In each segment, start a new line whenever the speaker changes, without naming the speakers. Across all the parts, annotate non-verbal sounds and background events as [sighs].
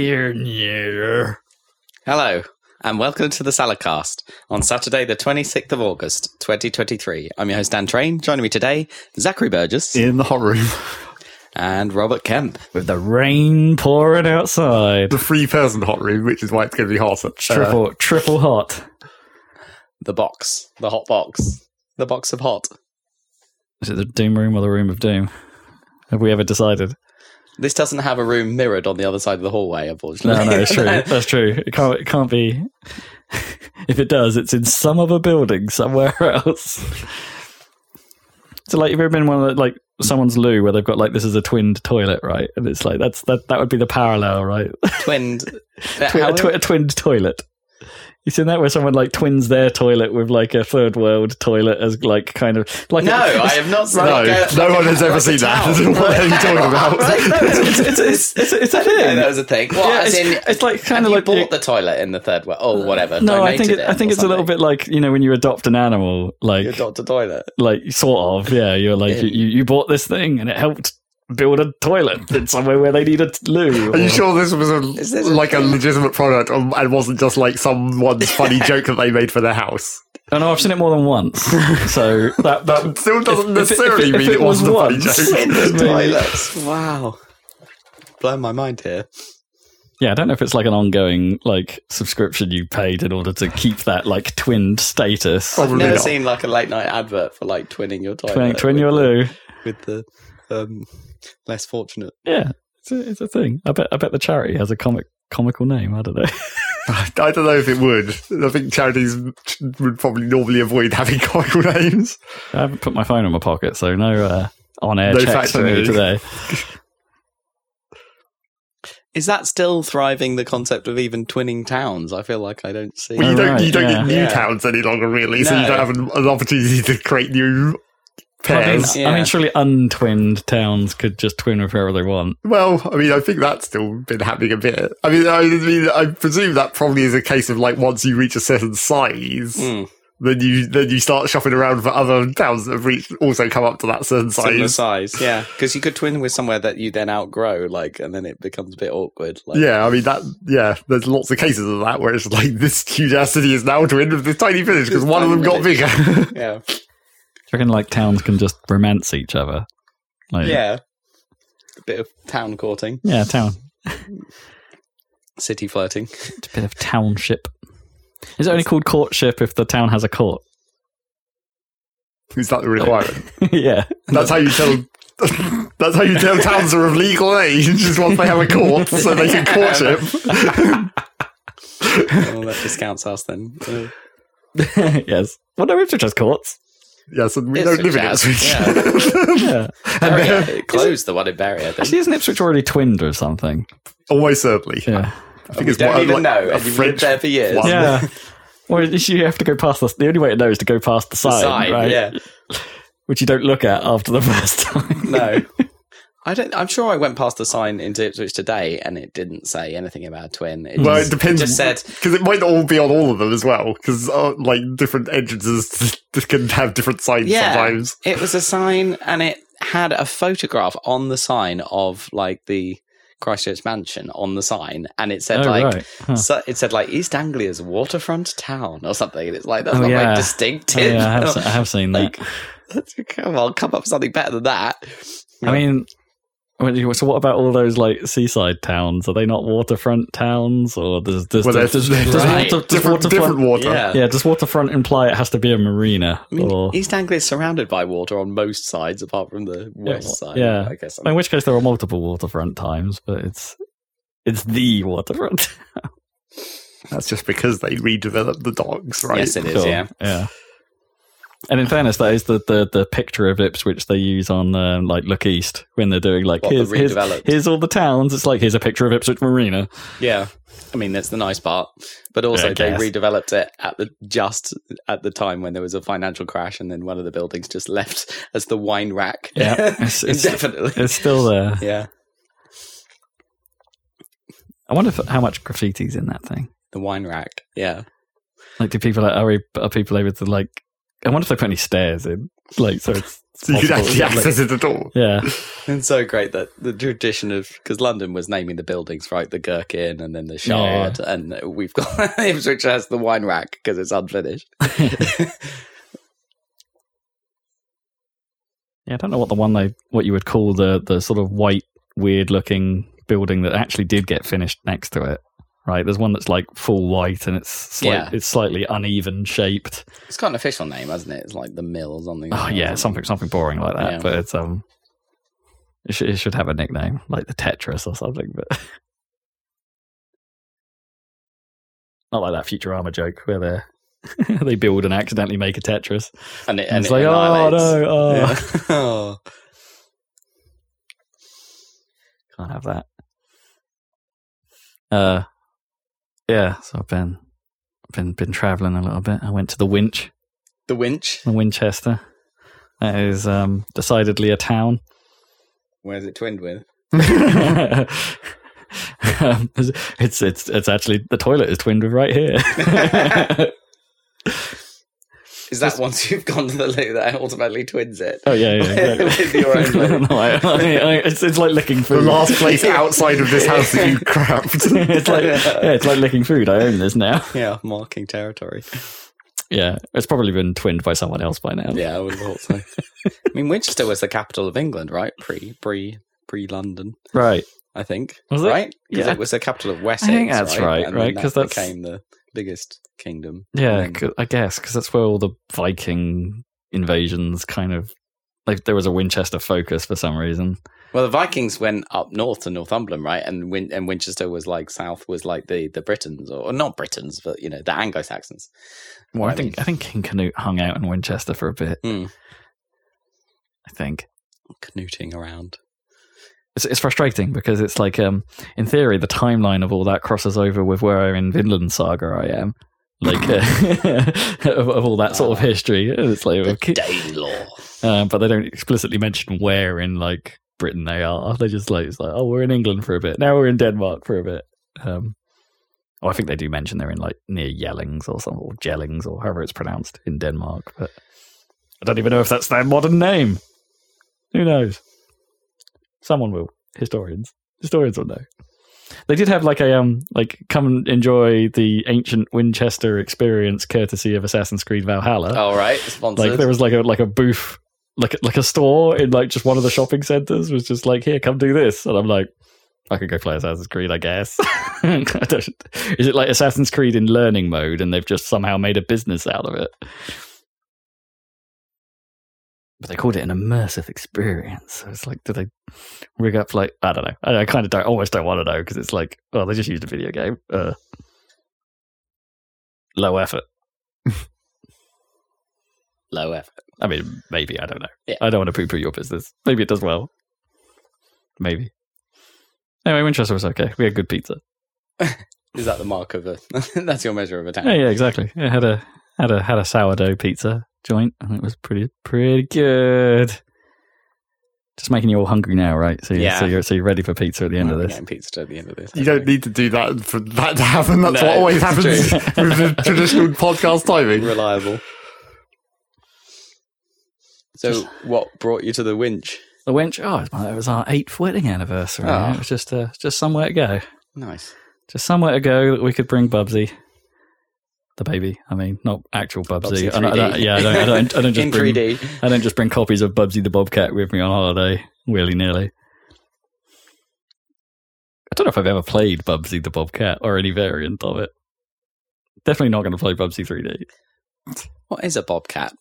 Thirnir.
Hello, and welcome to the Saladcast on Saturday, the 26th of August, 2023. I'm your host, Dan Train. Joining me today, Zachary Burgess
in the hot room
and Robert Kemp.
With the rain pouring outside.
the three person hot room, which is why it's going to be Uh, hotter.
Triple, triple hot.
The box, the hot box, the box of hot.
Is it the doom room or the room of doom? Have we ever decided?
This doesn't have a room mirrored on the other side of the hallway, unfortunately.
No, no, it's true. That's true. It can't, it can't be. [laughs] if it does, it's in some other building somewhere [laughs] else. So, like, you've ever been in one of the, like someone's loo where they've got like this is a twinned toilet, right? And it's like that's that that would be the parallel, right?
Twinned.
[laughs] Twi-
How-
a, twi- a twinned toilet. You seen that where someone like twins their toilet with like a third world toilet as like kind of like [laughs]
no,
a,
I have not seen
No,
that.
no one has ever seen that. [laughs] What are you
[laughs]
talking about?
it's, it's, it's, it's, it's a
Yeah,
thing.
that was a thing. What,
yeah,
as
it's,
in,
it's like kind
and
of
you
like
bought the toilet in the third world, or whatever.
no, I think
donated
it, I think
or
it's a little
something.
bit like you know when you adopt an animal, like
You adopt a toilet.
like sort of yeah. You're like you, you you bought this thing and it helped build a toilet in somewhere where they need a t- loo.
Are
or-
you sure this was a,
Is this a
like a legitimate product um, and wasn't just like someone's
[laughs]
funny joke that they made for their house?
I know I've seen it more than once, so that that
Still doesn't
if it- if it-
necessarily
if
mean
it
it,
was
wasn't a funny
once.
joke.
Windows
Maybe.
toilets. Wow. Blowing my mind here.
Yeah, I don't know if it's like an ongoing like subscription you paid in order to keep that like twinned status.
[laughs] Probably
Never
not.
seen like a late night advert for like twinning your toilet.
Twin, twin
with,
your loo.
with the um, less fortunate.
Yeah, it's a, it's a thing. I bet I bet the charity has a comic comical name. I don't know. [laughs]
I don't know if it would. I think charities would probably normally avoid having [laughs] comical names.
I haven't put my phone in my pocket, so no uh, on air
No
checks for me
factory.
today.
[laughs]
Is that still thriving? The concept of even twinning towns. I feel like I don't see.
Well, you
Oh,
don't
right,
you don't
yeah.
get new
Yeah.
towns any longer, really, so
No.
you don't have an, an opportunity to create new
I mean,
pairs.
I
Yeah.
mean, surely untwinned towns could just twin with whoever they want.
Well, I mean, I think that's still been happening a bit. I mean, I mean, I presume that probably is a case of like once you reach a certain size,
Mm,
then you then you start shopping around for other towns that have reached also come up to that certain
similar
size.
size, yeah. Because you could twin with somewhere that you then outgrow, like, and then it becomes a bit awkward. Like,
Yeah, I mean that. Yeah, there's lots of cases of that where it's like [laughs] this huge city is now twinned with this tiny village because
This
one of
tiny
them got
village.
bigger. [laughs]
yeah,
Do you reckon like towns can just romance each other? Like,
yeah. A bit of town courting,
yeah, town.
city flirting.
It's a bit of township. Is it only called courtship if the town has a court? [laughs]
is that the requirement?
yeah.
That's how you tell. [laughs] That's how you tell towns are of legal age is once they have a court, so they
[laughs]
can courtship.
well, that discounts us then. Uh,
[laughs] yes. Well, no, Ipswich has courts.
Yes, and we
It's
don't live in
jazz,
Ipswich. [laughs]
Yeah.
Bury it. It closed the one in
[laughs]
Barry, I think.
Actually, isn't Ipswich already twinned or something?
Almost certainly.
Yeah.
I think
We
it's
don't
one-
even
like
know,
a
and you've lived
French
there for years.
one.
Yeah. or is Um, you have to go past the. The only way to know is to go past the sign,
Sign,
right?
yeah.
Which you don't look at after the [laughs] first time.
[laughs]
No. I don't. I'm sure I went past the sign into Ipswich today, and it didn't say anything about a twin. It
[laughs] Well,
just,
it depends.
just said
because it might all be on all of them as well. Because uh, like different entrances [laughs] can have different signs
Yeah.
sometimes.
it was a sign, and it had a photograph on the sign of like the Christchurch mansion on the sign, and it said
Oh,
like.
right. Huh.
So it said like East Anglia's waterfront town or something. And it's like that's
Oh,
not
yeah.
very
Oh,
distinctive.
yeah, I have, se- I have seen that.
[laughs] like, come on, come up with something better than that.
I mean, what do you- so what about all those like seaside towns? Are they not waterfront towns, or does does,
Well,
does,
there's-
does, does
[laughs] Right.
water, does
different,
waterfront?
different water.
yeah.
yeah, does waterfront imply it has to be a marina?
I mean,
or
East Anglia is surrounded by water on most sides, apart from the west
well,
side.
yeah.
I guess.
in which case there are multiple waterfront times, but it's it's the waterfront.
That's just because they redeveloped the docks, right?
Yes, [laughs] it is.
Sure,
Yeah,
yeah. And in fairness, that is the, the, the picture of Ipswich they use on um, like Look East when they're doing like
What, the
here's, here's,
redeveloped?
here's all the towns. It's like here's a picture of Ipswich Marina.
[laughs] yeah. I mean, that's the nice part, but also
Yeah, I
they
guess.
redeveloped it at the just at the time when there was a financial crash, and then one of the buildings just [laughs] left as the wine rack.
Yeah,
[laughs]
it's, it's,
indefinitely.
it's still there.
Yeah,
I wonder if, how much graffiti's in that thing.
the wine rack. Yeah,
Like, do people are we, are people able to like I wonder if they put any stairs in. Like, so
[laughs]
it's.
So you could
possible,
actually
yeah,
access it at all.
Yeah.
It's so great that the tradition of because London was naming the buildings right, the Gherkin and then the Shard, and we've got [laughs] Ipswich has the wine rack because it's unfinished.
Yeah, I don't know what the one they what you would call the the sort of white, weird looking building that actually did get finished next to it. Right, there's one that's like full white and it's slight,
Yeah.
it's slightly uneven shaped.
It's got an official name, hasn't it? It's like the Mill or something.
Oh yeah, something something boring like that.
Yeah.
But it's um, it, sh- it should have a nickname like the Tetris or something. But [laughs] not like that Futurama joke where they [laughs] they build and accidentally make a Tetris.
and, it,
And
and
it's
it
like, oh
annihilates.
no, oh,
Yeah. [laughs] Oh.
Can't have that. Uh, yeah. So I've been been been traveling a little bit. I went to the Winch
the winch.
in Winchester. That is um, decidedly a town. [laughs]
Where's it twinned with?
um, it's it's it's actually the toilet is twinned with right
[laughs]
here.
Is that once you've gone to the loo that ultimately twins it?
oh
[laughs]
yeah, yeah. Exactly.
with
[laughs]
your own loo.
No, I- I- I- it's, it's like licking
The
food.
last place outside of this house that you
[laughs]
crapped.
[laughs] it's like yeah, it's like licking food. I own this now.
Yeah, marking territory.
Yeah, it's probably been twinned by someone else by now.
Yeah, I would have thought so. I mean, Winchester was the capital of England, right? Pre, pre, pre London,
Right.
I think.
Was it?
right? Because
Yeah.
it was the capital of Wessex.
think that's right,
And
right,
then
'cause
that
that's-
became the biggest kingdom.
Yeah,
Mm.
'cause- I guess because that's where all the Viking invasions kind of like there was a Winchester focus for some reason.
Well, the Vikings went up north to Northumberland, right? And Win- and Winchester was like south was like the the Britons or, or not Britons, but you know the Anglo Saxons.
Well, I
Right.
think I think King Canute hung out in Winchester for a bit.
Hmm.
I think
Canuting around.
it's, it's frustrating because it's like um in theory the timeline of all that crosses over with where in Vinland Saga I am. Like [laughs] uh, of, of all that sort of
Ah.
history, it's like
The
okay.
Dane law.
Um, but they don't explicitly mention where in like Britain they are. [laughs] They just like it's like, oh, we're in England for a bit. Now we're in Denmark for a bit. Um, oh, I think they do mention they're in like near Yellings or some or Jellings or however it's pronounced in Denmark. But I don't even know if that's their modern name. Who knows? Someone will. Historians, historians will know. They did have like a um like come and enjoy the ancient Winchester experience, courtesy of Assassin's Creed Valhalla
All right, sponsored.
like there was like a like a booth like like a store in like just one of the shopping centers was just like here come do this and i'm like i could go play assassin's creed i guess [laughs] I don't- is it like assassin's creed in learning mode and they've just somehow made a business out of it but they called it an immersive experience so it's like do they rig up like i don't know i, I kind of don't almost don't want to know because it's like oh they just used a video game uh, low effort
low effort.
I mean, maybe I don't know.
Yeah.
I don't want to poo-poo your business. Maybe it does well. Maybe. Anyway, Winchester was okay. We had good pizza.
Is that the mark of a? [laughs] that's your measure of a town.
Yeah, yeah, exactly. It had a had a had a sourdough pizza joint, and it was pretty pretty good. Just making you all hungry now, right? So you're,
Yeah.
so, you're, so you're ready for pizza at the end
We're
of this.
getting pizza to the end of this.
You don't need to do that for that to happen. That's
No,
what always
it's
happens
true. [laughs]
with the traditional podcast timing.
reliable. So, what brought you to the winch?
The winch. Oh, it was, my, it was our eighth wedding anniversary.
Oh.
It was just uh, just somewhere to go.
Nice.
Just somewhere to go that we could bring Bubsy, the baby. I mean, not actual Bubsy.
Bubsy
I don't- I don't-
3D.
yeah, I don't, I don't,
[laughs]
I don't just
In
bring
3D.
I don't just bring copies of Bubsy the Bobcat with me on holiday willy nilly. I don't know if I've ever played Bubsy the Bobcat or any variant of it. Definitely not going to play Bubsy 3D.
What is a bobcat?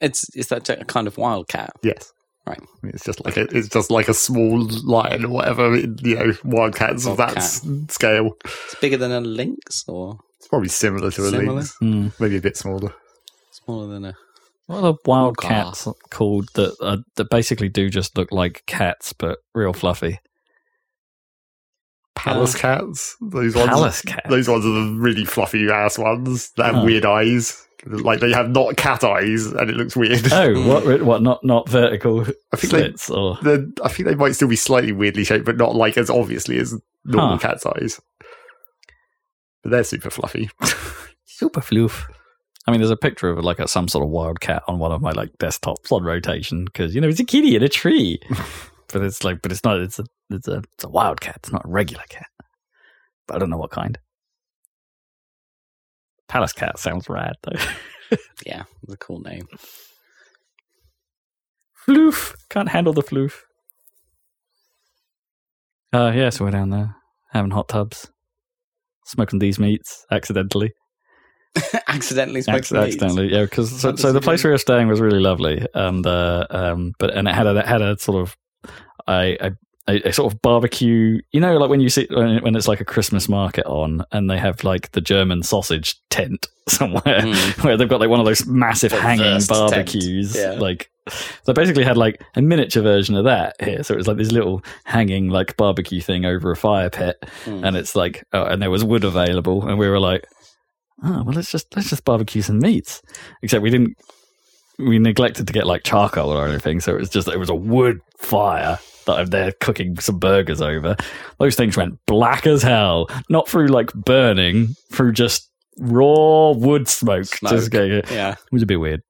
It's is that a kind of wildcat?
Yes.
Right.
I mean, it's just like a, it's just like a small lion or whatever, you know, wildcats of that
Bobcat.
s- scale.
It's bigger than a lynx or
It's probably similar to a
Similar?
lynx,
Hmm.
maybe a bit smaller.
smaller than a.
What are the wild cats called that uh, that basically do just look like cats but real fluffy?
Palace cats, those ones.
Palace cat.
Those ones are the really fluffy ass ones that have
Huh.
weird eyes. Like they have not cat eyes, and it looks weird.
Oh, what? What? Not not vertical
[laughs] I think they,
slits or
the I think they might still be slightly weirdly shaped, but not like as obviously as normal cat's eyes. But they're super fluffy.
super floof. I mean, there's a picture of like a, some sort of wild cat on one of my like desktops on rotation because you know it's a kitty in a tree, but it's like, but it's not. It's a it's a it's a wild cat. It's not a regular cat. But I don't know what kind. Palace cat sounds rad though. [laughs]
Yeah, it's a cool name. [laughs]
floof can't handle the floof. Uh, yeah, so we're down there having hot tubs, smoking these meats accidentally.
Accidentally spoke to Leeds.
accidentally, yeah. Because so,
What
so
does
the
it
place
mean?
we were staying was really lovely, and uh, um, but and it had a it had a sort of I I. A, a sort of barbecue, you know, like when you see when, when it's like a Christmas market on, and they have like the German sausage tent [laughs] somewhere
Mm.
where they've got like one of those massive
The
hanging
first tent.
barbecues.
Yeah.
Like, so I basically had like a miniature version of that here. So it was like this little hanging like barbecue thing over a fire pit,
Mm. [laughs]
and it's like oh, and there was wood available and we were like oh well let's just let's just barbecue some meats except we didn't we neglected to get like charcoal or anything so it was just it was a wood fire that I'm there cooking some burgers over those things went black as hell not through like burning through just raw wood smoke,
Smoke.
just going it
Yeah.
was a bit weird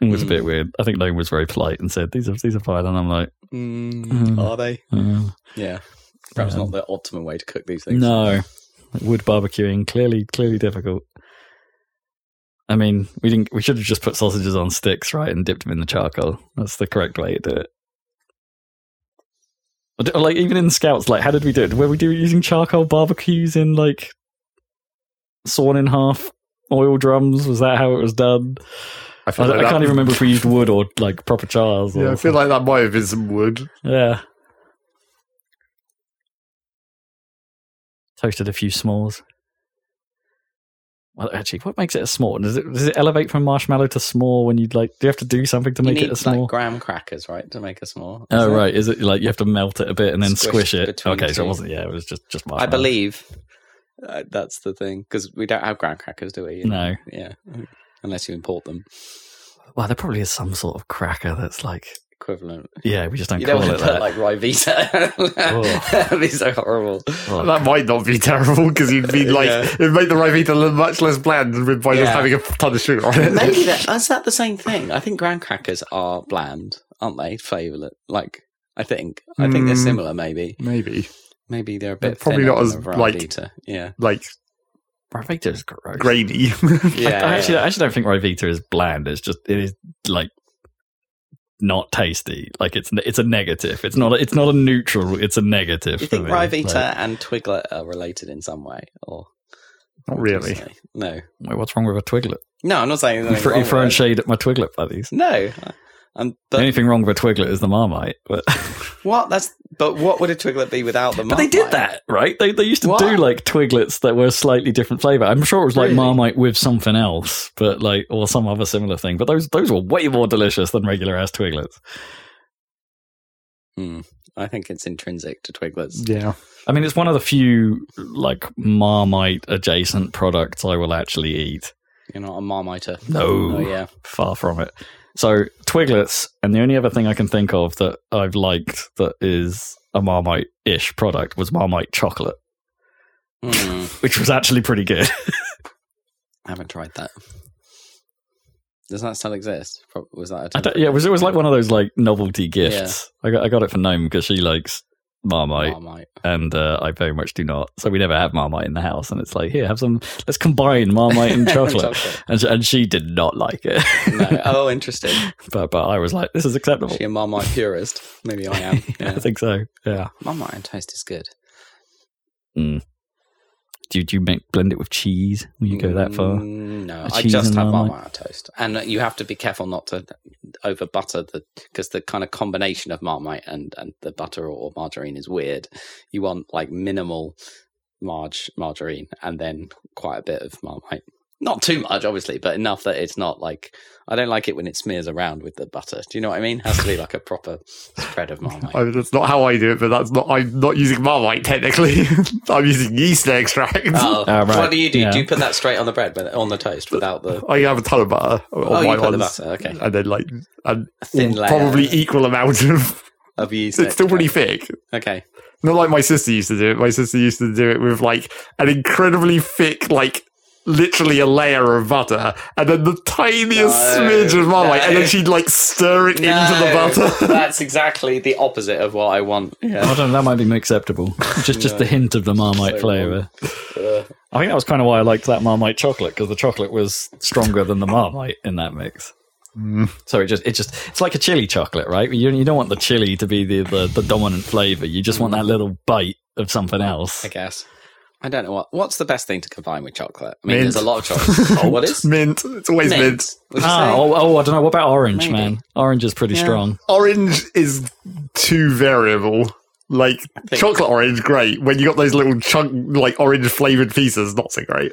it was a
Mm.
bit weird I think Lone was very polite and said these are these are fine and I'm like
Mm,
Mm.
Are they?
"Uh,
Yeah. Perhaps
Um,
not the optimum way to cook these things.
No, Like wood barbecuing clearly, clearly difficult. I mean, we didn't. We should have just put sausages on sticks, right, and dipped them in the charcoal. That's the correct way to do it. Or d- or, Like even in scouts, like how did we do it? Were we do using charcoal barbecues in like sawn in half oil drums? Was that how it was done? I,
I, feel like
I
that-
can't even remember if we used wood or like proper chars. Or
[laughs] Yeah, I feel like that might have been some wood.
yeah. Toasted a few s'mores. Well, actually, what makes it a s'more? Does it does it elevate from marshmallow to s'more when you like? Do you have to do something to
You
make
need
it a s'more?
like graham crackers, right, to make a s'more.
oh
Is it?
right, is it like you have to melt it a bit and then
Squish
squish it?
between
Okay, so
two.
it wasn't. Yeah, it was just just
I
marshmallow.
believe uh, that's the thing because we don't have graham crackers, do we?
No,
Yeah, unless you import them.
well, there probably is some sort of cracker that's like,
Equivalent.
yeah, we just don't
you don't
call
want to
it
put
that.
like [laughs] Rivita. That'd be so horrible.
Oh,
That might not be terrible because you'd be
[laughs]
like
Yeah.
it'd make the Rivita look much less bland than by
Yeah.
just having a ton of sugar on it.
Maybe that is that the same thing. I think graham crackers are bland, aren't they? Flavourless, like I think. I think they're
Mm.
similar. Maybe
[laughs] Maybe
maybe they're a
They're
bit
probably
thinner
not
than
as,
a
like-
Rivita. yeah
like
Rivita is gross.
grainy. [laughs]
I-
yeah.
I, actually, I actually don't think Rivita is bland. It's just it is like not tasty. Like it's it's a negative. It's not a, it's not a neutral. It's a negative.
you
for
think
me.
Rivita
Like,
and Twiglet are related in some way, or
not
what do you
really.
say? No,
wait, what's wrong with a twiglet?
no, I'm not saying
You're,
anything
thr-
wrong
you're
with
throwing
it.
shade at my twiglet buddies.
No, um,
the
but
only thing wrong with a twiglet is the marmite. But [laughs]
what? That's but what would a Twiglet be without the?
but they did
Marmite?
that right. They they used to
What?
do like twiglets that were slightly different flavor. I'm sure it was like
Really?
marmite with something else, but like or some other similar thing. But those those were way more delicious than regular ass twiglets.
Hmm. I think it's intrinsic to Twiglets.
Yeah,
I mean, it's one of the few like Marmite adjacent products I will actually eat.
You're not a Marmiter.
No,
Oh yeah,
far from it. So Twiglets, and the only other thing I can think of that I've liked that is a Marmite-ish product was Marmite chocolate,
Hmm.
which was actually pretty [laughs] good.
I haven't tried that. Does that still exist? Pro- Was that a
I don't- yeah, it was it was like one of those like novelty gifts. I got I got it for Gnome because she likes Marmite,
Marmite.
and uh, I very much do not. So we never have Marmite in the house, and it's like here, have some. Let's combine [laughs] Marmite [laughs]
[laughs]
and chocolate, and, she, and she did not like it. [laughs]
No. Oh, interesting.
but but I was like, this is acceptable.
She a Marmite purist. Maybe I am.
[laughs] I
Yeah.
think so. Yeah.
Marmite and toast is good.
Do, do you make blend it with cheese? Will you go that
Mm,
far?
No,
A
I
cheese
just
and
have
Marmite?
Marmite on toast, and you have to be careful not to over butter the because the kind of combination of Marmite and and the butter or margarine is weird. You want like minimal marg margarine and then quite a bit of Marmite. Not too much, obviously, but enough that it's not like I don't like it when it smears around with the butter. Do you know what I mean? has to be like a proper spread of
[laughs] I
Marmite.
mean, that's not how I do it, but that's not. I'm not using Marmite technically. [laughs] I'm using yeast extract.
Oh,
Ah, right.
What do you do?
Yeah.
Do you put that straight on the bread, but on the toast without the
[laughs] I have a ton of butter on
oh,
my
you put the
ones,
butter? Okay,
and then like and
thin layer.
probably equal amount of. [laughs]
of yeast.
It's still pretty thick.
Okay.
Not like my sister used to do it. My sister used to do it with like an incredibly thick, like literally a layer of butter and then the tiniest
No,
smidge of marmite and then
no.
she'd like stir it into the butter. [laughs]
that's exactly the opposite of what I want.
I
Yeah.
don't know, that might be acceptable.
[laughs]
Just just the hint of the Marmite
So
flavour.
Uh,
I think that was kind of why I liked that Marmite chocolate, because the chocolate was stronger than the Marmite in that mix.
Mm.
So it just it just it's like a chili chocolate, right? You, you don't want the chili to be the, the, the dominant flavour. You just want
Mm.
that little bite of something else.
I guess. I don't know what. What's the best thing to combine with chocolate? I mean,
Mint.
there's a lot of
[laughs]
choice. oh, what is
Mint. It's always mint.
Would you
Ah,
say?
oh, oh, I don't know. What about orange,
Maybe.
man? Orange is pretty
Yeah.
strong.
Orange is too variable. Like
think-
chocolate orange, great. When you got those little chunk, like orange flavored pieces, not so great.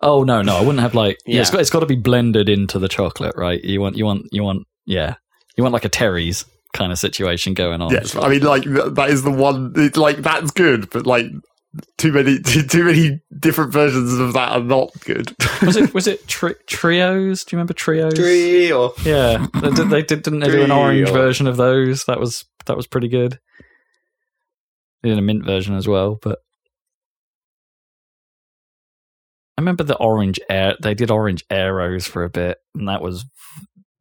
Oh no, no, I wouldn't have like. Yeah, it's
Yeah.
got it's got to be blended into the chocolate, right? You want you want you want yeah, you want like a Terry's kind of situation going on.
yes, I mean, like th- that is the one. It, like that's good, but like too many, [laughs] too, too many different versions of that are not good. [laughs]
was it was it tri- trios? Do you remember trios?
Three or
Yeah, they, did, they did, didn't they do an
Trio.
orange version of those? That was that was pretty good. They did a mint version as well, but I remember the orange air. They did orange arrows for a bit, and that was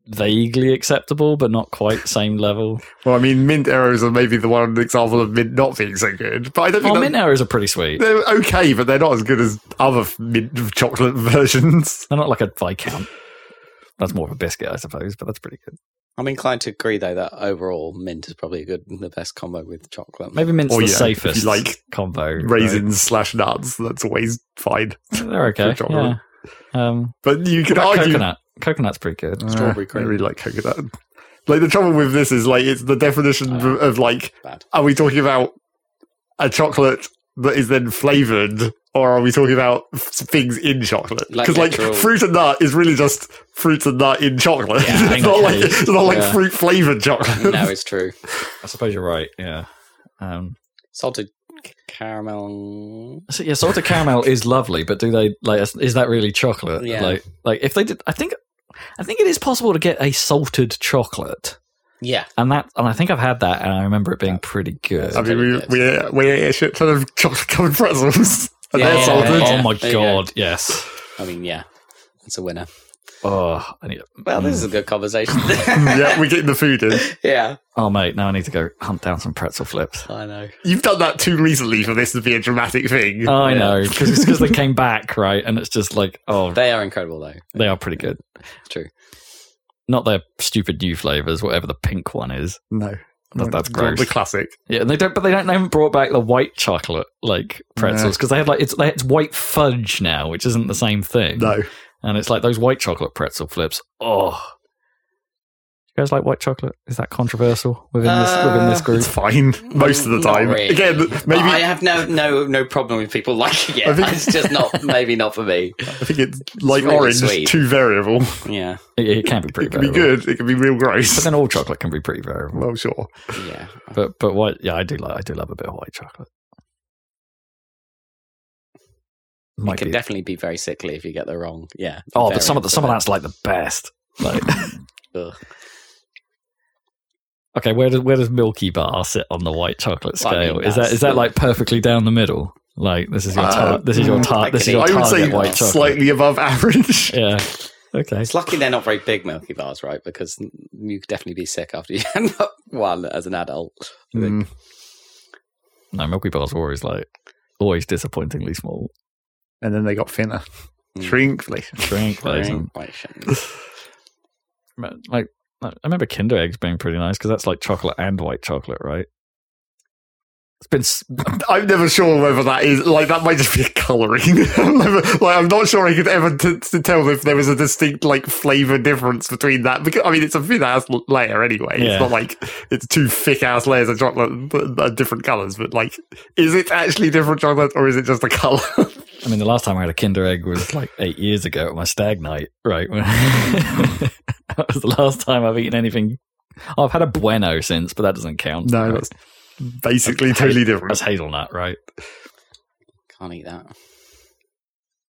vaguely acceptable, but not quite same level.
well, I mean, mint arrows are maybe the one example of mint not being so good. But I don't think
Oh,
that-
mint arrows are pretty sweet.
they're okay, but they're not as good as other mint chocolate [laughs] versions.
They're not like a viscount. That's more of a biscuit, I suppose, but that's pretty good.
I'm inclined to agree, though, that overall mint is probably a good, the best combo with chocolate.
Maybe mint's
Or,
the
yeah, if you
safest
like
combo. right?
Raisins slash nuts. That's always fine.
They're okay.
For
Yeah.
chocolate.
Um,
But you could
What about
argue
coconut. Coconut's pretty good.
Strawberry
Uh,
cream.
I really like coconut. Like the trouble with this is like it's the definition
Uh.
Oh.
of, of like
Bad.
are we talking about a chocolate that is then flavored or are we talking about f- things in chocolate?
Like
Because like,
literal-
fruit and nut is really just fruit and nut in chocolate. [laughs]
Yeah, I
it's not
know.
like it's not like
Yeah.
fruit flavored chocolate.
no, it's true.
I suppose you're right. Yeah. Um,
Salted c- caramel.
so yeah, salted caramel is lovely, but do they like? is- Is that really chocolate?
Yeah.
Like, like if they did, I think, I think it is possible to get a salted chocolate,
Yeah.
and that, and I think I've had that, and I remember it being pretty good.
[laughs] I mean we we we ate a shit ton of chocolate covered pretzels. [laughs] And
Yeah,
they're
yeah,
salted.
yeah.
Oh my
There you go.
god! Yes.
I mean, yeah. It's a winner.
Oh, I need.
Well, this is a good conversation.
[laughs] yeah, we're getting the food in.
[laughs] yeah.
Oh mate, now I need to go hunt down some pretzel flips.
I know.
You've done that too recently for this to be a dramatic thing.
Oh, I
Yeah.
know because it's
[laughs]
because they came back right, and it's just like oh,
They are incredible, though.
they are pretty good.
It's true.
Not their stupid new flavors, whatever the pink one is.
no.
That, that's
Not
gross.
The classic.
Yeah, and they don't, but they don't. They haven't brought back the white chocolate like pretzels because they had like it's they- it's white fudge now, which isn't the same thing.
Mm.
No.
and it's like those white chocolate pretzel flips. Oh, you guys like white chocolate? Is that controversial within this within this
Uh,
group?
It's fine most of the
Not
time.
really.
Again, maybe
I
I,
have no no no problem with people [laughs] liking it.
I think-
it's just
[laughs]
not maybe not for me.
think it's like
really
orange,
sweet.
too variable.
Yeah,
It, it can be pretty.
It can be
variable.
good. It can be real
but
gross.
then all chocolate can be pretty variable.
Well, sure.
yeah.
But but white, yeah, I do like I do love a bit of white chocolate.
it
Might
can
be.
definitely be very sickly if you get the wrong. Yeah.
oh, but some of the,
variant
some of
it.
that's like the best. Like.
Ugh.
[laughs] Okay, where does where does Milky Bar sit on the white chocolate
Well, I mean,
scale? is that
that's-
is that like perfectly down the middle? Like this is your tar-
Uh,
this is your tar- this is your
I
target
would say
white chocolate.
slightly above average.
[laughs] Yeah. Okay.
It's lucky they're not very big Milky Bars, right? Because you could definitely be sick after you [laughs] end up one as an adult.
Mm.
No, Milky Bars are always like always disappointingly small.
And then they got thinner.
Mm.
Shrinkly.
Drink those. and- Like I remember Kinder eggs being pretty nice because that's like chocolate and white chocolate, right? It's been s-
I'm never sure whether that is like that might just be a colouring. [laughs] I'm never, like I'm not sure I could ever t- to tell if there was a distinct like flavour difference between that. Because I mean, it's a thin ass l- layer anyway.
Yeah.
It's not like it's two thick ass layers of chocolate that are different colours. But like, is it actually different chocolate or is it just a [laughs] colour?
I mean, the last time I had a Kinder Egg was like eight years ago at my stag night, right? [laughs] that was the last time I've eaten anything. Oh, I've had a Bueno since, but that doesn't count.
no,
Right?
that's basically totally different.
that's hazelnut, right?
Can't eat that.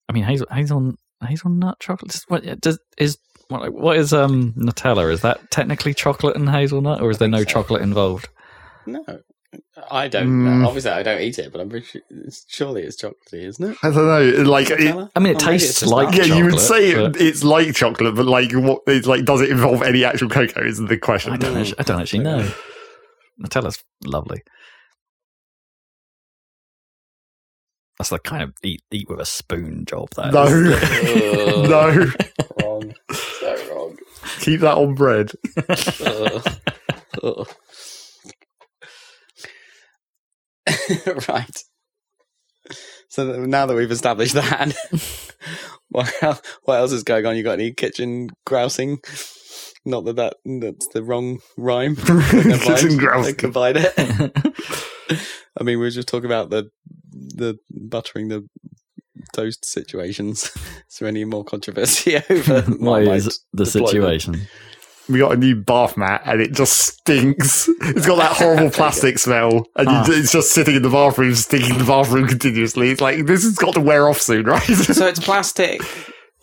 I mean, hazel, hazel, hazelnut chocolate. Does- What yeah, does is what, like, what is um Nutella? Is that technically chocolate and hazelnut, or is there no
think so.
chocolate involved?
No, I don't know.
Mm.
Obviously, I don't eat it, but I'm pretty sure, surely it's chocolatey, isn't it?
I don't know. Like, it,
Nutella?
I mean, it
Or maybe it's
tastes
just
like-
nut.
yeah, you would
chocolate,
say it,
but-
it's like chocolate, but like, what? It's like, does it involve any actual cocoa? Is the question. [laughs]
I don't. Actually, I don't actually know. Nutella's lovely. That's the kind of eat eat with a spoon job. That
No,
is. [laughs]
Ugh,
no,
wrong, so wrong.
[laughs] keep that on bread.
Ugh. Ugh. [laughs] right. So th- now that we've established that, [laughs] what el- what else is going on? You got any kitchen grousing? Not that, that that's the wrong rhyme.
Kitchen grouse.
Combine it. I mean, we were just talking about the the buttering the toast situations. [laughs] Is there any more controversy [laughs]
[laughs]
over
what
Marmite
is the
deployment?
situation?
We got a new bath mat, and it just stinks. It's got that
[laughs]
horrible plastic smell, and
Ah.
you, it's just sitting in the bathroom, stinking the bathroom continuously. It's like this has got to wear off soon, [laughs] right?
So it's plastic.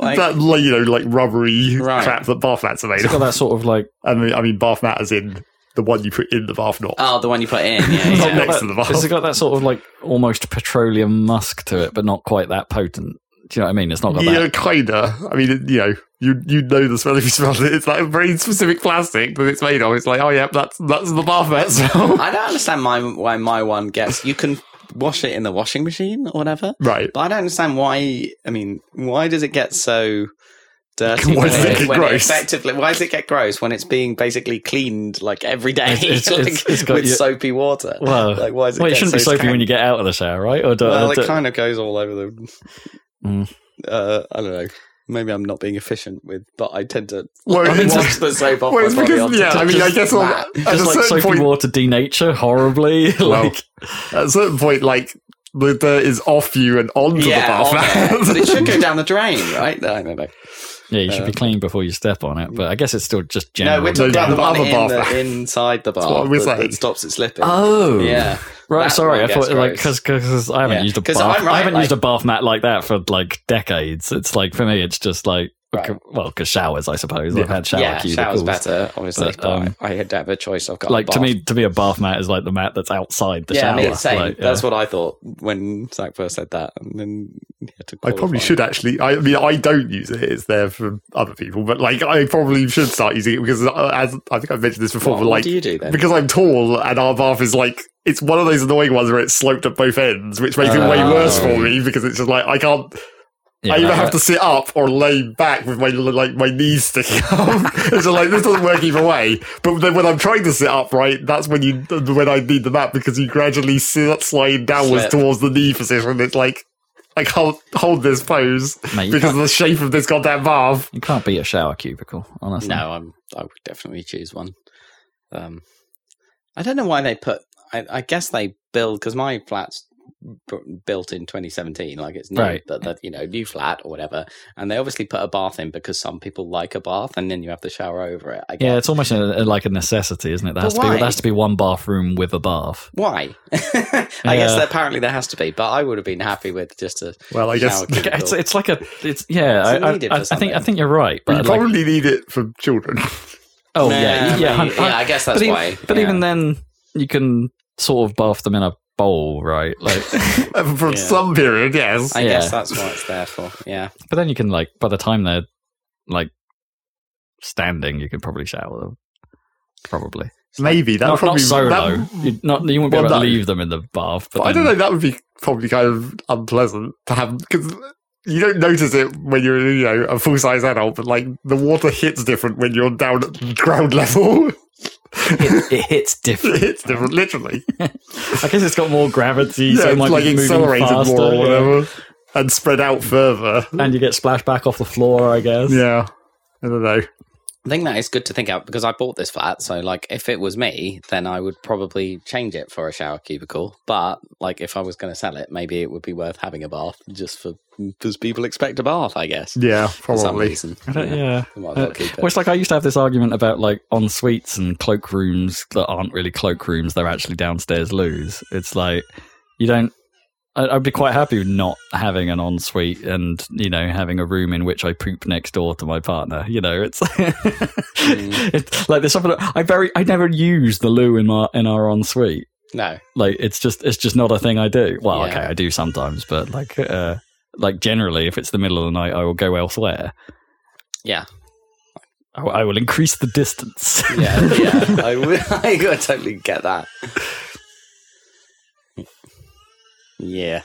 Like,
that like, you know, like rubbery
Right.
crap that bath mats are made
It's got
of.
that sort of [laughs] like
I mean, I mean, bath mat as in the one you put in the bath, not
oh, the one you put in.
[laughs]
Yeah,
It's
it's got
not
yeah.
next
that-
to the bath.
It's got that sort of like almost petroleum musk to it, but not quite that potent. Do you know what I mean? It's not got
yeah,
that.
kinda. I mean, it- you know, you you know the smell if you smell it. It's like a very specific plastic that it's made of. It's like, oh yeah, that's that's the bath mat [laughs] smell.
I don't understand my, why my one gets. You can wash it in the washing machine or whatever,
right.
but I don't understand why. I mean, why does it get so
[laughs]
dirty?
Why does
when
it get
when
gross?
effectively, why does it get gross when it's being basically cleaned like every day
It's- it's-
[laughs] like,
it's- it's got
with
your-
soapy water?
Well,
Like, why does it
well, you
get
shouldn't
so
be soapy when you get out of the shower, right? Or do,
Well,
do-
it kind of goes all over the.
Mm.
Uh, I don't know. Maybe I'm not being efficient with, but I tend to
Well,
I
it's-
wash the soap off
well,
my
it's
body
because-
onto
yeah, I mean, I guess all-
that.
at
just
a
like
certain
soapy
point,
water denature horribly. [laughs]
Well,
like
at a certain point, like the dirt is off you and onto
yeah,
the
[laughs]
on there.
bath
but it
mat. [laughs]
should go down the drain, right? No, no, no.
yeah, you should
uh,
be clean before you step on it. But I guess it's still just general.
No, we're talking
No,
about the
the
one
other
in
bath
the,
mat.
inside the bath
what we're
that,
saying.
that stops it slipping.
oh
yeah,
Right,
That
sorry.
one
I thought
gets
like
gross.
because I haven't
Yeah.
used a
'Cause
bath.
I'm right,
I haven't
like-
used a bath mat like that for like decades. It's like for me, it's just like
Right.
well, because showers, I suppose. I've
Yeah.
had shower
yeah,
cubicles.
shower's better, obviously.
But,
But,
um,
I had to have a choice. I've got a
Like to
bath.
me, to me, a bath mat is like the mat that's outside the
yeah,
shower.
I mean, it's same.
Like, yeah.
That's what I thought when Zach first said that, and then he had to
I probably
qualify.
should actually. I mean, I don't use it. It's there for other people, but like, I probably should start using it because, uh, as I think I've mentioned this before,
What,
but
what
like,
do you do then?
[laughs] because I'm tall and our bath is like it's one of those annoying ones where it's sloped at both ends, which makes it way
Oh.
worse for me because it's just like I can't.
Yeah,
I either
that-
have to sit up or lay back with my like my knees sticking [laughs] up. it's just like this doesn't work either way. But then when I'm trying to sit up, right, that's when you when I need the mat because you gradually sit, slide downwards
Slip.
towards the knee position. It's like I can't hold this pose
Mate, you
because of the shape of this goddamn bath.
You can't beat a shower cubicle, honestly.
No, I'm. I would definitely choose one. Um, I don't know why they put. I, I guess they build because my flat's b- built in 2017, like it's new,
Right.
but that you know, new flat or whatever. And they obviously put a bath in because some people like a bath, and then you have the shower over it. I guess.
Yeah, it's almost a, a- like a necessity, isn't it? There
But
has to be
why?
there has to be one bathroom with a bath.
Why? [laughs] I guess
Yeah.
that apparently there has to be, but I would have been happy with just a
Well, I guess
shower cubicle.
It's it's like a it's yeah.
It's
I, I,
needed
I,
for
I think I
something.
think you're right,
you
but like-
probably need it for children. [laughs]
oh yeah,
Nah, I
yeah,
mean,
hun- hun-
yeah, I guess that's
but even,
why.
But
yeah.
even then, you can sort of bath them in a bowl, right? Like,
[laughs] for
Yeah.
some period, yes.
I
yeah.
guess that's what it's there for. Yeah.
but then you can like by the time they're like standing, you can probably shower them. Probably
Maybe that
not,
probably
not solo.
that-
you, not you won't be
Well,
able to
no.
leave them in the bath. But
But I
then-
don't know. That would be probably kind of unpleasant to have because you don't notice it when you're you know a full size adult, but like the water hits different when you're down at ground [laughs] level.
It, it hits
[laughs]
different.
it hits different, literally.
[laughs] I guess it's got more gravity, so
yeah,
it
it's
might
like
be moving
accelerated
faster,
more or
yeah.
whatever, and spread out further.
and you get splashed back off the floor, I guess.
Yeah. I don't know.
I think that is good to think out because I bought this flat. So, like, if it was me, then I would probably change it for a shower cubicle. But, like, if I was going to sell it, maybe it would be worth having a bath just for because people expect a bath, I guess.
Yeah,
For some
probably.
reason.
I don't- yeah.
I might as well keep it.
Well, it's Uh, like I used to have this argument about like en suites and cloakrooms that aren't really cloakrooms; they're actually downstairs loos. It's like you don't. I- I'd be quite happy with not having an ensuite and you know having a room in which I poop next door to my partner. You know, it's, [laughs]
Mm.
it's like there's something I very I never use the loo in my in our ensuite.
No.
like it's just it's just not a thing I do. Well,
Yeah.
okay, I do sometimes, but like uh, like generally, if it's the middle of the night, I will go elsewhere.
Yeah.
I, I will increase the distance.
Yeah. Yeah. I, w- [laughs] I totally get that. Yeah.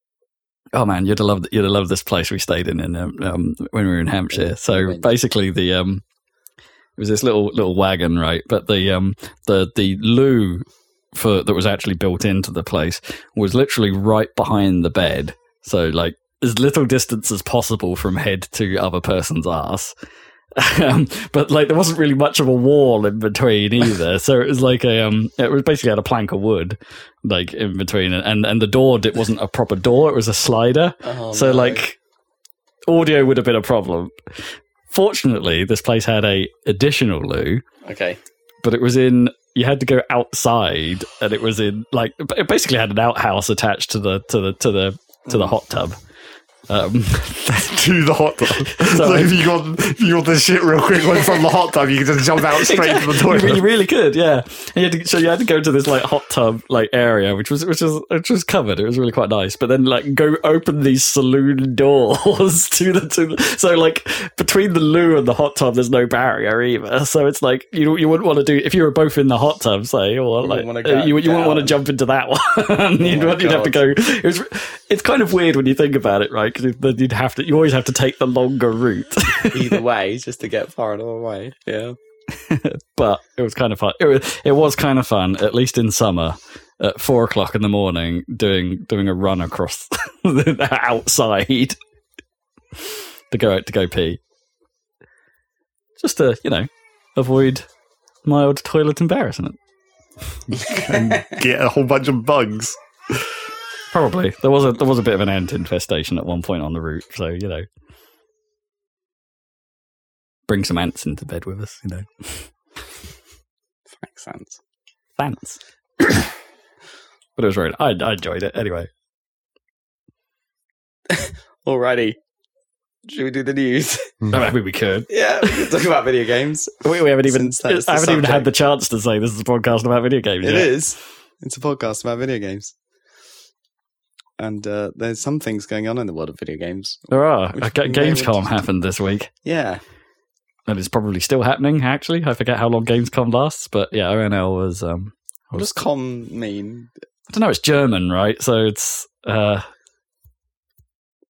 [laughs] oh man, you'd have loved you'd have loved this place we stayed in in um, um, when we were in Hampshire. So
When-
basically, the um, it was this little little wagon, right? But the um, the the loo for that was actually built into the place was literally right behind the bed. So like as little distance as possible from head to other person's ass. [laughs] Um, but like there wasn't really much of a wall in between either, so it was like a um, it was basically had a plank of wood like in between, and and the door it wasn't a proper door; it was a slider.
Oh,
so
no.
like audio would have been a problem. Fortunately, this place had a additional loo,
Okay.
but it was in you had to go outside, and it was in like it basically had an outhouse attached to the to the to the to the hot tub. Um, [laughs]
[laughs] to the hot tub. [laughs] so
Sorry.
if you got if you got this shit real quick like from the hot tub, you can just jump
[laughs]
out straight to the
You, you
toilet.
really could, yeah. You had to, so you had to go to this like hot tub like area, which was which was which was covered. It was really quite nice. But then like go open these saloon [laughs] doors to the to the, so like between the loo and the hot tub, there's no barrier either. So it's like you you wouldn't want to do if you were both in the hot tub, say, or
wouldn't
like
wanna
uh,
go
you you wouldn't want to
down. Oh
jump into that [laughs] one. you'd,
my
you'd have to go.
God.
It was it's kind of weird when you think about it, right? Because you'd have to you always have to take the longer route. [laughs]
Either way, just to get far enough away. Yeah.
but it was kind of fun. It was, it was kind of fun, at least in summer, at four o'clock in the morning, doing doing a run across [laughs] the outside [laughs] to go out to go pee, just to you know avoid mild toilet embarrassment.
Get a whole bunch of bugs.
Probably there was a there was a bit of an ant infestation at one point on the route, so you know, bring some ants into bed with us, you know,
Makes sense.
ants. [coughs] but it was right. I, I enjoyed it anyway.
Alrighty. Should we do the news?
I mean, we could.
yeah. We can talk about video [laughs] games.
We, we haven't even
Since
I
that is
haven't
the
even had
subject.
the chance to say this is a podcast about video games.
It
yet.
is. It's a podcast about video games. And uh, there's some things going on in the world of video games.
There are.
Which
Uh, Ga-
we may
Gamescom
want to-
happened this week,
Yeah.
and it's probably still happening. Actually, I forget how long Gamescom lasts, but yeah, ONL was. Um,
What does com mean?
I don't know. It's German, right? So it's. Uh,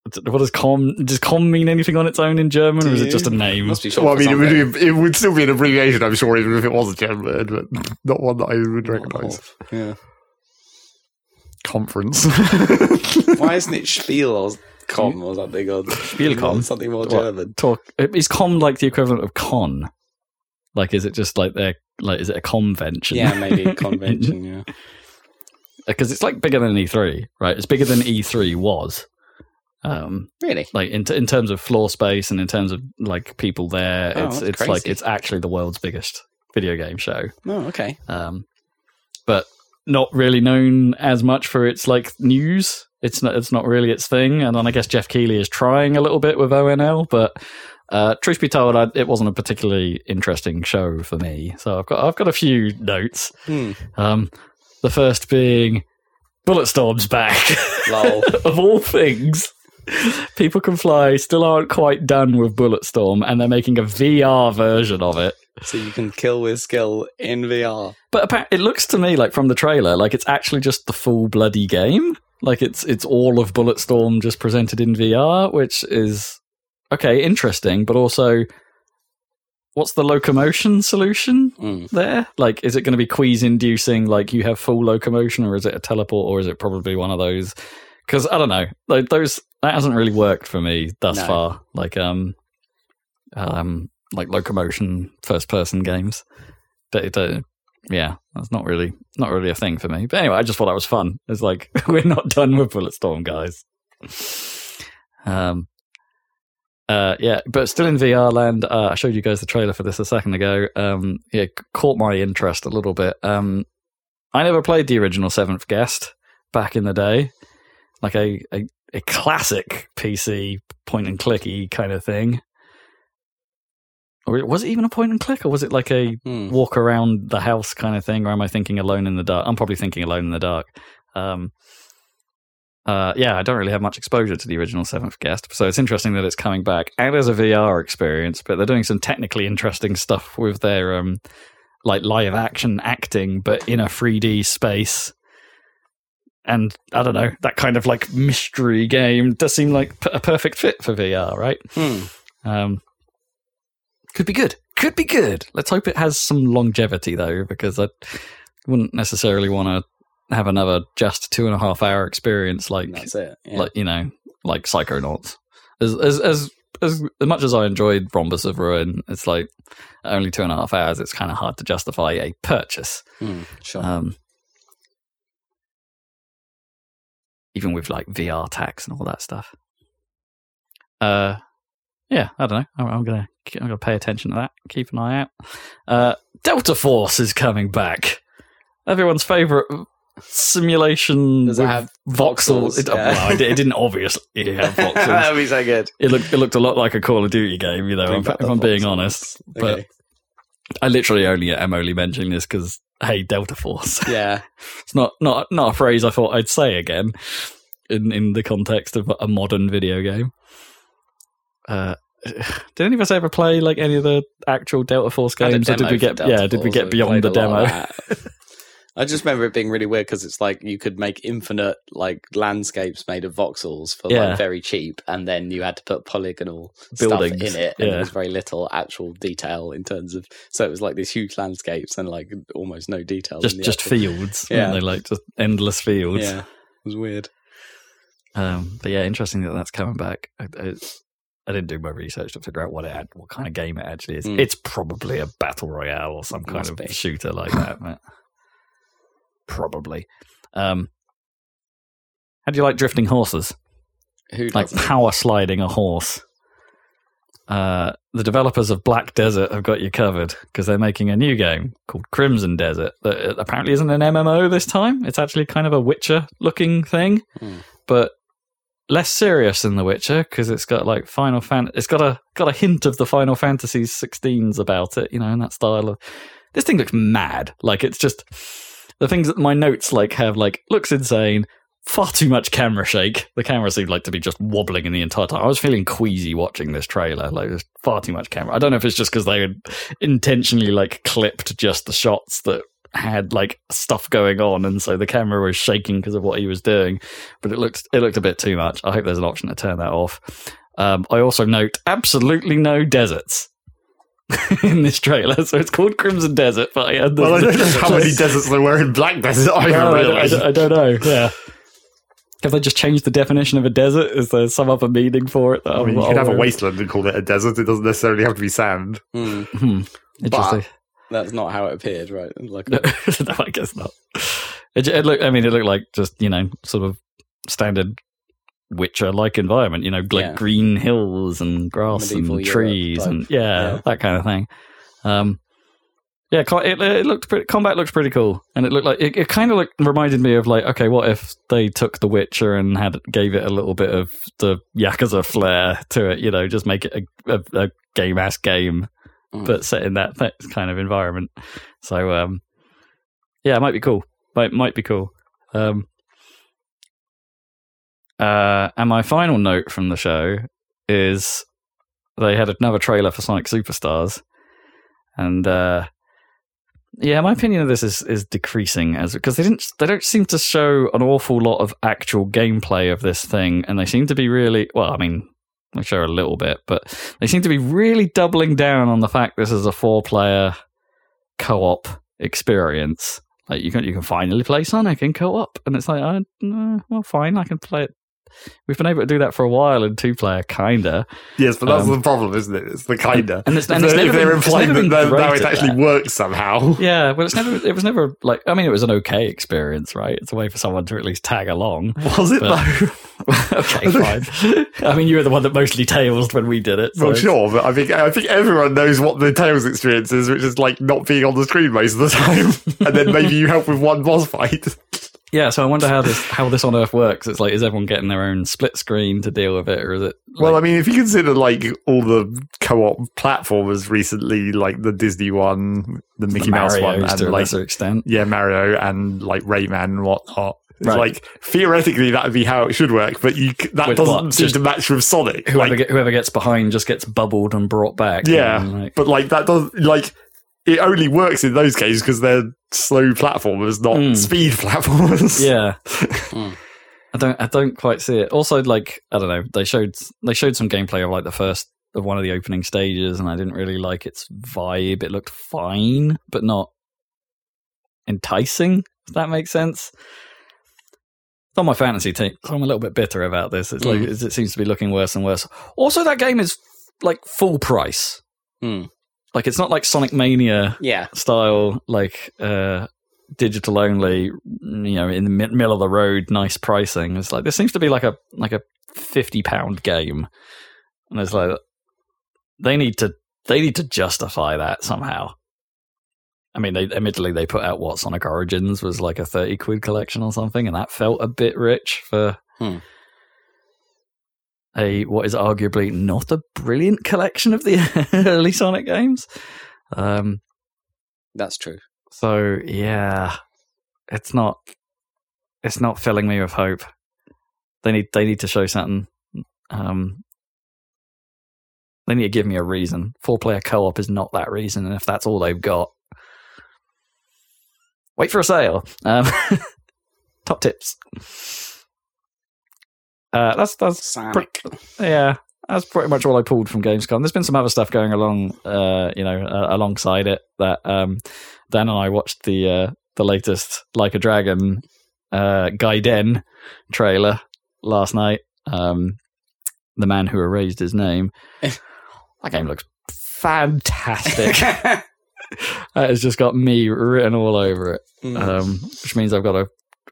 it's- what does com? Does com mean anything on its own in German, or is it
Do
just a
you-
name?
Must be short
Well, I
for
mean, it
[laughs]
something.
would, be, it would still be an abbreviation, I'm sure, even if it was a German word, but not one that I would recognise.
Yeah.
[laughs] Conference.
Why isn't it Spiel or com or something? Or
Spielcom?
[laughs] Something more
What?
German.
Talk is com like the equivalent of con? Like, is it just like their like? Is it a convention?
Yeah,
[laughs]
maybe convention. Yeah.
because it's like bigger than E3, right? It's bigger than E3 was, um,
Really?
like in in terms of floor space and in terms of like people there.
Oh,
it's
that's
it's like
crazy.
it's actually the world's biggest video game show,
Oh, okay.
um, but not really known as much for its like news. It's not it's not really its thing, and then I guess Jeff Keighley is trying a little bit with ONL, but. Uh, truth be told, I, it wasn't a particularly interesting show for me, so I've got I've got a few notes.
Hmm.
Um, the first being Bulletstorm's back. [laughs]
Lol.
of all things, People Can Fly still aren't quite done with Bulletstorm, and they're making a VR version of it.
so you can kill with skill in VR.
But appa- it looks to me like from the trailer, like it's actually just the full bloody game. Like it's it's all of Bulletstorm just presented in VR, which is okay, interesting, but also what's the locomotion solution?
Hmm.
there? Like, is it going to be queeze inducing? Like, you have full locomotion, or is it a teleport, or is it probably one of those? Because I don't know. Like, those that hasn't really worked for me thus
No.
far. Like, um, um, like locomotion first person games. They, they, yeah, that's not really not really a thing for me. But anyway, I just thought that was fun. It's like [laughs] we're not done with Bulletstorm, guys. Um, uh, yeah, but still in VR land. Uh, I showed you guys the trailer for this a second ago. Um, yeah, c- caught my interest a little bit. Um, I never played the original Seventh Guest back in the day, like a a, a classic PC point and clicky kind of thing. Or was it even a point and click, or was it like a
Hmm.
walk around the house kind of thing, or am I thinking Alone in the Dark? I'm probably thinking Alone in the Dark. Um, uh, yeah, I don't really have much exposure to the original Seventh Guest, so it's interesting that it's coming back and as a VR experience. But they're doing some technically interesting stuff with their um, like live action acting, but in a 3D space. And I don't know that kind of like mystery game does seem like p- a perfect fit for VR, right?
Hmm.
Um, could be good. Could be good. Let's hope it has some longevity though, because I wouldn't necessarily want to have another just two and a half hour experience like
That's it. Yeah.
like you know like Psychonauts. As as as as, as much as I enjoyed Rhombus of Ruin, it's like at only two and a half hours. It's kind of hard to justify a purchase.
Hmm, sure.
Um, even with like VR tax and all that stuff. Uh, yeah, I don't know. I'm, I'm gonna I'm gonna pay attention to that. Keep an eye out. Uh, Delta Force is coming back. Everyone's favorite simulation
Does it
with
have
voxels.
voxels?
It, uh,
Yeah.
well, it, di- it didn't obviously [laughs] have voxels.
[laughs] That'd be so good.
It looked it looked a lot like a Call of Duty game, you know.
Bring
If,
back
if
the
I'm being
voxels.
honest, but
Okay.
I literally only am only mentioning this because hey, Delta Force. [laughs]
yeah,
It's not not not a phrase I thought I'd say again in in the context of a modern video game. Uh, [sighs] did any of us ever play like any of the actual Delta Force
Had a
games? Or did
demo
we
for
get
Delta
yeah? Did we
Force,
get
so
beyond
played
the
a
demo?
lot of
[laughs]
that. I just remember it being really weird because it's like you could make infinite like landscapes made of voxels for
Yeah.
like very cheap, and then you had to put polygonal
Buildings,
stuff in it, and
yeah.
there was very little actual detail in terms of. So it was like these huge landscapes and like almost no detail.
[laughs] Just
in the
just
actual-
fields,
Yeah.
yeah. They like just endless fields.
yeah, it was weird.
Um, but yeah, interesting that that's coming back. I, I, I didn't do my research to figure out what it had, what kind of game it actually is.
Mm.
It's probably a battle royale or some kind
Must
of
be.
shooter
[laughs]
like that. but- probably. Um, how do you like drifting horses?
Who
like
doesn't?
power sliding a horse. Uh, the developers of Black Desert have got you covered because they're making a new game called Crimson Desert that uh, apparently isn't an MMO this time. It's actually kind of a Witcher looking thing,
Hmm.
but less serious than the Witcher because it's got like Final Fan. It's got a got a hint of the Final Fantasy 16s about it, you know, in that style of. This thing looks mad. Like it's just the things that my notes like have like looks insane far too much camera shake. The camera seemed like to be just wobbling in the entire time. I was feeling queasy watching this trailer. Like there's far too much camera. I don't know if it's just because they had intentionally like clipped just the shots that had like stuff going on, and so the camera was shaking because of what he was doing. But it looked it looked a bit too much. I hope there's an option to turn that off. Um, I also note absolutely no deserts. [laughs] in this trailer, [laughs] so it's called Crimson Desert, but I had the, [laughs]
Well, I don't know how many
the-
deserts there were in Black Desert either,
no, I, don't- I
really.
don't, I don't know. Yeah. Have they just changed the definition of a desert? Is there some other meaning for it? That
I
I'm
mean, you
not
could have a
aware of?
wasteland and call it a desert. It doesn't necessarily have to be sand.
Hmm,
Hmm. Interesting.
that's not how it appeared, right?
[laughs]
Like
no, I guess not. It, ju- it looked. I mean, it looked like just you know, sort of standard Witcher-like environment. You know, like
Yeah.
green hills and grass
Medieval
and
Europe
trees
type.
and yeah,
Yeah.
that kind of thing. Um, yeah, co- it, it looked pretty, combat looks pretty cool, and it looked like it, it kind of like reminded me of like okay, what if they took The Witcher and had gave it a little bit of the Yakuza flair to it? You know, just make it a, a, a game ass game
Mm.
but set in that, that kind of environment. So um, yeah, it might be cool. Might might be cool. Um, uh, and my final note from the show is they had another trailer for Sonic Superstars, and uh, yeah, my opinion of this is is decreasing as because they didn't they don't seem to show an awful lot of actual gameplay of this thing, and they seem to be really well. I mean, they show a little bit, but they seem to be really doubling down on the fact this is a four player co op experience. Like you can you can finally play Sonic in co op, and it's like, I, no, well, fine, I can play it. We've been able to do that for a while in two player, kinda.
Yes, but that's
Um,
the problem, isn't it? It's the kinda.
And it's,
If
and it's
they're,
never
if they're
been, it's
implying
never
that
been
now- now
great
it
at
actually
that. [laughs]
works somehow.
Yeah, well, it's never. It was never like. I mean, it was an okay experience, right? It's a way for someone to at least tag along. [laughs]
Was it
But-
though?
okay, fine. I mean, you were the one that mostly tails when we did it. so
[laughs] Well,
it's-
sure, but I think I think everyone knows what the Tails
[laughs]
experience is, which is like not being on the screen most of the time, and then maybe you help with one boss fight.
Yeah, so I wonder how this how this on earth works. It's like, is everyone getting their own split screen to deal with it, or is it?
Well,
like-
I mean, if you consider like all the co-op platformers recently, like the Disney one, the Mickey Mouse one,
Mario's
and
to a
like
lesser extent.
yeah, Mario and like Rayman and whatnot. It's
Right.
like theoretically that would be how it should work, but you c- that
With
doesn't
what?
seem
Just
to match with Sonic.
Whoever
Like,
get, whoever gets behind just gets bubbled and brought back.
Yeah.
And, like,
but like that does like it only works in those cases because they're slow platformers, not
Mm.
speed [laughs] platformers.
[laughs] yeah. I don't I don't quite see it. Also, like I don't know, they showed they showed some gameplay of like the first of one of the opening stages, and I didn't really like its vibe. It looked fine, but not enticing. If that makes sense. It's on my fantasy team, so I'm a little bit bitter about this. It's like it seems to be looking worse and worse. Also, that game is like full price.
Mm.
Like it's not like Sonic Mania
Yeah.
style, like uh, digital only, you know, in the mid- middle of the road, nice pricing. It's like there seems to be like a like a fifty pound game, and it's like they need to they need to justify that somehow. I mean, they admittedly they put out what Sonic Origins was like a thirty quid collection or something, and that felt a bit rich for.
Hmm.
A what is arguably not a brilliant collection of the [laughs] early Sonic games, um,
That's true.
so yeah, it's not it's not filling me with hope. They need they need to show something. Um, they need to give me a reason. Four player co op is not that reason, and if that's all they've got, wait for a sale. Um, [laughs] top tips. Uh, that's that's
Sonic.
yeah, that's pretty much all I pulled from Gamescom. There's been some other stuff going along, uh, you know, uh, alongside it that um, Dan and I watched the uh, the latest Like a Dragon uh, Gaiden trailer last night. Um, the man who erased his name. that game looks
[laughs]
fantastic. that has just got me written all over it,
Mm.
um, which means I've got to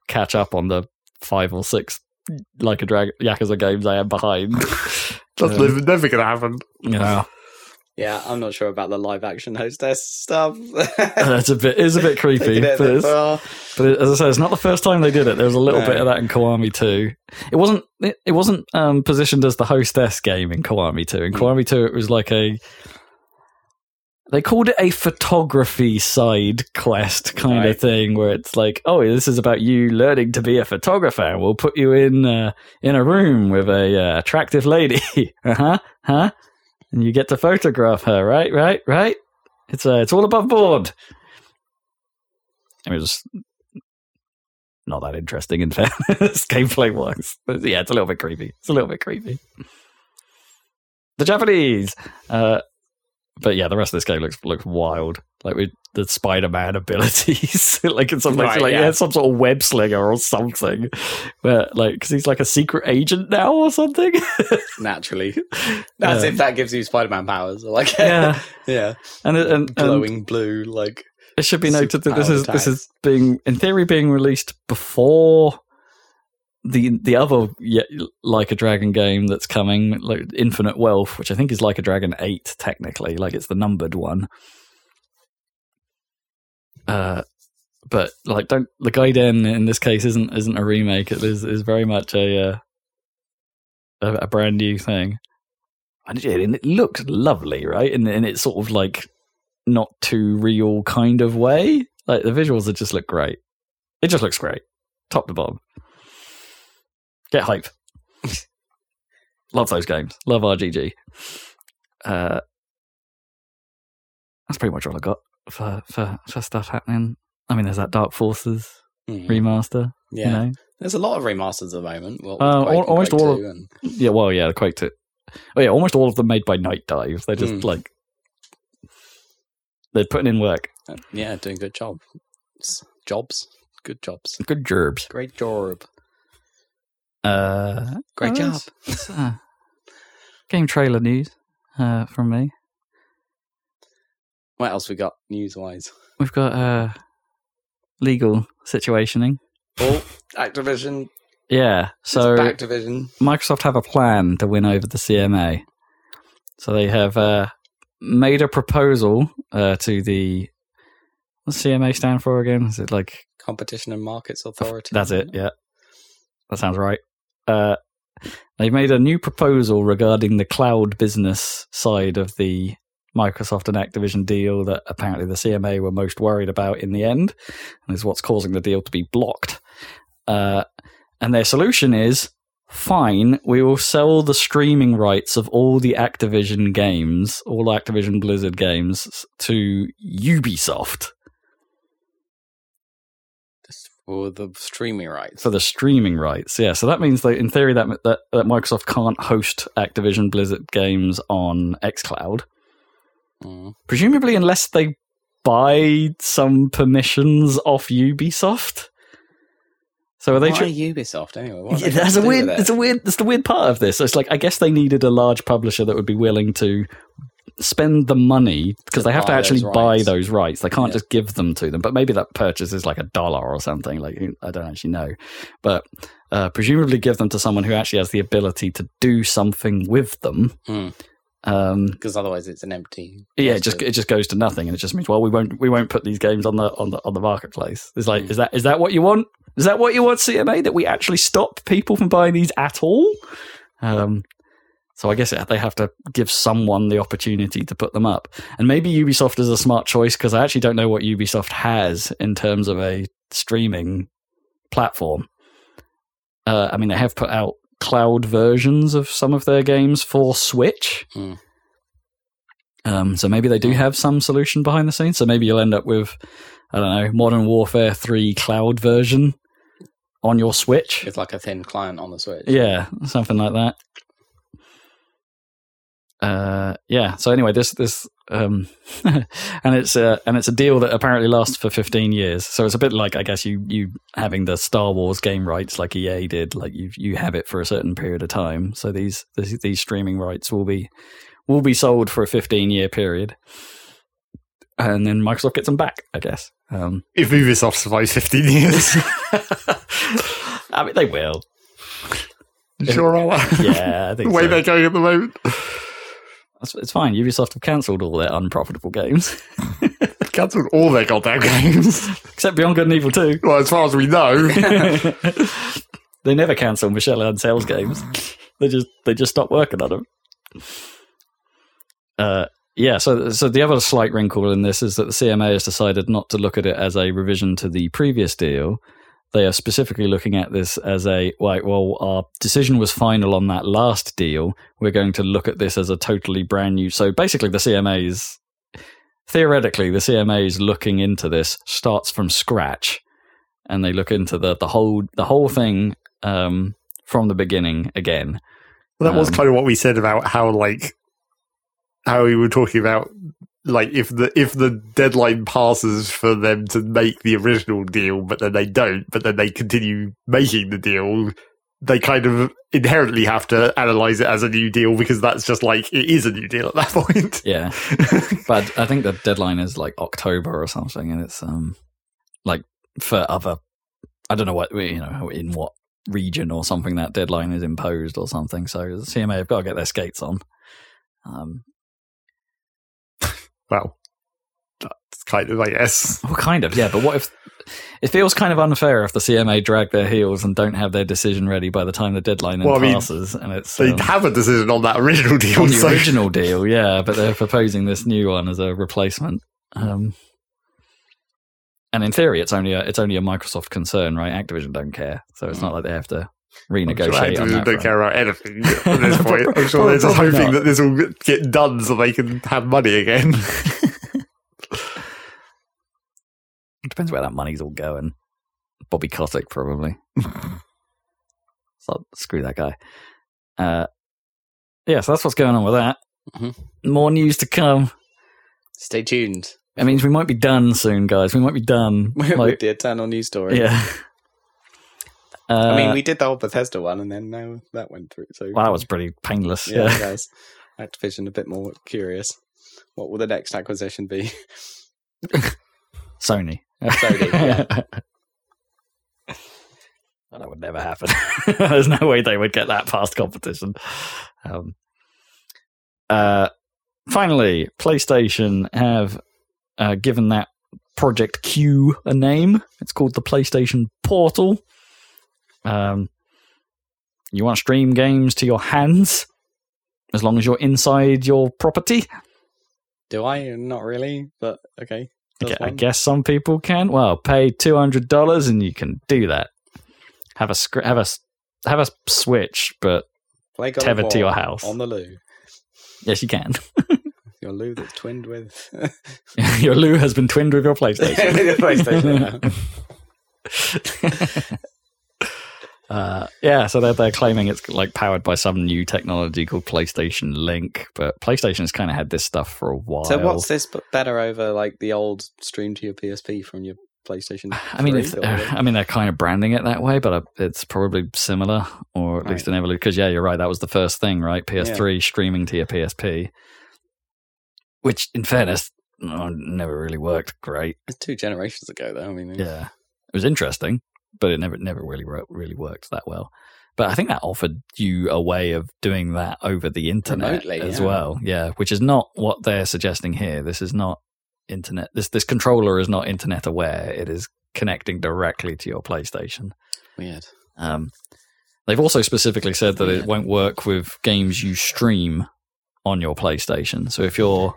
catch up on the five or six Like a Dragon Yakuza games I am behind.
That's
Um,
never- never gonna happen.
Yeah,
yeah, I'm not sure about the live action hostess
[laughs]
stuff. [laughs]
that's a bit is a bit creepy,
Taking it a
but,
bit
it's,
far.
but it- as I say, it's not the first time they did it. There was a little
No.
bit of that in Koami Two. It wasn't it, it wasn't um, positioned as the hostess game in Koami Two. In
Mm.
Koami Two, it was like a they called it a photography side quest kind of
Right.
thing, where it's like, oh, this is about you learning to be a photographer. We'll put you in uh, in a room with a uh, attractive lady, [laughs] uh huh, huh, and you get to photograph her, right, right, right. It's uh, it's all above board. It was not that interesting in fairness, [laughs] gameplay wise. But yeah, it's a little bit creepy. It's a little bit creepy. The Japanese, uh, but yeah, the rest of this game looks looks wild. Like with the Spider Man [laughs] abilities, [laughs] like in some place,
Right,
like
yeah.
yeah. some sort of web slinger or something. Where like because he's like a secret agent now or something.
[laughs] Naturally. That's
Yeah.
if that gives you Spider Man powers. Like [laughs]
yeah,
yeah.
[laughs] and it- and, and
Glowing blue, like
It should be noted that this
Superpowered
is this
attacks.
is being in theory being released before the the other yeah, like a dragon game that's coming, like Infinite Wealth, which I think is like a Dragon Eight technically, like it's the numbered one. Uh, but like, don't the Gaiden in this case isn't isn't a remake. It is is very much a uh, a, a brand new thing. And it, and it looks lovely, right? And and it's sort of like not too real kind of way. Like the visuals, it just look great. It just looks great, top to bottom. Get
[laughs]
hype. Love those games. Love RGG. Uh, that's pretty much all I got for for for stuff happening. I mean, there's that Dark Forces
mm,
remaster.
yeah.
You know,
There's a lot of remasters at the moment. Well,
Uh,
Quake
al-
and
almost
Quake
all-
2 and-
yeah. Well, yeah, the Quake Two. Oh yeah, almost all of them made by Night Dive. They're just
Mm.
like they're putting in work.
uh, yeah, doing good job. S- Jobs, good jobs,
Good gerbs.
great job,
Uh,
great
Oh,
job.
that's- that's, uh, game trailer news uh, from me.
What else we got news wise?
We've got uh, legal situationing.
Oh, Activision,
Yeah, so
it's Activision.
Microsoft have a plan to win over the CMA. So they have uh, made a proposal uh, to the what's CMA stand for again? Is it like
Competition and Markets Authority.
That's it. Yeah, that sounds right. Uh, they've made a new proposal regarding the cloud business side of the Microsoft and Activision deal that apparently the CMA were most worried about in the end, and is what's causing the deal to be blocked. Uh, and their solution is fine, we will sell the streaming rights of all the Activision games, all Activision Blizzard games, to Ubisoft
That's For the streaming rights.
for the streaming rights. Yeah, so that means that in theory that that, that Microsoft can't host Activision Blizzard games on xCloud,
Mm.
presumably unless they buy some permissions off Ubisoft. So are they?
Why
tr-
Ubisoft anyway? What have
Yeah,
they got
that's
to
a
do
weird.
with it?
It's a weird. That's the weird part of this. It's like I guess they needed a large publisher that would be willing to spend the money because
To
they have to
buy
actually
those
buy
rights.
those rights. They can't
Yeah.
just give them to them. But maybe that purchase is like a dollar or something. Like I don't actually know, but uh, presumably give them to someone who actually has the ability to do something with them.
Hmm.
Um,
because otherwise it's an empty.
yeah, it just
roster.
it just goes to nothing, and it just means well, we won't we won't put these games on the on the on the marketplace. It's like
Mm.
is that is that what you want? Is that what you want, CMA? That we actually stop people from buying these at all? Um, so I guess it, they have to give someone the opportunity to put them up, and maybe Ubisoft is a smart choice because I actually don't know what Ubisoft has in terms of a streaming platform. Uh, I mean, they have put out cloud versions of some of their games for Switch.
Hmm.
Um, so maybe they do have some solution behind the scenes. So maybe you'll end up with, I don't know, Modern Warfare 3 cloud version on your Switch.
with like a thin client on the Switch.
Yeah, something like that. Uh, yeah. So anyway, this this um, [laughs] and it's a and it's a deal that apparently lasts for fifteen years. So it's a bit like I guess you you having the Star Wars game rights like EA did. Like you you have it for a certain period of time. So these these, these streaming rights will be will be sold for a fifteen year period, and then Microsoft gets them back. I guess. Um, [laughs]
If Ubisoft survives 15 years, [laughs]
I mean, they will.
you sure about
[laughs]
that?
Yeah, I
[laughs] the
think
way
so.
they're going at the moment.
That's, it's fine. Ubisoft have cancelled all their unprofitable games, [laughs]
Cancelled all their goddamn [laughs] games.
except Beyond Good and Evil 2.
Well, as far as
[laughs]
we know.
they never cancel Michelle Ansel's games. They just they just stop working on them. Uh, yeah. So so the other slight wrinkle in this is that the CMA has decided not to look at it as a revision to the previous deal. They are specifically looking at this as a right. Well, our decision was final on that last deal. We're going to look at this as a totally brand new. So basically, the CMA's theoretically the CMA's looking into this starts from scratch and they look into the the whole the whole thing um, from the beginning again.
Well, that was
Um,
kind of what we said about how like how we were talking about like if the if the deadline passes for them to make the original deal, but then they don't, but then they continue making the deal, they kind of inherently have to analyze it as a new deal because that's just like it is a new deal at that [laughs] point.
Yeah,
[laughs]
but I think the deadline is like October or something, and it's um like for other I don't know what you know in what region or something that deadline is imposed or something. So the CMA have got to get their skates on. Um,
well, that's kind of I guess.
well, kind of, yeah. But what if it feels kind of unfair if the CMA drag their heels and don't have their decision ready by the time the deadline
Well, I mean,
passes? and it's
They
um,
have a decision on that original deal.
on the
so-
original deal, yeah, but they're proposing this new one as a replacement. Um, and in theory, it's only a, it's only a Microsoft concern, right? Activision don't care, so it's not like they have to renegotiate. on
Activision
that
don't
front.
care about anything at this point.
[laughs]
I'm sure they're just
Probably
hoping
not.
that this will get done so they can have money again. [laughs]
It depends where that money's all going. Bobby Kotick, probably. so screw that guy. Uh, yeah, so that's what's going on with that.
Mhm.
More news to come.
Stay tuned [laughs]
It means we might be done soon, guys. We might be done.
with
Like,
the eternal news story.
yeah. Uh,
I mean, we did the whole Bethesda one, and then now that went through. So
Well, that was pretty painless.
yeah,
Yeah. [laughs]
yeah. guys, Activision a bit more curious. What will the next acquisition be? [laughs]
Sony.
Sony, yeah.
[laughs] Well, that would never happen. [laughs] There's no way they would get that past competition. Um, uh, finally, PlayStation have uh, given that Project Q a name. It's called the PlayStation Portal. Um, you want to stream games to your hands as long as you're inside your property.
Do I? Not really, but okay.
I
That's
gue- I
fine.
guess some people can. Well, pay two hundred dollars and you can do that. Have a scr- have a s- have a s- switch, but
Play God of
tethered to
War
your house.
on the loo.
yes, you can. [laughs]
Your loo that's twinned with [laughs]
your Lou has been twinned with your PlayStation. [laughs]
PlayStation. yeah.
Uh, yeah, so they're, they're claiming it's like powered by some new technology called PlayStation Link, but PlayStation's kind of had this stuff for a while.
So what's this but better over like the old stream to your PSP from your PlayStation?
[sighs] I mean, if,
three or
[laughs]
whatever?
I mean, they're kind of branding it that way, but uh, it's probably similar, or at
Right.
least an evolution. Because yeah, you're right. That was the first thing, right? PS3 streaming to your PSP, which, in fairness, oh, never really worked great.
It's two generations ago though. I mean,
Yeah, it was interesting, but it never never really wor- really worked that well. But I think that offered you a way of doing that over the internet
Remotely,
as
yeah.
well. Yeah, which is not what they're suggesting here. This is not internet. This this controller is not internet aware. It is connecting directly to your PlayStation.
weird.
Um, they've also specifically said that
Yeah.
it won't work with games you stream on your PlayStation. So if you're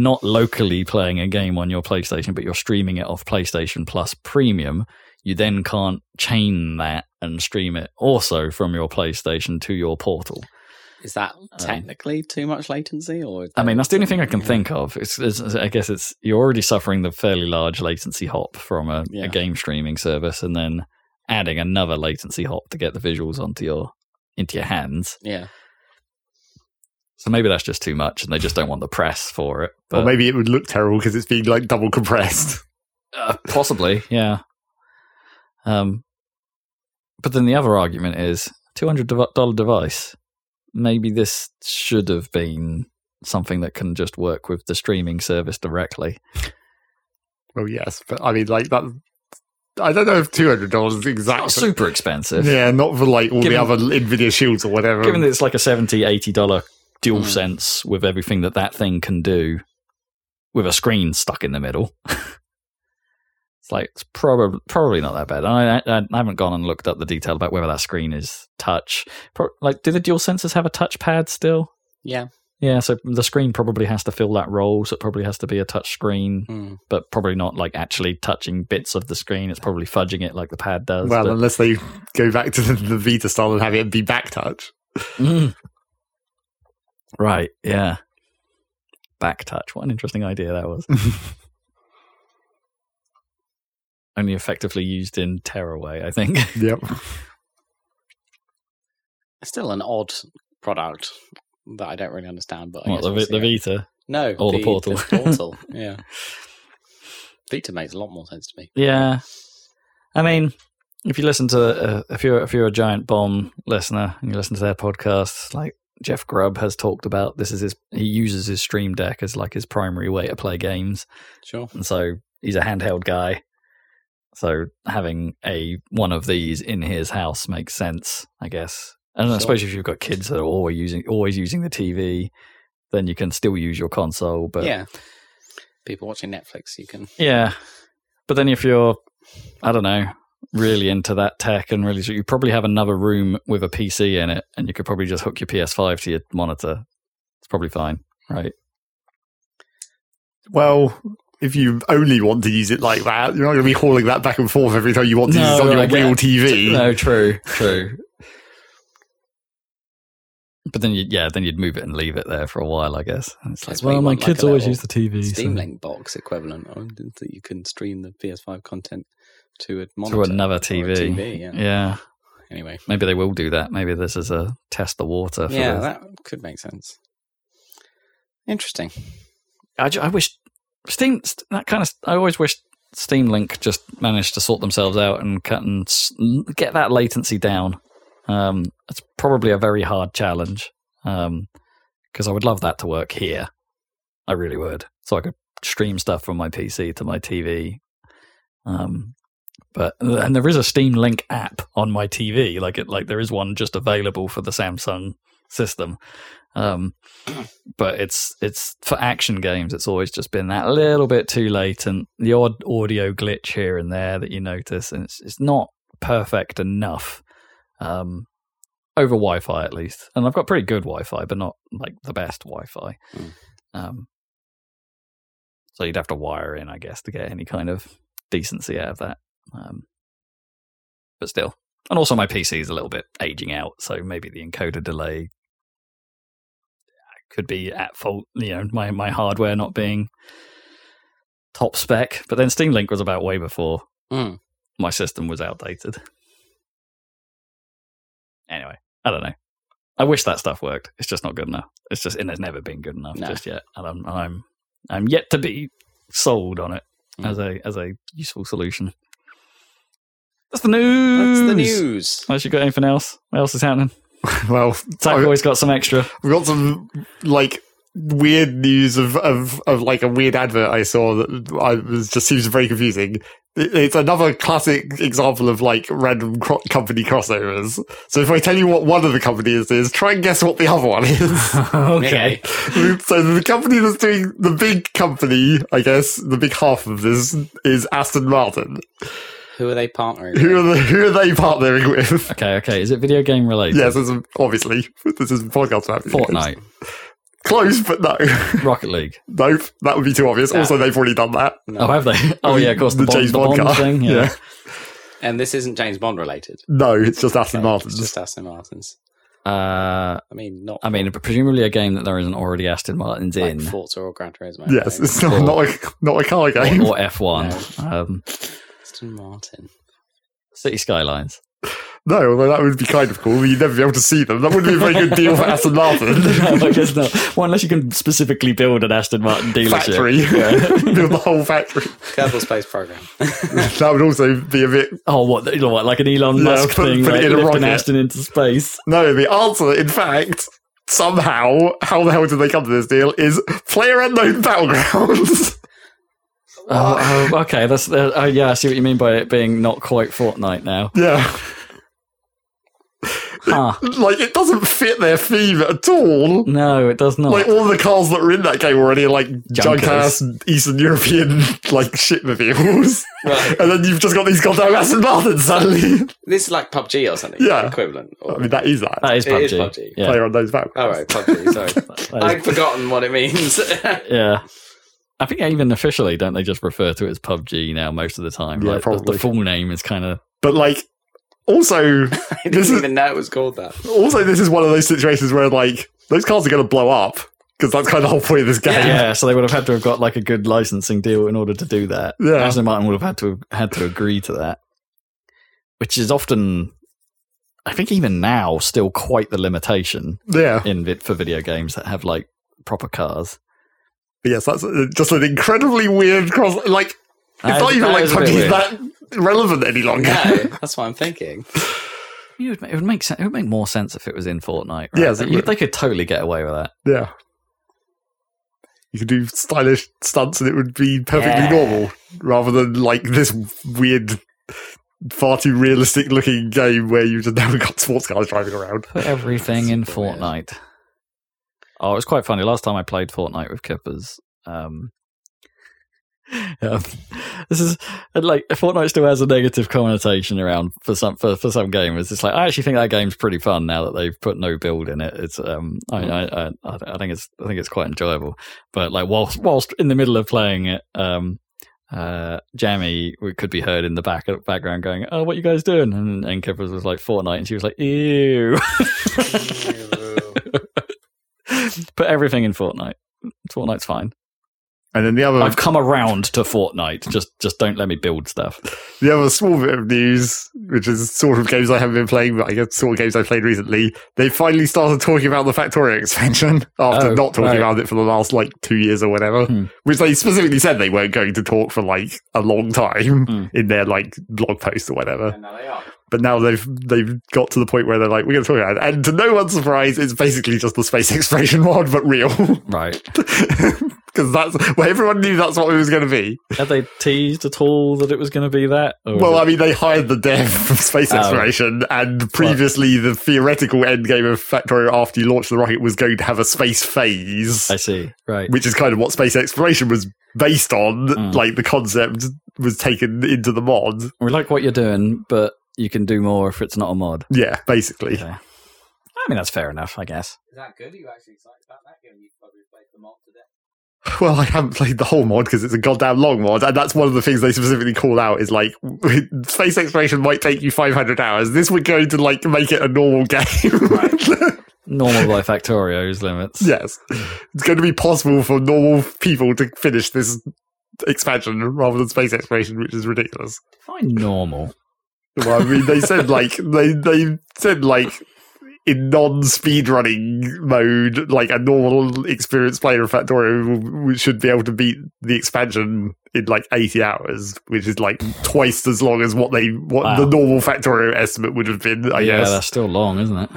not locally playing a game on your PlayStation, but you're streaming it off PlayStation Plus Premium, you then can't chain that and stream it also from your PlayStation to your portal.
Is that technically too much latency? Or is
Um, I mean,
that
that's the only thing I can
something-
think of. It's, it's, I guess it's you're already suffering the fairly large latency hop from a,
Yeah.
a game streaming service, and then adding another latency hop to get the visuals onto your into your hands.
Yeah,
So maybe that's just too much, and they just don't want the press for it. But
or maybe it would look terrible because it's being like double compressed. [laughs]
Uh, possibly, yeah. Um, but then the other argument is two hundred dollar device. Maybe this should have been something that can just work with the streaming service directly.
Well, yes, but I mean, like that. I don't know if two hundred dollars is
Not
exactly.
super expensive.
Yeah, not for like all
Given-
the other Nvidia shields or whatever.
Given that it's like a 70 80 dollar dual sense with everything that that thing can do with a screen stuck in the middle. [laughs] it's like it's probably probably not that bad. I, I, I haven't gone and looked up the detail about whether that screen is touch. Pro- like do the dual sensors have a touch pad still?
yeah.
Yeah, so the screen probably has to fill that role, so it probably has to be a touch screen,
Mm.
but probably not like actually touching bits of the screen. It's probably fudging it like the pad does.
well,
but-
unless they go back to the, the Vita style and have it be back touch.
Mm. Right, yeah. Back touch. What an interesting idea that
[laughs]
was. Only effectively used in Tearaway, I think.
Yep.
Still an odd product that I don't really understand. But I
What,
guess
the,
we'll
Vi-
see
the
it.
Vita?
No,
Or the Portal. [laughs]
portal. Yeah. Vita makes a lot more sense to me.
Yeah. I mean, if you listen to, uh, if you're if you're a Giant Bomb listener and you listen to their podcasts, like Jeff Grubb has talked about, this is his, he uses his Stream Deck as like his primary way to play games.
Sure.
and so he's a handheld guy. So having a one of these in his house makes sense, I guess. And I
Sure.
suppose if you've got kids that are always using always using the TV, then you can still use your console. But
yeah. People watching Netflix, you can.
yeah. But then if you're, I don't know, really into that tech and really, you probably have another room with a PC in it, and you could probably just hook your PS5 to your monitor. It's probably fine, right?
Well, if you only want to use it like that, you're not going to be hauling that back and forth every time you want to use it
No,
on your
I get-
real TV.
No, true, true. But then, you, yeah, then you'd move it and leave it there for a while, I guess. And it's like,
That's why
well,
you
my
want, like,
kids
a
always
little
use the TV. so-
Steam Link box equivalent oh, that you can stream the PS5 content to a monitor.
to another
or a
TV.
TV, yeah.
yeah.
Anyway.
maybe they will do that. Maybe this is a test the water. For
Yeah,
the-
that could make sense. Interesting.
I, ju- I wish Steam st- that kind of. I always wish Steam Link just managed to sort themselves out and cut and s- get that latency down. Um, it's probably a very hard challenge because I would love that to work here. I really would, so I could stream stuff from my PC to my TV. Um, but and there is a Steam Link app on my TV, like it, like there is one just available for the Samsung system. Um, but it's it's for action games. It's always just been that little bit too late, and the odd audio glitch here and there that you notice, and it's it's not perfect enough um, over Wi-Fi at least. And I've got pretty good Wi-Fi, but not like the best Wi-Fi.
Mm.
Um, so you'd have to wire in, I guess, to get any kind of decency out of that. Um, but still, and also my PC is a little bit aging out, so maybe the encoder delay could be at fault. You know, my my hardware not being top spec. But then Steam Link was about way before
Hmm.
my system was outdated. Anyway, I don't know. I wish that stuff worked. It's just not good enough. It's just and it's never been good enough
No.
just yet. And I'm I'm I'm yet to be sold on it
Mm.
as a as a useful solution. That's the news.
That's the news.
Unless you got anything else? What else is happening?
[laughs] well,
Oh.
Zach always got some extra.
[laughs]
we got some like weird news of, of, of like a weird advert I saw that I was just seems very confusing. It- It's another classic example of like random cro- company crossovers. So if I tell you what one of the companies is, try and guess what the other one is.
[laughs] okay.
so the company that's doing the big company, I guess, the big half of this is Aston Martin.
Who are they partnering?
Who
with?
are the, who are they partnering
[laughs]
with?
Okay, okay. Is it video game related?
Yes, this is, obviously this is podcast. about video games.
Fortnite,
Close, but no. [laughs]
Rocket League.
Nope, that would be too obvious.
Yeah.
Also, they've already done that.
No.
Oh, have
[laughs]
they? Oh, yeah, of course. The,
The
Bond,
James
the
Bond
Bond
car.
thing. Yeah.
Yeah.
And this isn't James Bond related.
No, it's just Aston
Okay,
Martin's.
It's just Aston Martin's.
Uh,
I mean, not
I mean, presumably a game that there isn't already Aston Martin's
like
in,
Forza or Gran Turismo.
yes,
right?
it's not,
Or-
not a not a car
[laughs]
game.
or, or F1, um,
Aston Martin.
City
[laughs]
Skylines. [laughs]
no, although that would be kind of cool. but You'd never be able to see them. That wouldn't be a very good deal for Aston
no, I
Martin.
guess not. Well, unless you can specifically build an Aston Martin [laughs] dealership.
[laughs] factory, build the whole factory.
Kerbal Space Program.
That would also be a bit.
Oh, what? You know what? Like an Elon
Yeah,
Musk
put-
thing,
put
like
it in a
lift an
rocket.
Aston into space.
No, the answer, in fact, somehow, how the hell did they come to this deal? Is player unknown battlegrounds. [laughs]
Oh, oh, okay. That's uh, oh, yeah. I see what you mean by it being not quite Fortnite
[laughs]
now.
yeah,
Huh.
like it doesn't fit their theme at all.
No, it does not.
Like all the cars that were in that game were already like junk ass Eastern European [laughs] like shit vehicles. [laughs]
Right.
And then you've just got these goddamn Aston Martins suddenly. [laughs]
This is like PUBG or something.
Yeah.
Equivalent. Or,
I mean that is that.
that is PUBG.
it is PUBG.
Oh, Yeah.
Player on those back.
All right, PUBG. Sorry.
That is-
I've forgotten what it means. [laughs]
yeah. I think even officially, don't they just refer to it as PUBG now most of the time?
Yeah,
like the- The,
probably.
full name is kind
[laughs]
of
But like also
[laughs]
[laughs]
I didn't
This is-
even know it was called that.
also this is one of those situations where like those cars are gonna blow up. Because that's kind of the whole point of this game.
yeah. So they would have had to have got like a good licensing deal in order to do that.
Yeah.
Aston Martin would have had to have had to agree to that, which is often, I think, even now, still quite the limitation
Yeah.
in vi- for video games that have like proper cars.
But yes, that's uh, just an incredibly weird cross. Like,
That
it's not
is-
even
that
like
is a bit
PUBG
weird.
that relevant any longer.
No, that's what I'm thinking.
It would, ma- it would make sense. It would make more sense if it was in Fortnite. Right?
Yes, it
They-
would.
they could totally get away with that.
Yeah. You could do stylish stunts and it would be perfectly
Yeah.
normal rather than like this weird, far too realistic looking game where you've just now got sports cars driving around.
Put everything in
That's a bit weird.
Fortnite. Oh, it was quite funny. Last time I played Fortnite with Kippers, um, [laughs] um, this is and, like Fortnite still has a negative connotation around for some for, for some gamers. It's like I actually think that game's pretty fun now that they've put no build in it. It's um, I, I, I I I think it's I think it's quite enjoyable. But like whilst whilst in the middle of playing it, um, uh, Jammy could be heard in the back background going, "Oh, what you guys doing?" And, and Kippers was like Fortnite, and she was like, "Ew." Put everything in Fortnite. Fortnite's fine.
And then the other,
I've come around to Fortnite. Just just don't let me build stuff.
the other small bit of news, which is sort of games I haven't been playing, but I guess sort of games I played recently, they finally started talking about the Factorio expansion [laughs] after
Oh,
not talking
right.
about it for the last like two years or whatever,
Hmm.
which they specifically said they weren't going to talk for like a long time
Hmm.
in their like blog post or whatever.
And now they are.
but now they've they've got to the point where they're like, we're going to talk about it. [laughs] And to no one's surprise, it's basically just the space exploration mod, but real.
Right.
Because because that's well, everyone knew that's what it was going to be.
Had they teased at all that it was going to be that? Or was
Well,
it-
I mean, they hired the dev from space
Oh.
exploration, and previously the theoretical end game of Factorio after you launched the rocket was going to have a space phase,
I see. Right.
which is kind of what space exploration was based on.
Mm.
Like the concept was taken into the mod.
We like what you're doing, but you can do more if it's not a mod.
Yeah, basically.
Okay. I mean, that's fair enough, I guess.
Is that good? Are you actually excited about that game? You've probably played them all today.
Well, I haven't played the whole mod because it's a goddamn long mod, and that's one of the things they specifically call out is like [laughs] space exploration might take you 500 hours. This would go to like make it a normal [laughs] game. [laughs]
Normal by Factorio's limits.
yes, it's going to be possible for normal people to finish this expansion rather than space exploration, which is ridiculous.
Fine, normal.
Well, I mean, they said like [laughs] they they said like in non speedrunning mode, like a normal experienced player of Factorio w- w- should be able to beat the expansion in like eighty hours, which is like twice as long as what they what
Wow.
the normal Factorio estimate would have been. I
yeah,
guess,
that's still long, isn't it?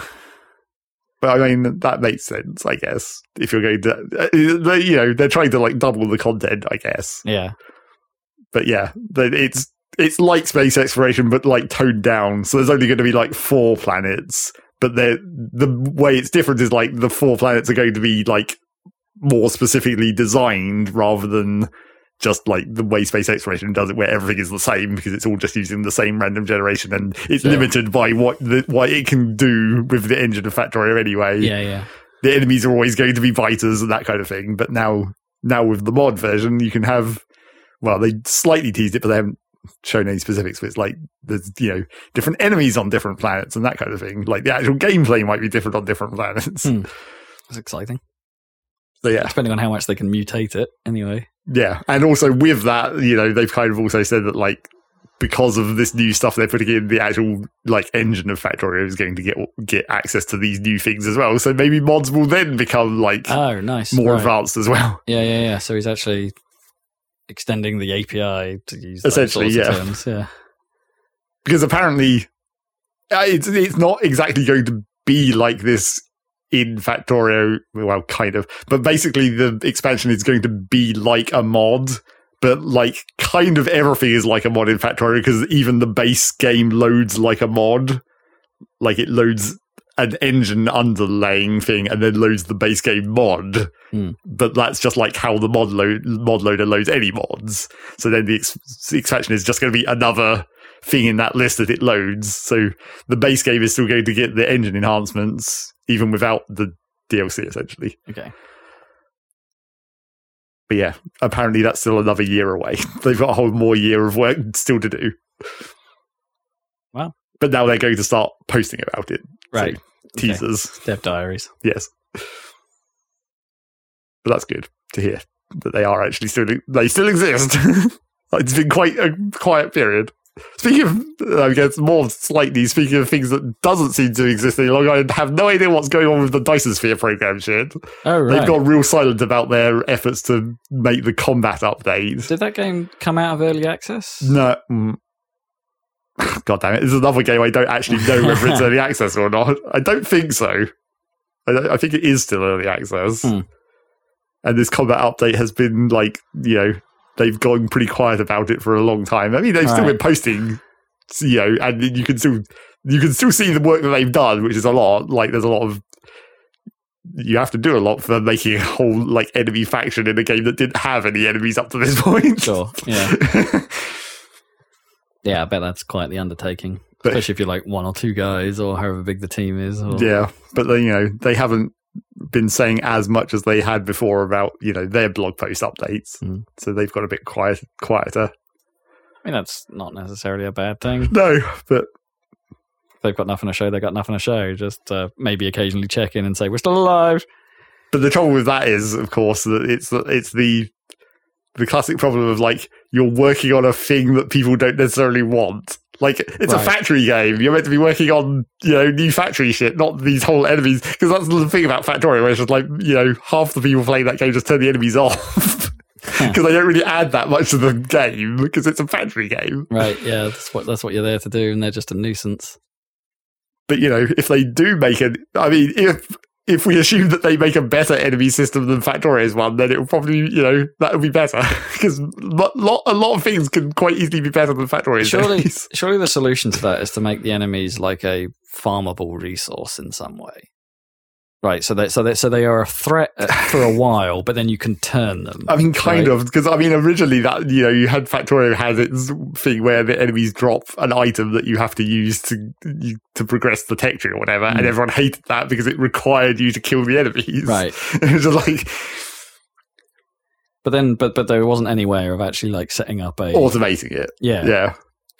but I mean that makes sense. I guess if you're going to, uh, they, you know, they're trying to like double the content. I guess,
Yeah.
but yeah, they- it's. It's like space exploration, but like toned down. So there's only going to be like four planets, but they're the way it's different is like the four planets are going to be like more specifically designed rather than just like the way space exploration does it, where everything is the same because it's all just using the same random generation and it's
Yeah.
limited by what the, what it can do with the engine of Factorio anyway.
Yeah, yeah.
The enemies are always going to be fighters and that kind of thing. But now, now with the mod version, you can have well, they slightly teased it, but they haven't shown any specifics. But it's like there's you know different enemies on different planets and that kind of thing. Like the actual gameplay might be different on different planets.
Hmm. That's exciting.
So yeah,
Depending on how much they can mutate it,
[laughs]
anyway.
yeah, and also with that, you know, they've kind of also said that like because of this new stuff they're putting in, the actual like engine of Factorio is going to get get access to these new things as well. So maybe mods will then become like
Oh, nice.
more
Right.
advanced as well.
Yeah, yeah, yeah. So he's actually extending the API to use those
Essentially,
sorts of
yeah.
terms. Yeah.
because apparently uh, it's it's not exactly going to be like this in Factorio. Well, kind of, but basically the expansion is going to be like a mod. But like, kind of everything is like a mod in Factorio because even the base game loads like a mod. Like it loads an engine underlaying thing and then loads the base game mod.
Hmm.
But that's just like how the mod load mod loader loads any mods. So then the ex- expansion is just going to be another thing in that list that it loads. So the base game is still going to get the engine enhancements even without the DLC essentially. [laughs]
Okay.
But yeah, apparently that's still another year away. [laughs] They've got a whole more year of work still to do.
Wow.
But now they're going to start posting about it.
Right. Okay.
Teasers.
Dev diaries.
Yes. But that's good to hear that they are actually still they still exist. [laughs] it's been quite a quiet period. Speaking of, I guess more slightly speaking of things that doesn't seem to exist any longer, I have no idea what's going on with the Dyson Sphere program shit.
Oh, right.
They've got real silent about their efforts to make the combat update.
Did that game come out of early access?
No. mm. [sighs] God damn it! It's another game I don't actually know whether
[laughs]
it's early access or not. I don't think so. I, don't- I think it is still early access.
Hmm.
And this combat update has been like you know they've gone pretty quiet about it for a long time. I mean they've still
Right.
been posting, you know, and you can still you can still see the work that they've done, which is a lot. Like there's a lot of you have to do a lot for making a whole like enemy faction in a game that didn't have any enemies up to this [laughs] point.
Sure. Yeah.
[laughs]
Yeah, I bet that's quite the undertaking.
But-
Especially if you're like one or two guys or however big the team is. Or...
Yeah, but they, you know they haven't been saying as much as they had before about you know their blog post updates,
Mm.
so they've got a bit quiet quieter.
I mean, that's not necessarily a bad thing.
No, but
They've got nothing to show. They've got nothing to show. Just uh, maybe occasionally check in and say, we're still alive.
but the trouble with that is, of course, that it's the- it's the the classic problem of like you're working on a thing that people don't necessarily want. Like it's a
Right.
factory game. You're meant to be working on you know new factory shit, not these whole enemies. Because that's the thing about Factorio, where it's just like you know half the people playing that game just turn the enemies [laughs] off. Because they don't really add that much to the game because it's a factory game.
Right. Yeah. That's what, that's what you're there to do. And they're just a nuisance.
But you know, if they do make it, I mean, if if we assume that they make a better enemy system than Factorio's one, then it will probably, you know, that will be better [laughs] because a lot, a lot of things can quite easily be better than Factorio's.
Surely,
enemies.
surely the solution to that is to make the enemies like a farmable resource in some way. Right, so they so they so they are a threat uh, for a while, but then you can turn them.
I mean, kind
Right.
of, because I mean, originally that you know you had Factorio has its thing where the enemies drop an item that you have to use to you, to progress the texture or whatever, and
Mm.
everyone hated that because it required you to kill the enemies.
Right,
[laughs] it was just like
but then but but there wasn't any way of actually like setting up a
automating it.
yeah.
Yeah,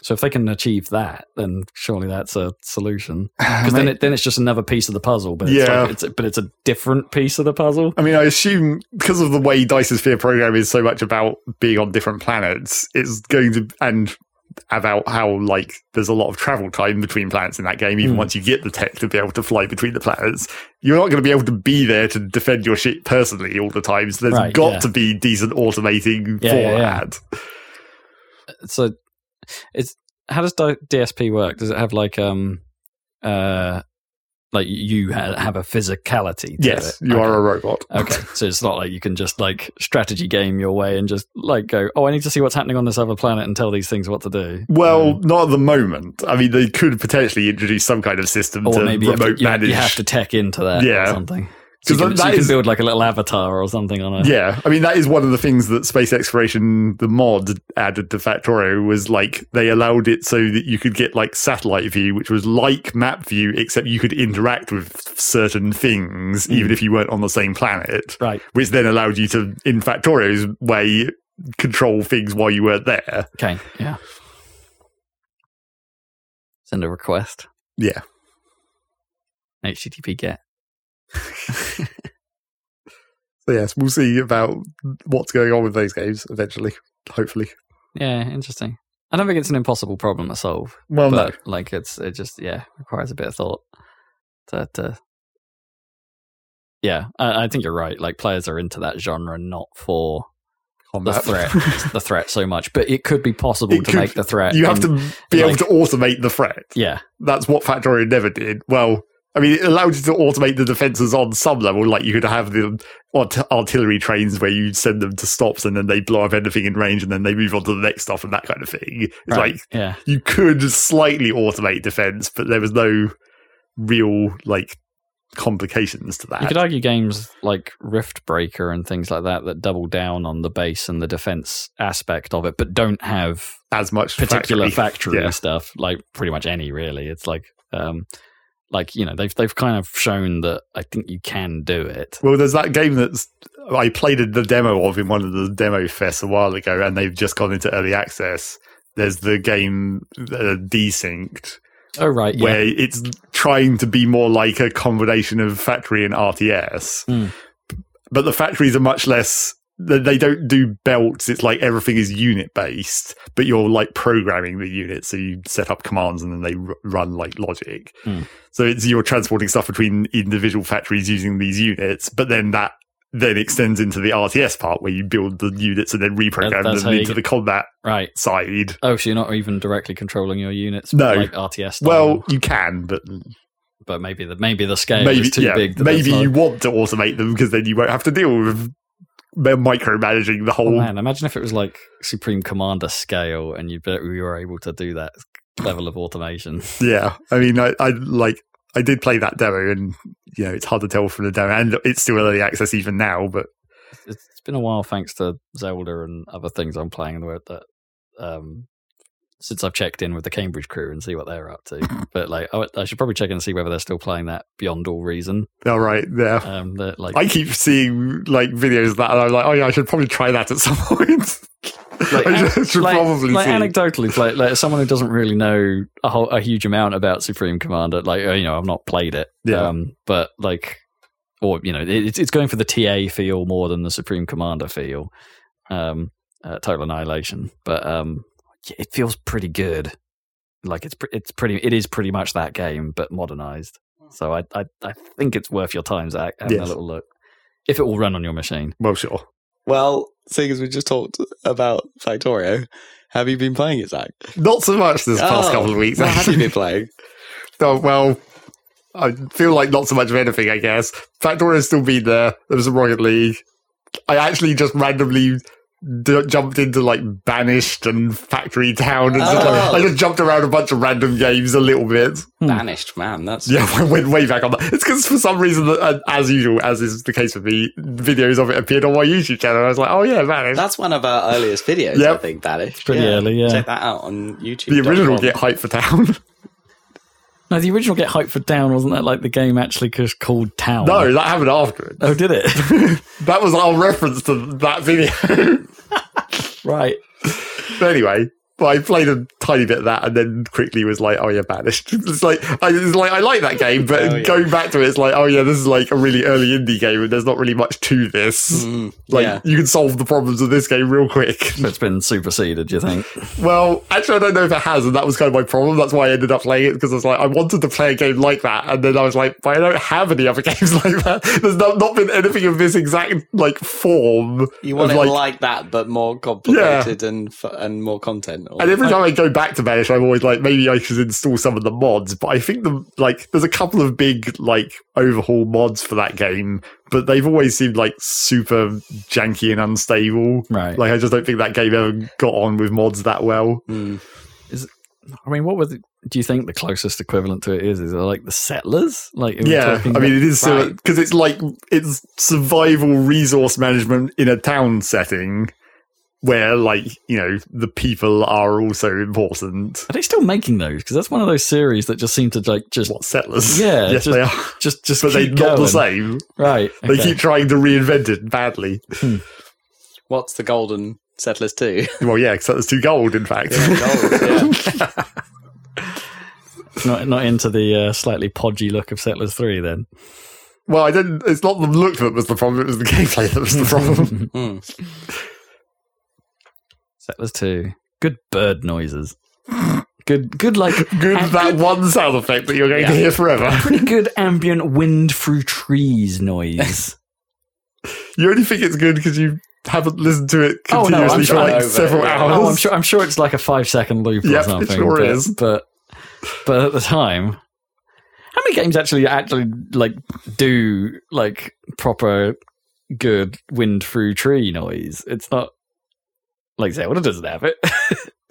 So if they can achieve that, then surely that's a solution. [sighs] Because then it, then it's just another piece of the puzzle, but it's
Yeah.
like, it's but it's a different piece of the puzzle.
I mean, I assume because of the way Dice's Fear program is so much about being on different planets, it's going to and about how like there's a lot of travel time between planets in that game. Even
Hmm.
once you get the tech to be able to fly between the planets, you're not going to be able to be there to defend your shit personally all the time. So there's
Right,
got
yeah.
to be decent automating
Yeah,
for
yeah, yeah.
that.
So it's how does D- DSP work? Does it have like um uh like you ha- have a physicality? To
Yes,
it?
you
Okay.
are a robot.
Okay, so it's not like you can just like strategy game your way and just like go, oh, I need to see what's happening on this other planet and tell these things what to do.
Well,
Um,
not at the moment. I mean, they could potentially introduce some kind of system
Um, or
to
maybe you have,
remote
to, you,
manage.
you have to tech into that or
Yeah.
something.
'Cause
So you, can,
that-
so
that
you can
is-
build like a little avatar or something on a
Yeah, I mean that is one of the things that space exploration the mod added to Factorio was like they allowed it so that you could get like satellite view, which was like map view, except you could interact with certain things even if you weren't on the same planet,
right.
which then allowed you to, in Factorio's way, control things while you weren't there.
Okay, yeah. Send a request.
Yeah.
HTTP get.
So yes, we'll see about what's going on with those games eventually. Hopefully,
Yeah, interesting. I don't think it's an impossible problem to solve,
well,
but like it's it just yeah requires a bit of thought. To, to yeah, I, I think you're right. Like players are into that genre not for
no,
the
combat.
threat,
[laughs]
the threat so much, but it could be possible
It
to
could-
make the threat.
You have
in-
to be
like-
able to automate the threat.
yeah,
that's what Factorio never did. Well, I mean, it allowed you to automate the defenses on some level. Like you could have the art- artillery trains where you send them to stops and then they blow up anything in range and then they move on to the next stuff and that kind of thing. It's
right,
like
yeah,
you could slightly automate defense, but there was no real like complications to that.
You could argue games like Rift Breaker and things like that that double down on the base and the defense aspect of it, but don't have
as much
particular factory,
Yeah.
stuff. Like pretty much any really. It's like, um, like you know they've they've kind of shown that I think you can do it.
Well, there's that game that's I played the demo of in one of the demo fests a while ago, and they've just gone into early access. There's the game uh, Desynced,
Oh right, yeah,
where it's trying to be more like a combination of factory and RTS.
Hmm.
But the factories are much less. They they don't do belts. It's like everything is unit based, but you're like programming the unit. So you set up commands and then they r- run like logic.
Hmm.
So it's you're transporting stuff between individual factories using these units, but then that then extends into the RTS part where you build the units and then reprogram
that's how
them
you
into
get-
the combat
right.
side.
Oh, so you're not even directly controlling your units.
No.
like RTS. Style,
Well, you can, but
but maybe the maybe the scale is too big. that
maybe
it's like-
you want to automate them because then you won't have to deal with mi- micromanaging the
Oh
whole.
man, imagine if it was like Supreme Commander scale, and you you were able to do that level of automation.
yeah, I mean, I, I like I did play that demo, and you know it's hard to tell from the demo, and it's still early access even now. But
it's, it's been a while thanks to Zelda and other things I'm playing in the world that um since I've checked in with the Cambridge crew and see what they're up to. but like I, I should probably check in and see whether they're still playing that beyond all reason.
all right, yeah.
Um that like
I keep seeing like videos of that, and I'm like, oh yeah, I should probably try that at some [laughs] point.
Like,
I should, should
like,
probably
like
see.
anecdotally, like, like someone who doesn't really know a, whole, a huge amount about Supreme Commander, like uh, you know, I've not played it,
Yeah.
um, but like, or you know, it, it's- it's going for the TA feel more than the Supreme Commander feel, um, uh, Total Annihilation, but um, yeah, it feels pretty good. Like it's pre- it's pretty it is pretty much that game but modernized. So I I, I think it's worth your time, Zach, having
Yes.
a little look. If it will run on your machine,
well, sure.
Well, seeing as we just talked about Factorio, have you been playing it, Zach?
Not so much this past
Oh,
couple of weeks.
What have you been playing?
Oh, well, I feel like not so much of anything, I guess. Factor has still been there. There was a Rocket League. I actually just randomly d- jumped into like Banished and Factory Town and stuff like-
Oh.
I just jumped around a bunch of random games a little bit.
[laughs] Banished, man. That's
Yeah, [laughs] I went way back on that. It's because for some reason, that, uh, as usual, as is the case with me, videos of it appeared on my YouTube channel. And I was like, oh yeah, man, it's
that's one of our earliest videos, I
Yep.
think, Banished.
Pretty early, yeah.
Check that out on YouTube.
the original Get Hype for Town. [laughs]
No, the original Get Hyped for Down wasn't that like the game actually just called Town?
no, that happened after it.
Oh, did it? [laughs]
That was our reference to that video.
right.
but anyway, but I played a tiny bit of that and then quickly was like, oh yeah, banished. It's like I, it's like, I like that game, but
Oh, yeah.
going back to it, it's like, oh yeah, this is like a really early indie game and there's not really much to this. Like
Mm, yeah.
you can solve the problems of this game real quick. [laughs]
But it's been superseded, you think?
Well, actually, I don't know if it has, and that was kind of my problem. That's why I ended up playing it because I was like, I wanted to play a game like that, and then I was like, but I don't have any other [laughs] games like that. There's not, not been anything of this exact like form.
You want
of,
it
like,
like, that, but more complicated and f- and more content. Or,
And every time I go back to Banish, I'm always like, maybe I should install some of the mods. But I think the like, there's a couple of big like overhaul mods for that game, but they've always seemed like super janky and unstable.
Right.
Like I just don't think that game ever got on with mods that well.
Mm.
I mean, what would do you think the closest equivalent to it is? Is it like the settlers? Like, are we
Yeah, I
talking
mean it is because
Right.
it's like it's survival resource management in a town setting where, like, you know, the people are also important.
Are they still making those? Because that's one of those series that just seem to like just
What settlers?
Yeah,
[laughs] yes, they are,
just just
but they're
keep
not
going.
the same.
right?
They
okay.
keep trying to reinvent it badly.
What's the golden settlers too?
Well, yeah, because that's too gold. In fact,
Gold, [laughs] yeah.
not not into the uh, slightly podgy look of Settlers Three. Then
[laughs] well, I didn't. It's not the look that was the problem; it was the gameplay that was the problem.
[laughs]
Mm.
Settlers Two, good bird noises. Good, good, like [laughs]
Good
a-
that one sound effect that you're going to
Yeah.
hear forever.
pretty good ambient wind through trees noise.
You only think it's good because you haven't listened to it
Oh, no, I'm
continuously for
sure-
like
over it,
several
yeah.
hours.
oh, I'm sure. I'm sure it's like a five second loop
Yep,
or
it
something.
sure
but,
is.
But but at the time, how many games actually actually like do like proper good wind through tree noise? It's not like Zelda doesn't have it. [laughs]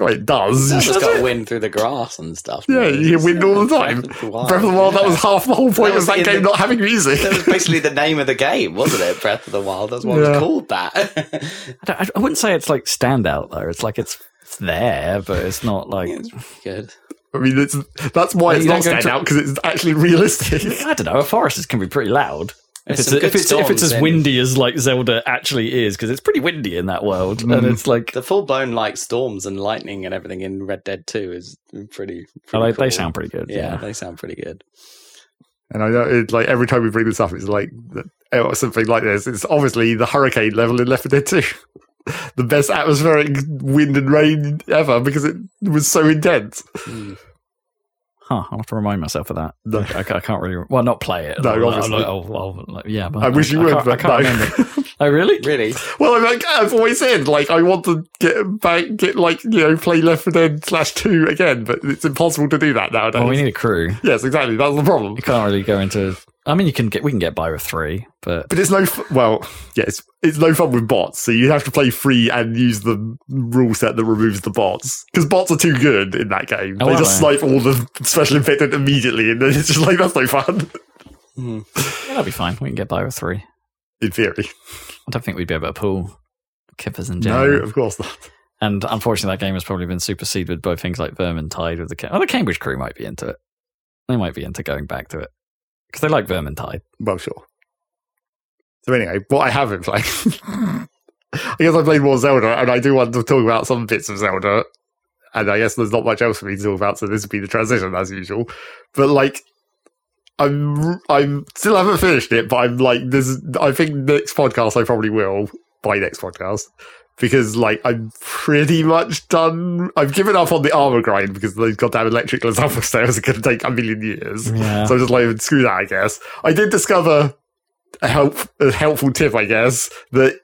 Oh, it does.
It's
You
just
just-
got wind through the grass and stuff.
Yeah,
man.
you hear wind all the time.
Breath of the Wild.
Breath of the Wild, that was
Yeah.
half the whole point
That
was
was
that
in
game
the-
not having music.
[laughs]
[laughs] That was basically the name of the game, wasn't it? Breath of the Wild. That's why it
Yeah.
was called that. [laughs]
I, don't- I wouldn't say it's like standout though. It's like it's, it's there, but it's not like
it's pretty good.
I mean, it's, that's why
You
it's not
don't go
stand
to-
out because it's actually
[laughs]
realistic.
I don't know. Forests can be pretty loud. If
There's
it's,
some
if,
good
it's, if it's
storms
as
in-
windy as like Zelda actually is, because it's pretty windy in that world, and
Mm.
it's like
The full blown like storms and lightning and everything in Red Dead Two is pretty. pretty
Oh, they, they
cool.
sound pretty good.
Yeah,
yeah.
they sound pretty good.
And I know, it, like every time we bring this up, it's like uh, or something like this. It's obviously the hurricane level in Left 4 Dead 2, [laughs] the best atmospheric wind and rain ever because it was so intense.
Mm.
Huh, I'll have to remind myself of that.
No.
I, I can't really. Well, not play it.
No,
I'll-
obviously.
I'll- I'll- I'll- like, yeah, but
I wish you
I
would,
can't- I
but
can't remember.
no. [laughs]
Oh, really?
Really?
well, I'm like, I've always said, like, I want to get back, get like, you know, play Left 4 Dead slash 2 again, but it's impossible to do that nowadays.
Well, we need a crew.
yes, exactly. That's the problem.
You can't really go into. I mean, you can get. We can get by with three, but
But it's no f- well, yeah, it's, it's no fun with bots. So you have to play free and use the rule set that removes the bots because bots are too good in that game.
Oh,
they
are
just
they?
snipe all the special infected immediately, and then it's just like that's no fun. [laughs]
Mm.
yeah, that'll be fine. We can get by with three.
In theory,
I don't think we'd be able to pull kippers and
no,
general.
of course not.
And unfortunately, that game has probably been superseded by things like Vermintide. With the Cam- oh, the Cambridge crew might be into it. They might be into going back to it because they like Vermintide.
Well, sure. So anyway, what I have been playing, [laughs] I guess I played more Zelda, and I do want to talk about some bits of Zelda. And I guess there's not much else for me to talk about, so this would be the transition as usual. But like, I'm I'm still haven't finished it, but I'm like this. I think next podcast I probably will by next podcast because like I'm pretty much done. I've given up on the armor grind because those goddamn electric lasagna [laughs] stairs are going to take a million years.
Yeah.
So I'm just like, screw that, I guess. I did discover a, help, a helpful tip, I guess, that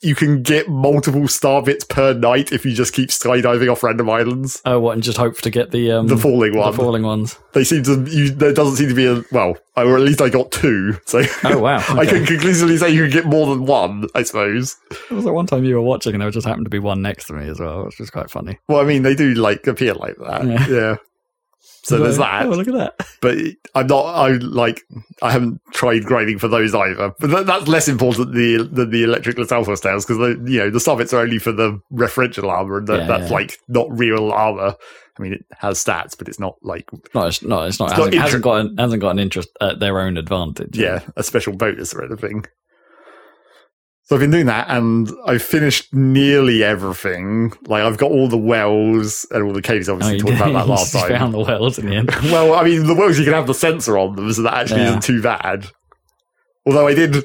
you can get multiple star bits per night if you just keep skydiving off random islands.
[laughs] Oh, what? And just hope to get the um,
The falling
the
one.
falling ones.
they seem to. You, there doesn't seem to be a well, or at least I got two. So
Oh wow!
[laughs] I
okay.
can conclusively say you can get more than one. I suppose.
It was like one time you were watching, and there just happened to be one next to me as well, which was quite funny.
Well, I mean, they do like appear like that.
Yeah.
Yeah. So there's
like, Oh,
that,
look at that.
but I'm not. I like. I haven't tried grinding for those either. But that, that's less important than the, than the electric Lasalle force towers because you know the starbits are only for the referential armor, and that,
Yeah,
that's
yeah.
like not real armor. I mean, it has stats, but it's not like
No, it's not. It's not.
It's
It hasn't,
got
hasn't got an, hasn't got an interest at their own advantage.
yeah, a special bonus or anything. So I've been doing that, and I've finished nearly everything. Like I've got all the wells and all the caves.
Oh,
Obviously,
you
talked about that
[laughs] you
last
just
time.
Found the wells in the end.
well, I mean, the wells you can have the sensor on them, so that actually
Yeah.
isn't too bad. Although I did,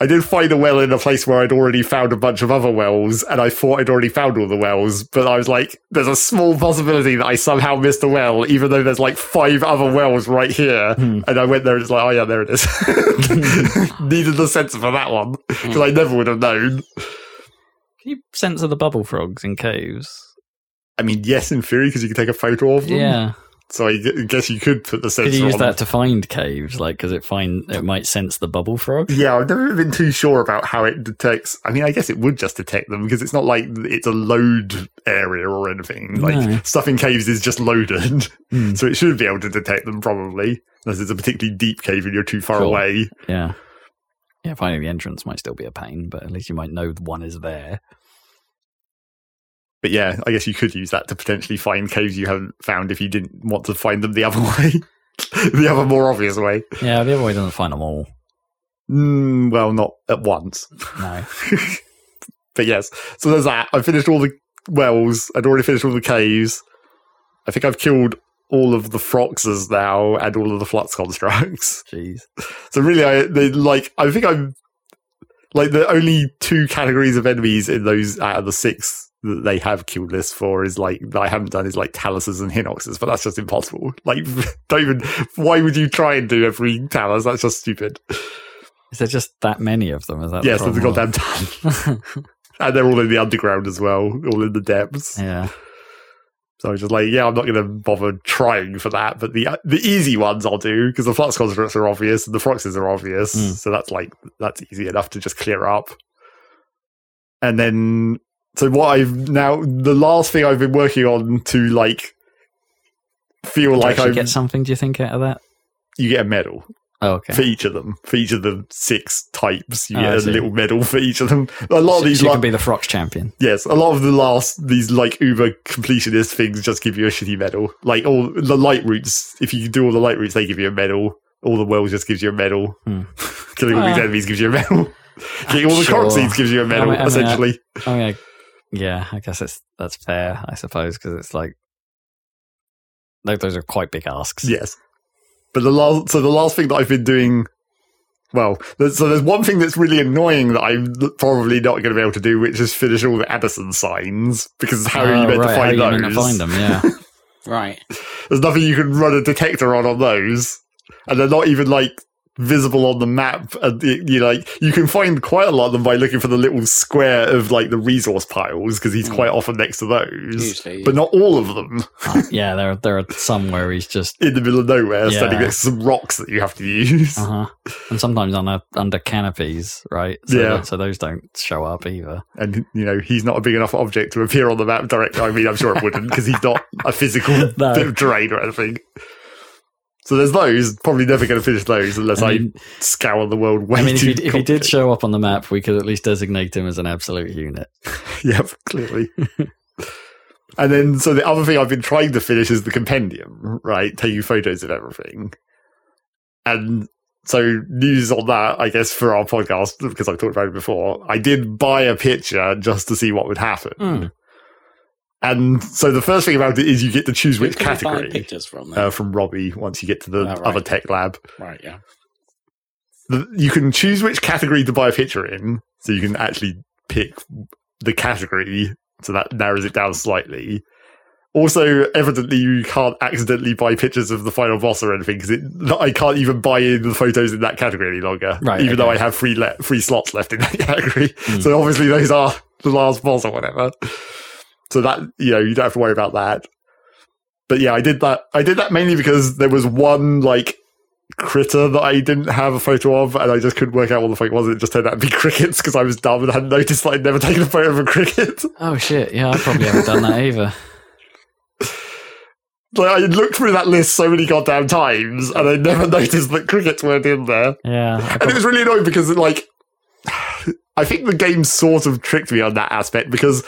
I did find a well in a place where I'd already found a bunch of other wells, and I thought I'd already found all the wells, but I was like, "There's a small possibility that I somehow missed a well, even though there's like five other wells right here."
Hmm.
And I went there, and it's like, "Oh yeah, there it
[laughs]
is." [laughs] Needed the sensor for that one
Hmm.
because I never would have known.
Can you censor the bubble frogs in caves?
I mean, yes, in theory, because you can take a photo of them.
Yeah,
So I gu- guess you could put the sensor.
could you use
on
that to find caves? Like, because it find it might sense the bubble frog.
Yeah, I've never been too sure about how it detects. I mean, I guess it would just detect them because it's not like it's a load area or anything. Like
No.
stuff in caves is just loaded,
Hmm.
so it should be able to detect them probably, unless it's a particularly deep cave and you're too far
Sure.
away.
Yeah, yeah. Finding the entrance might still be a pain, but at least you might know one is there.
But yeah, I guess you could use that to potentially find caves you haven't found if you didn't want to find them the other [laughs] way, the other more obvious way.
Yeah, the other way doesn't find them all.
Mm, well, not at once.
[laughs] No.
but yes, so there's that. I finished all the wells. I'd already finished all the caves. I think I've killed all of the Froxes now and all of the Flux constructs. [laughs]
Jeez.
So really, I they like. I think I'm like the only two categories of enemies in those out of the six that they have killed lists for is like that I haven't done is like Taluses and Hinoxes, but that's just impossible. [laughs] Like, don't even. Why would you try and do every Talus? That's just stupid.
Is there just that many of them? Is that
yes,
the
that's a
problem?
goddamn ton. [laughs] and they're all in the underground as well, all in the depths.
yeah.
So I was just like, yeah, I'm not going to bother trying for that. But the the easy ones I'll do because the flux constructs are obvious and the fluxes are obvious.
Mm.
So that's like that's easy enough to just clear up. And then so what I've now the last thing I've been working on to like feel
Like
like I
I get something? Do you think out of that?
you get a medal
Oh, okay.
for each of them for each of the six types you
Ah, I
get a
see.
little medal for each of them. A lot of
So
these
you
like,
can be the Frox champion.
Yes, a lot of the last these like uber completionist things just give you a shitty medal. Like all the light routes, if you do all the light routes, they give you a medal. All the wells just gives you a medal.
Hmm.
[laughs] Killing all these
Ah.
enemies gives you a medal. [laughs] Getting all the
Sure.
sure. seeds gives you a medal.
I mean, I mean,
essentially,
I mean, I, Oh, yeah, I guess it's that's fair, I suppose, because it's like tho- those are quite big asks.
yes. But the last, so the last thing that I've been doing, well, there's, so there's one thing that's really annoying that I'm probably not going to be able to do, which is finish all the Addison signs because how are
Oh,
you meant
right,
to find
how
those?
Are you meant to find them? Yeah.
[laughs]
Right.
There's nothing you can run a detector on on those, and they're not even like visible on the map. And y- you know, like you can find quite a lot of them by looking for the little square of like the resource piles because he's
Hmm.
quite often next to those,
Usually,
but not all of them
Uh, yeah. There, are- there are some where he's just.
in the middle of nowhere, standing
Yeah.
next to some rocks that you have to use.
Uh huh. And sometimes on a, under canopies, right? So
Yeah.
that- so those don't show up either.
And you know, he's not a big enough object to appear on the map directly. I mean, I'm sure it wouldn't because he's not a physical
[laughs] No.
bit of terrain or anything. So there's those. Probably never going to finish those unless
I
[laughs] I,
mean-
scour the world way
I mean, if
too.
he, if he did
complicated.
show up on the map, we could at least designate him as an absolute unit.
[laughs] yep, clearly. and then, so the other thing I've been trying to finish is the compendium, right? Taking photos of everything. And so, news on that, I guess, for our podcast, because I've talked about it before, I did buy a picture just to see what would happen.
Hmm.
And so, the first thing about it is you get to choose
Who
which
can we find
category
pictures from there.
uh, from Robbie once you get to the
Oh, right.
other tech lab.
right. Yeah.
the, you can choose which category to buy a picture in, so you can actually pick the category. So that narrows it down slightly. Also, evidently, you can't accidentally buy pictures of the final boss or anything because I can't even buy in the photos in that category any longer.
Right,
Even though
okay. Hmm.
I have three le- three slots left in that [laughs] category, so obviously those are the last boss or whatever. So that you know you don't have to worry about that. But yeah, I did that. I did that mainly because there was one like critter that I didn't have a photo of, and I just couldn't work out what the fuck it was. It just turned out to be [laughs] crickets because I was dumb and hadn't noticed that I'd never taken a photo of a cricket. [laughs]
Oh shit! Yeah, I probably haven't done that either.
Like I had looked through that list so many goddamn times, and I never [laughs] noticed that crickets weren't in there.
Yeah, I
And
prob-
it was really annoying because, like, [sighs] I think the game sort of tricked me on that aspect because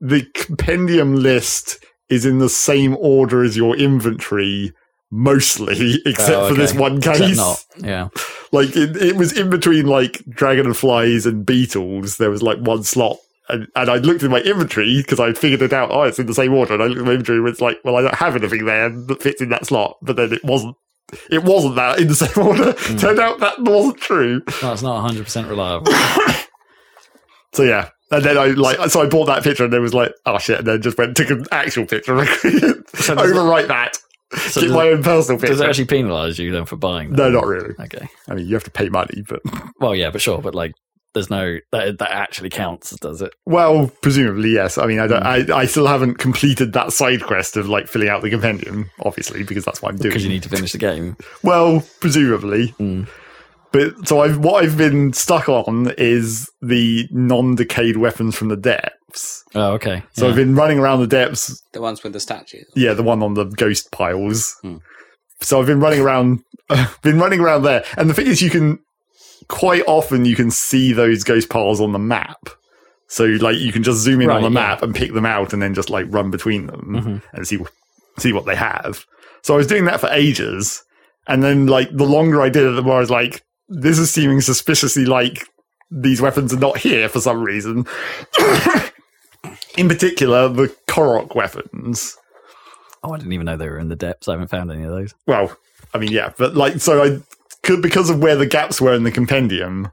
the compendium list is in the same order as your inventory, mostly, [laughs] except
Oh,
for this
okay.
one
Is that
case.
not? Yeah.
Like, it, it was in between, like, dragonflies and beetles. There was, like, one slot. And, and I looked in my inventory because I figured it out. Oh, it's in the same order. And I looked at my inventory and it's like, well, I don't have anything there that fits in that slot. But then it wasn't. It wasn't that in the [laughs] same order.
Hmm.
Turned out that wasn't true.
That's not 100 percent
[laughs]
reliable.
So yeah. And then I like so I bought that picture and then was like, oh shit, and then just went and took an actual picture and I couldn't [laughs] overwrite that.
So
Get
does,
my own personal
does
picture.
it actually penalise you then for buying?
no,
That?
not really.
Okay.
I mean you have to pay money, but
Well, yeah, but sure, but like, there's no that that actually counts, does it?
well, presumably yes. I mean I don't
Hmm.
I, I still haven't completed that side quest of like filling out the compendium, obviously, because that's what I'm doing.
Because you need to finish the
[laughs]
game.
Well, presumably.
Mm.
But so I've what I've been stuck on is the non decayed weapons from the depths.
Oh, okay.
So
yeah.
I've been running around the depths
The ones with the statues.
Yeah, the one on the ghost piles.
Hmm.
So I've been running around, [laughs] been running around there, and the thing is, you can quite often you can see those ghost piles on the map. So like you can just zoom in on
Right,
the
yeah.
map and pick them out, and then just like run between them
Mhm.
and see wh- see what they have. So I was doing that for ages, and then like the longer I did it, the more I was like, this is seeming suspiciously like these weapons are not here for some reason. [coughs] in particular, the Korok weapons.
Oh, I didn't even know they were in the depths. I haven't found any of those.
well, I mean, yeah, but like, so I could because of where the gaps were in the compendium,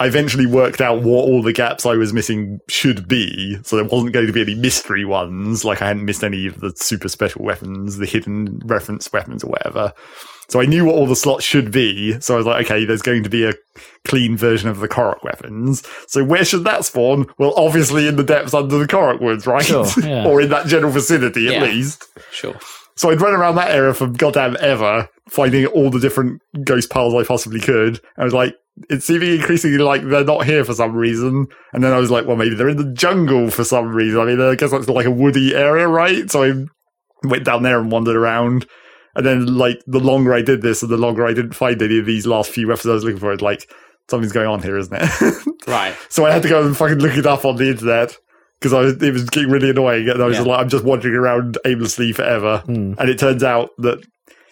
I eventually worked out what all the gaps I was missing should be. So there wasn't going to be any mystery ones. Like, I hadn't missed any of the super special weapons, the hidden reference weapons, or whatever. So I knew what all the slots should be. So I was like, okay, there's going to be a clean version of the Korok weapons. So where should that spawn? Well, obviously in the depths under the Korok woods, right? [laughs]
Sure, yeah.
or in that general vicinity, at
Yeah.
least.
Sure.
So I'd run around that area for goddamn ever, finding all the different ghost piles I possibly could. I was like, it's seeming increasingly like they're not here for some reason. And then I was like, well, maybe they're in the jungle for some reason. I mean, I guess that's like a woody area, right? So I went down there and wandered around. And then, like, the longer I did this and the longer I didn't find any of these last few weapons I was looking for, it's like, something's going on here, isn't it? [laughs]
Right.
So I had to go and fucking look it up on the internet because I was, it was getting really annoying, and I was
Yeah.
just like, I'm just wandering around aimlessly forever.
Hmm.
And it turns out that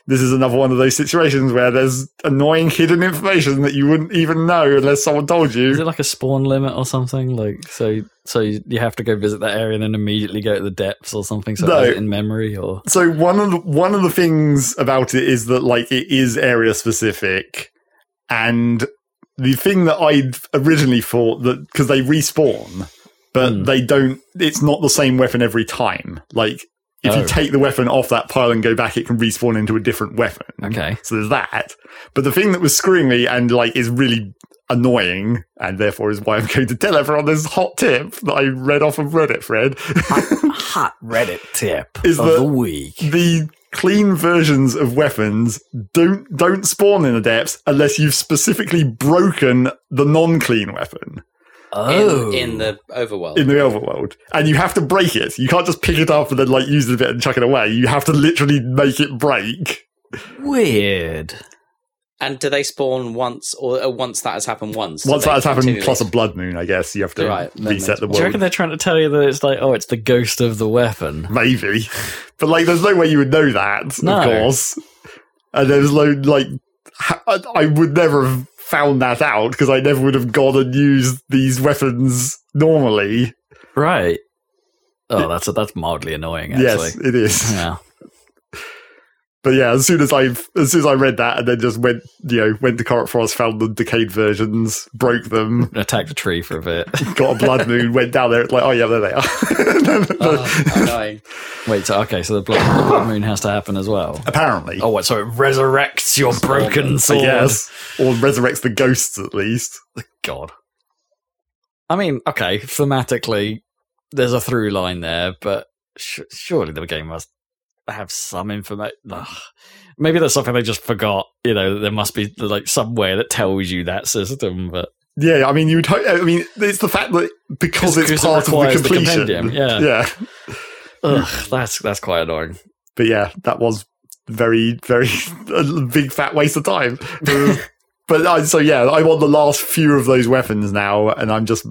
this is another one of those situations where there's annoying hidden information that you wouldn't even know unless someone told
Is
you.
it like a spawn limit or something? Like, so so you you have to go visit that area and then immediately go to the depths or something. So
No.
is it in memory or
So one of the, one of the things about it is that like it is area specific, and the thing that I'd originally thought that because they respawn, but
Hmm.
they don't. It's not the same weapon every time. Like if
Oh.
you take the weapon off that pile and go back, it can respawn into a different weapon.
okay.
So there's that. But the thing that was screwing me and like is really annoying, and therefore is why I'm going to tell everyone this hot tip that I read off of Reddit, Fred. [laughs]
Hot Reddit tip
Is
of
the-
the week.
the clean versions of weapons don't don't spawn in the depths unless you've specifically broken the non-clean weapon
Oh,
In, in the overworld.
in the overworld and you have to break it you can't just pick it up and then like use it a bit and chuck it away you have to literally make it break
weird.
and do they spawn once, or uh, once that has happened once? do
once
they
that has happened
continually-
plus a blood moon i guess you have to
Right, then
reset
that's-
the
Do you reckon
world
they're trying to tell you that it's like, oh, it's the ghost of the weapon?
maybe but like there's no way you would know that
No.
of course and there's no like ha- I I would never have found that out because i never would have gone and used these weapons normally
Right. Oh, that's that's mildly annoying. Actually.
yes it is
Yeah.
But yeah, as soon as I as soon as I read that, and then just went you know went to Corrupt Forest, found the decayed versions, broke them,
Attack the tree for a
[laughs]
bit.
got a
[laughs]
blood moon, went down there. it's Like oh yeah, there they are. [laughs]
Oh,
Uh.
annoying.
Wait, so, okay, so the blood, the blood moon has to happen as well.
Apparently,
Oh, what? So it resurrects your broken
I
sword.
guess, or resurrects the ghosts at least.
God. I mean, okay, thematically, there's a through line there, but sh- surely the game must have some information. Maybe that's something they just forgot. You know, there must be like somewhere that tells you that system, but
Yeah, I mean you would. Ho- I mean it's the fact that because it's
'Cause it
part of
requires
the
the
completion.
compendium, yeah.
[laughs] yeah, [laughs]
ugh, that's that's quite annoying.
but yeah, that was very, very [laughs] a big fat waste of time.
Mm.
[laughs] but I, so yeah, I want the last few of those weapons now, and I'm just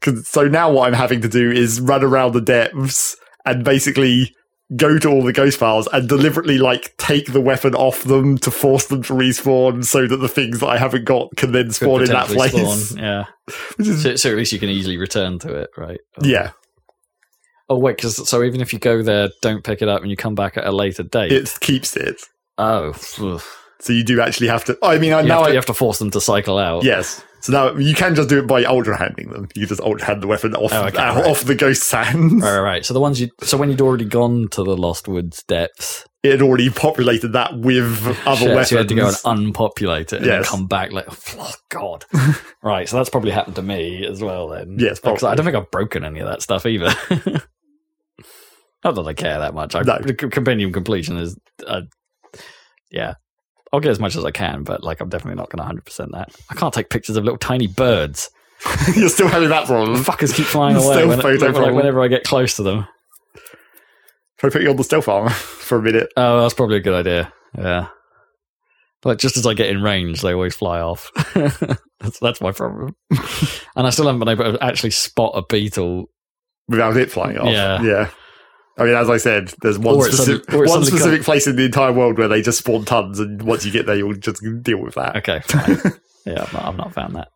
cause, so now what I'm having to do is run around the depths and basically go to all the ghost files and deliberately like take the weapon off them to force them to respawn so that the things that I haven't got can then
Could
spawn in that
potentially
place.
spawn, yeah.
[laughs] Which is-
So, so at least you can easily return to it, right?
yeah,
Oh wait, because so even if you go there, don't pick it up, and you come back at a later date.
it keeps it.
oh, [sighs] ugh.
So you do actually have to. I mean, I
you,
now
have to,
I,
you have to force them to cycle out.
Yes. So now you can just do it by ultra handing them. You just ultra hand the weapon off
Oh, okay,
uh,
right.
off the ghost's hands.
Right, right, right. So the ones you, so when you'd already gone to the Lost Woods depths,
It had already populated that with other
shit,
weapons.
so you had to go and unpopulate it and then
Yes.
come back like, oh
[laughs]
god. right, so that's probably happened to me as well then.
Yes,
Because I
probably.
don't think I've broken any of that stuff either. [laughs] Not that I care that much. I,
No.
the c- Compendium completion is, uh, yeah. I'll get as much as I can, but like I'm definitely not going to 100% that. I can't take pictures of little tiny birds.
[laughs] You're still having that
The
problem.
fuckers keep flying
[laughs] Still
away when-
photo
whenever,
problem.
whenever I get close to them.
Try putting on the stealth armor [laughs] for a minute.
Oh, that's probably a good idea. Yeah. Like just as I get in range, they always fly off. [laughs] that's, that's my problem. [laughs] and I still haven't been able to actually spot a beetle.
without it flying off.
Yeah.
I mean, as I said, there's one
Or it's
specific
sudden- or it's
one
suddenly
specific place in the entire world where they just spawn tons, and once you get there, you'll just deal with that.
Okay, fine. yeah, I've not, I've not found that.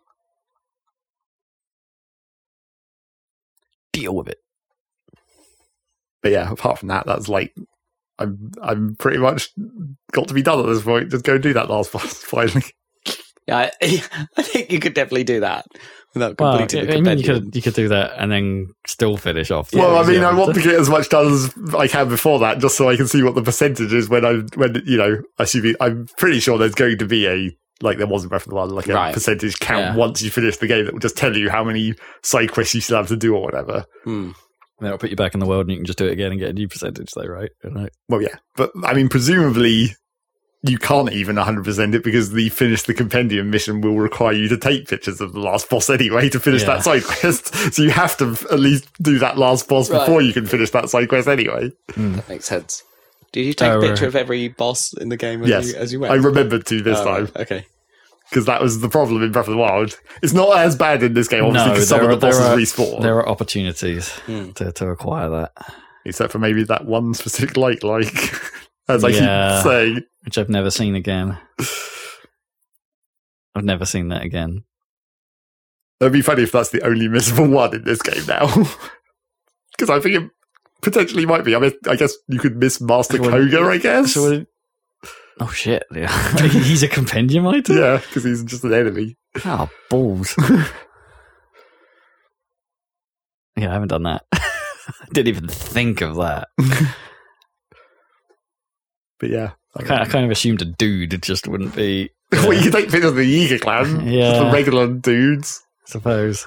Deal with it.
But yeah, apart from that, that's like I'm I'm pretty much got to be done at this point. Just go and do that last [laughs] boss finally.
Yeah, I, [laughs] I think you could definitely do that without
Well,
completing the
I mean, you
compendium.
could you could do that and then still finish off. the
Well, I mean, I
museum.
want to get as much done as I can before that, just so I can see what the percentage is when I when you know. Assuming I'm pretty sure there's going to be a like there was in Breath of the Wild like a
Right.
percentage count
Yeah.
once you finish the game that will just tell you how many side quests you still have to do or whatever.
Hmm.
And That'll put you back in the world, and you can just do it again and get a new percentage, though, right? You know?
Well, yeah, but I mean, presumably you can't even 100 percent it because the finish the compendium mission will require you to take pictures of the last boss anyway to finish
Yeah.
that side quest. So you have to at least do that last boss
Right.
before you can finish that side quest anyway.
That makes sense. Did you take
Oh,
a picture
right.
of every boss in the game as,
Yes.
you, as you went?
I remembered to this
Oh,
time.
right, Okay.
because that was the problem in Breath of the Wild. It's not as bad in this game, obviously,
No,
because some
there
of the
are- there
bosses
are-
respawn,
There are opportunities
Hmm.
to, to acquire that,
except for maybe that one specific light, like [laughs] as I
Yeah.
keep saying.
which I've never seen [sighs] again. I've never seen that again.
It'd be funny if that's the only missable [laughs] one in this game now, because I think it potentially might be. I mean, I guess you could miss Master
So what-
Koga,
[laughs]
I guess. [laughs]
So, what did- oh [laughs] shit! Yeah. He's a compendium item.
yeah, because he's just an enemy.
Oh balls! [laughs] yeah, I haven't done that. [laughs] I didn't even think of that.
But yeah, [laughs]
I kind, I kind of assumed a dude just wouldn't be.
well, you can take pictures of the Yiga
[laughs]
clan, just the
Yeah.
regular dudes.
suppose.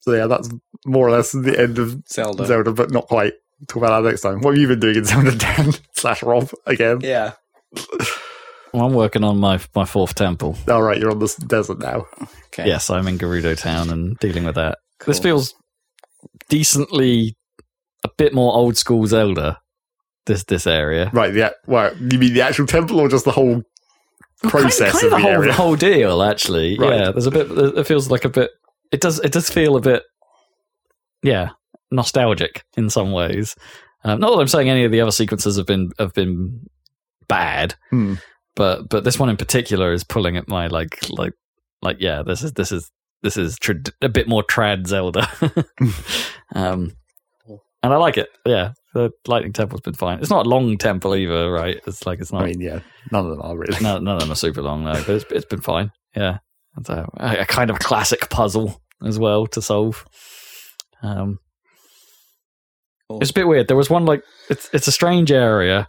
So yeah, that's more or less the end of
Zelda.
Zelda, but not quite. Talk about that next time. What have you been doing in Zelda [laughs] Dan slash Rob again?
Yeah.
Well, I'm working on my my fourth temple.
All Oh, right, you're on this desert now.
Okay.
Yes, I'm in Gerudo Town and dealing with that. This
Cool.
feels decently a bit more old school Zelda. This this area.
Right, yeah. Well, you mean the actual temple or just the whole process
Oh, kind, kind
of,
the,
the
whole,
area?
the whole deal
[laughs]
actually
Right.
yeah there's a bit it feels like a bit it does it does feel a bit yeah nostalgic in some ways um, not that i'm saying any of the other sequences have been have been bad
Hmm.
but but this one in particular is pulling at my like like like yeah this is
[laughs]
this is this is trad- a bit more trad zelda [laughs] um and I like it. Yeah, the lightning temple's been fine. It's not a long temple either, right? It's like it's not.
I mean, yeah, none of them are really.
no, none of them are super long though, but it's, it's been fine. Yeah, it's a, a kind of classic puzzle as well to solve. Um,
Cool.
it's a bit weird. There was one like it's it's a strange area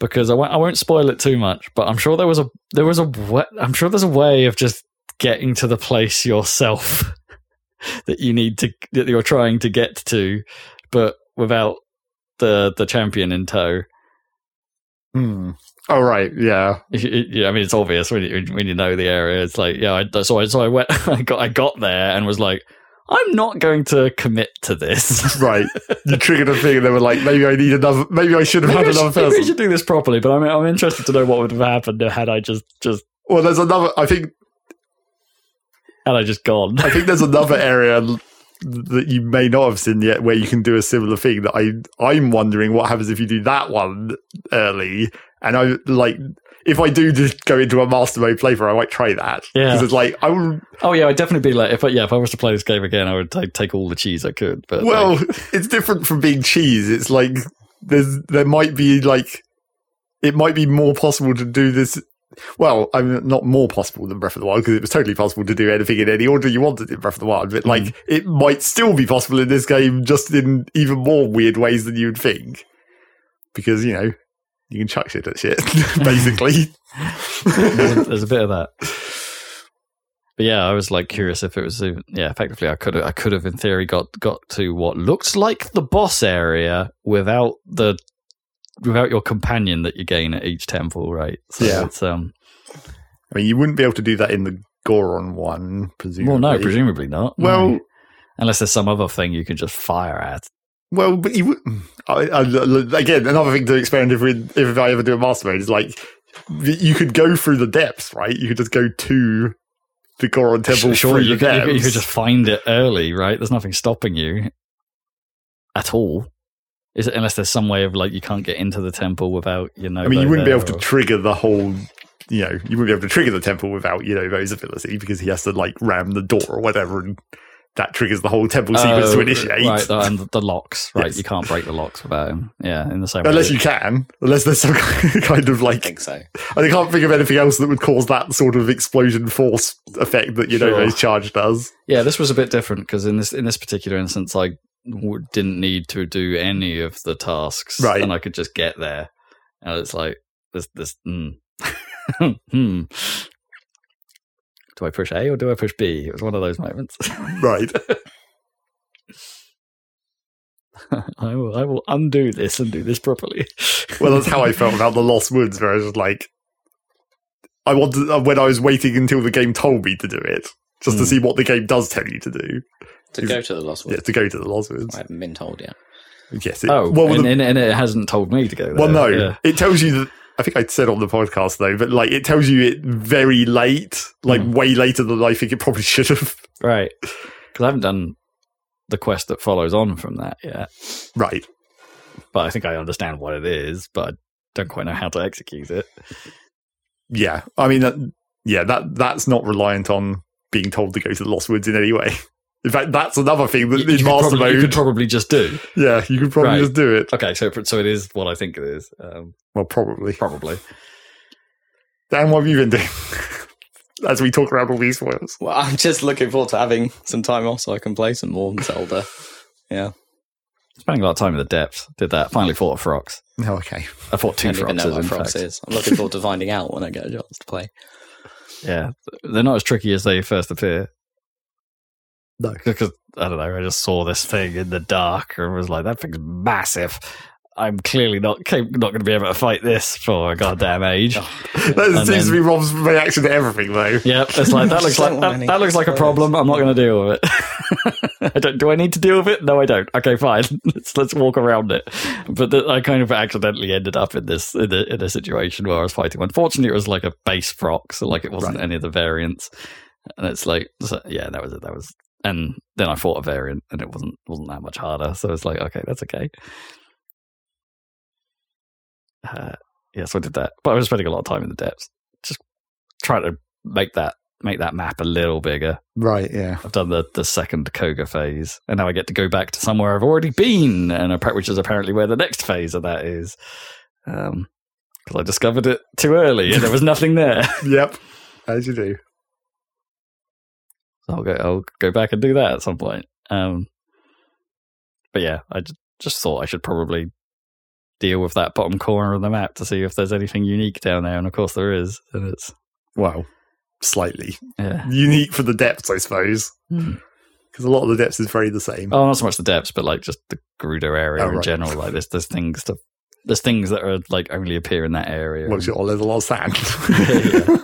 because I won't I won't spoil it too much, but I'm sure there was a there was a wa- I'm sure there's a way of just getting to the place yourself [laughs] that you need to that you're trying to get to, but without the the champion in tow.
Hmm. Oh right, yeah.
If you- it- yeah, I mean, it's obvious when you when you know the area. It's like, yeah, I, so I so I went, [laughs] I got I got there and was like, I'm not going to commit to [laughs] this.
Right, you triggered a thing, and they were like, maybe I need another. Maybe I should have
Maybe I
had
should-
another
maybe we
person.
should do this properly, but I'm I'm interested to know what would have happened had I just just
Well, there's another. I think
had I just gone. [laughs]
I think there's another area l- that you may not have seen yet where you can do a similar thing that I I'm wondering what happens if you do that one early and I like if I do just go into a master mode playthrough I might try that
Yeah.
because it's like I will,
Oh yeah, I'd definitely be like, if I, yeah, if I was to play this game again, I would take take all the cheese I could. But like,
well [laughs] it's different from being cheese it's like there's there might be like it might be more possible to do this well I mean not more possible than Breath of the Wild because it was totally possible to do anything in any order you wanted in Breath of the Wild but
Mm.
like it might still be possible in this game just in even more weird ways than you'd think because you know you can chuck shit at shit [laughs]
[laughs]
basically [laughs]
there's, a, there's a bit of that. But yeah, I was like curious if it was even, yeah. Effectively, I could I could have in theory got got to what looked like the boss area without the without your companion that you gain at each temple, right? So
Yeah.
It's, um.
I mean you wouldn't be able to do that in the Goron one presumably
Well, no, presumably not. No.
well
unless there's some other thing you can just fire at.
Well, but you would, I, I, again, another thing to experiment if, we, if I ever do a master mode is like you could go through the depths, right? You could just go to the Goron temple.
Sure,
through
you
the
could, you could- you
depths.
could just find it early, right? There's nothing stopping you at all. Is it unless there's some way of like you can't get into the temple without you know? uh,
I mean, you
they're
wouldn't be
there
able to
or-
trigger the whole. You know, you wouldn't be able to trigger the temple without you know Ro's ability because he has to like ram the door or whatever, and that triggers the whole temple sequence
Oh,
to initiate.
Right,
[laughs]
the, and the locks. Right,
Yes.
you can't break the locks without him. Yeah, in the same
Unless
way.
you can, unless there's some [laughs] kind of
I
like
think so.
I can't think of anything else that would cause that sort of explosion force effect that you know
Sure.
Ro's charge does.
Yeah, this was a bit different because in this in this particular instance, I w- didn't need to do any of the tasks,
Right.
And I could just get there, and it's like this this. Mm. [laughs] hmm. Do I push A or do I push B? It was one of those moments. [laughs]
Right.
I will I will undo this and do this properly.
Well, that's how I felt about the Lost Woods, where I was just like, I wanted uh, when I was waiting until the game told me to do it, just to
Hmm.
see what the game does tell you to do.
To
Is-
go to the Lost
Yeah,
Woods.
to go to the Lost Woods.
I haven't been told yet.
Yes.
[laughs]
It,
oh,
well,
and,
the-
and, and it hasn't told me to go there.
well, no,
Yeah.
it tells you that. I think I said on the podcast though, but like it tells you it very late, like
Hmm.
way later than I think it probably should have. [laughs]
Right. Because I haven't done the quest that follows on from that yet.
Right.
but I think I understand what it is, but I don't quite know how to execute it.
Yeah. I mean, that, yeah, that that's not reliant on being told to go to the Lost Woods in any way. In fact, that's another thing that
You,
in
you could
Master
probably, you
Mode,
could probably just do.
yeah, you could probably
Right.
just do it.
Okay, so so it is what I think it is. Um,
Well, probably.
probably.
Dan, what have you been doing? [laughs] As we talk around all these spoilers.
Well, [laughs] I'm just looking forward to having some time off so I can play some more Zelda. Yeah.
Spending a lot of time in the depths. Did that. Finally fought a Frox.
Oh, okay.
I fought two
I don't even know
Froxes,
what
in
Frox
fact.
is. I'm looking forward to finding out when I get a chance to play.
Yeah. They're not as tricky as they first appear.
No.
Because, I don't know, I just saw this thing in the dark and was like, that thing's massive. I'm clearly not ca- not going to be able to fight this for a goddamn age.
[laughs] That
And
seems
then-
to be Rob's reaction to everything, though.
Yep, it's like
[laughs]
that looks
Don't
like
want
that,
any
that looks like a
spoilers.
problem. I'm not going to deal with it. [laughs] I don't. Do I need to deal with it? No, I don't. Okay, fine. [laughs] Let's let's walk around it. But th I kind of accidentally ended up in this in a, in a situation where I was fighting. one. Fortunately, it was like a base proc, so like it wasn't
Right.
any of the variants. And it's like, so, yeah, that was it. That was, and then I fought a variant, and it wasn't wasn't that much harder. So it's like, okay, that's okay. Uh, yeah, so I did that. But I was spending a lot of time in the depths, just trying to make that make that map a little bigger.
Right, yeah.
I've done the, the second Koga phase, and now I get to go back to somewhere I've already been, and appa- which is apparently where the next phase of that is. Because I discovered it too early, and there was nothing there. [laughs]
Yep. As you do.
So I'll go. I'll go back and do that at some point. Um, but yeah, I j- just thought I should probably deal with that bottom corner of the map to see if there's anything unique down there, and of course there is. And it's
Well, slightly.
yeah.
Unique for the depths, I suppose.
Hmm.
Because a lot of the depths is very the same.
Oh, not so much the depths, but like just the Gerudo area
Oh,
in
right.
general. Like there's there's things to there's things that are like only appear in that area.
Once you're on, there's a lot of [laughs] sand.
Yeah.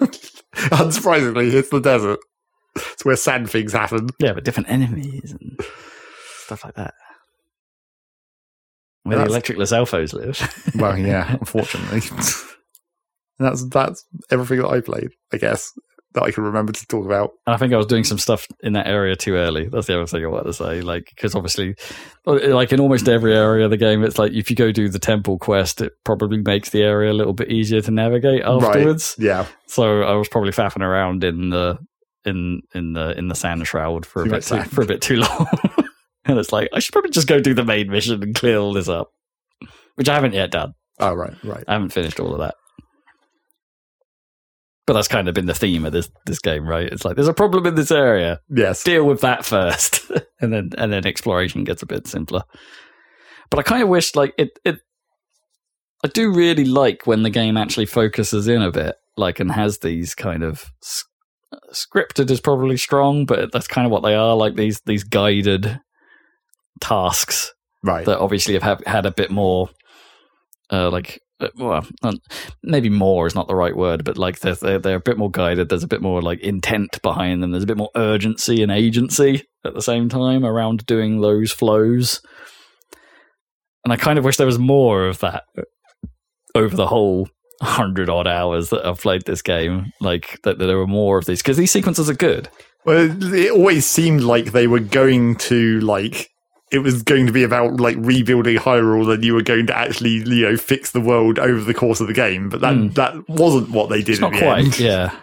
Unsurprisingly, it's the desert. It's where sand things happen.
yeah, but different enemies and stuff like that. Where the
That's-
electricless elfos live.
Well, yeah, unfortunately. [laughs] that's that's everything that I played, I guess, that I can remember to talk about.
[laughs] And I think I was doing some stuff in that area too early. That's the other thing I wanted to say. Like, because obviously, like in almost every area of the game, it's like if you go do the temple quest, it probably makes the area a little bit easier to navigate afterwards.
Yeah,
So I was probably faffing around in the in in the in the sand shroud for a
Too
bit
much
too, [laughs]
sand.
for a bit too long. and it's like I should probably just go do the main mission and clear all this up, which I haven't yet done.
Oh, right, right.
I haven't finished all of that. But that's kind of been the theme of this this game, right? It's like there's a problem in this area.
Yes.
Deal with that first, [laughs] and then and then exploration gets a bit simpler. But I kind of wish like it it. I do really like when the game actually focuses in a bit, like and has these kind of s- scripted is probably strong, but that's kind of what they are, like these these guided tasks
Right.
that obviously have had- had a bit more, uh, like, uh, well, not- maybe more is not the right word, but like they're, they're, they're a bit more guided. There's a bit more like intent behind them. There's a bit more urgency and agency at the same time around doing those flows. And I kind of wish there was more of that over the whole hundred odd hours that I've played this game. Like that, that there were more of these because these sequences are good.
Well, it always seemed like they were going to like it was going to be about like rebuilding Hyrule, and you were going to actually you know fix the world over the course of the game. But that
Hmm.
that wasn't what they did.
It's not
in the
quite,
end.
yeah.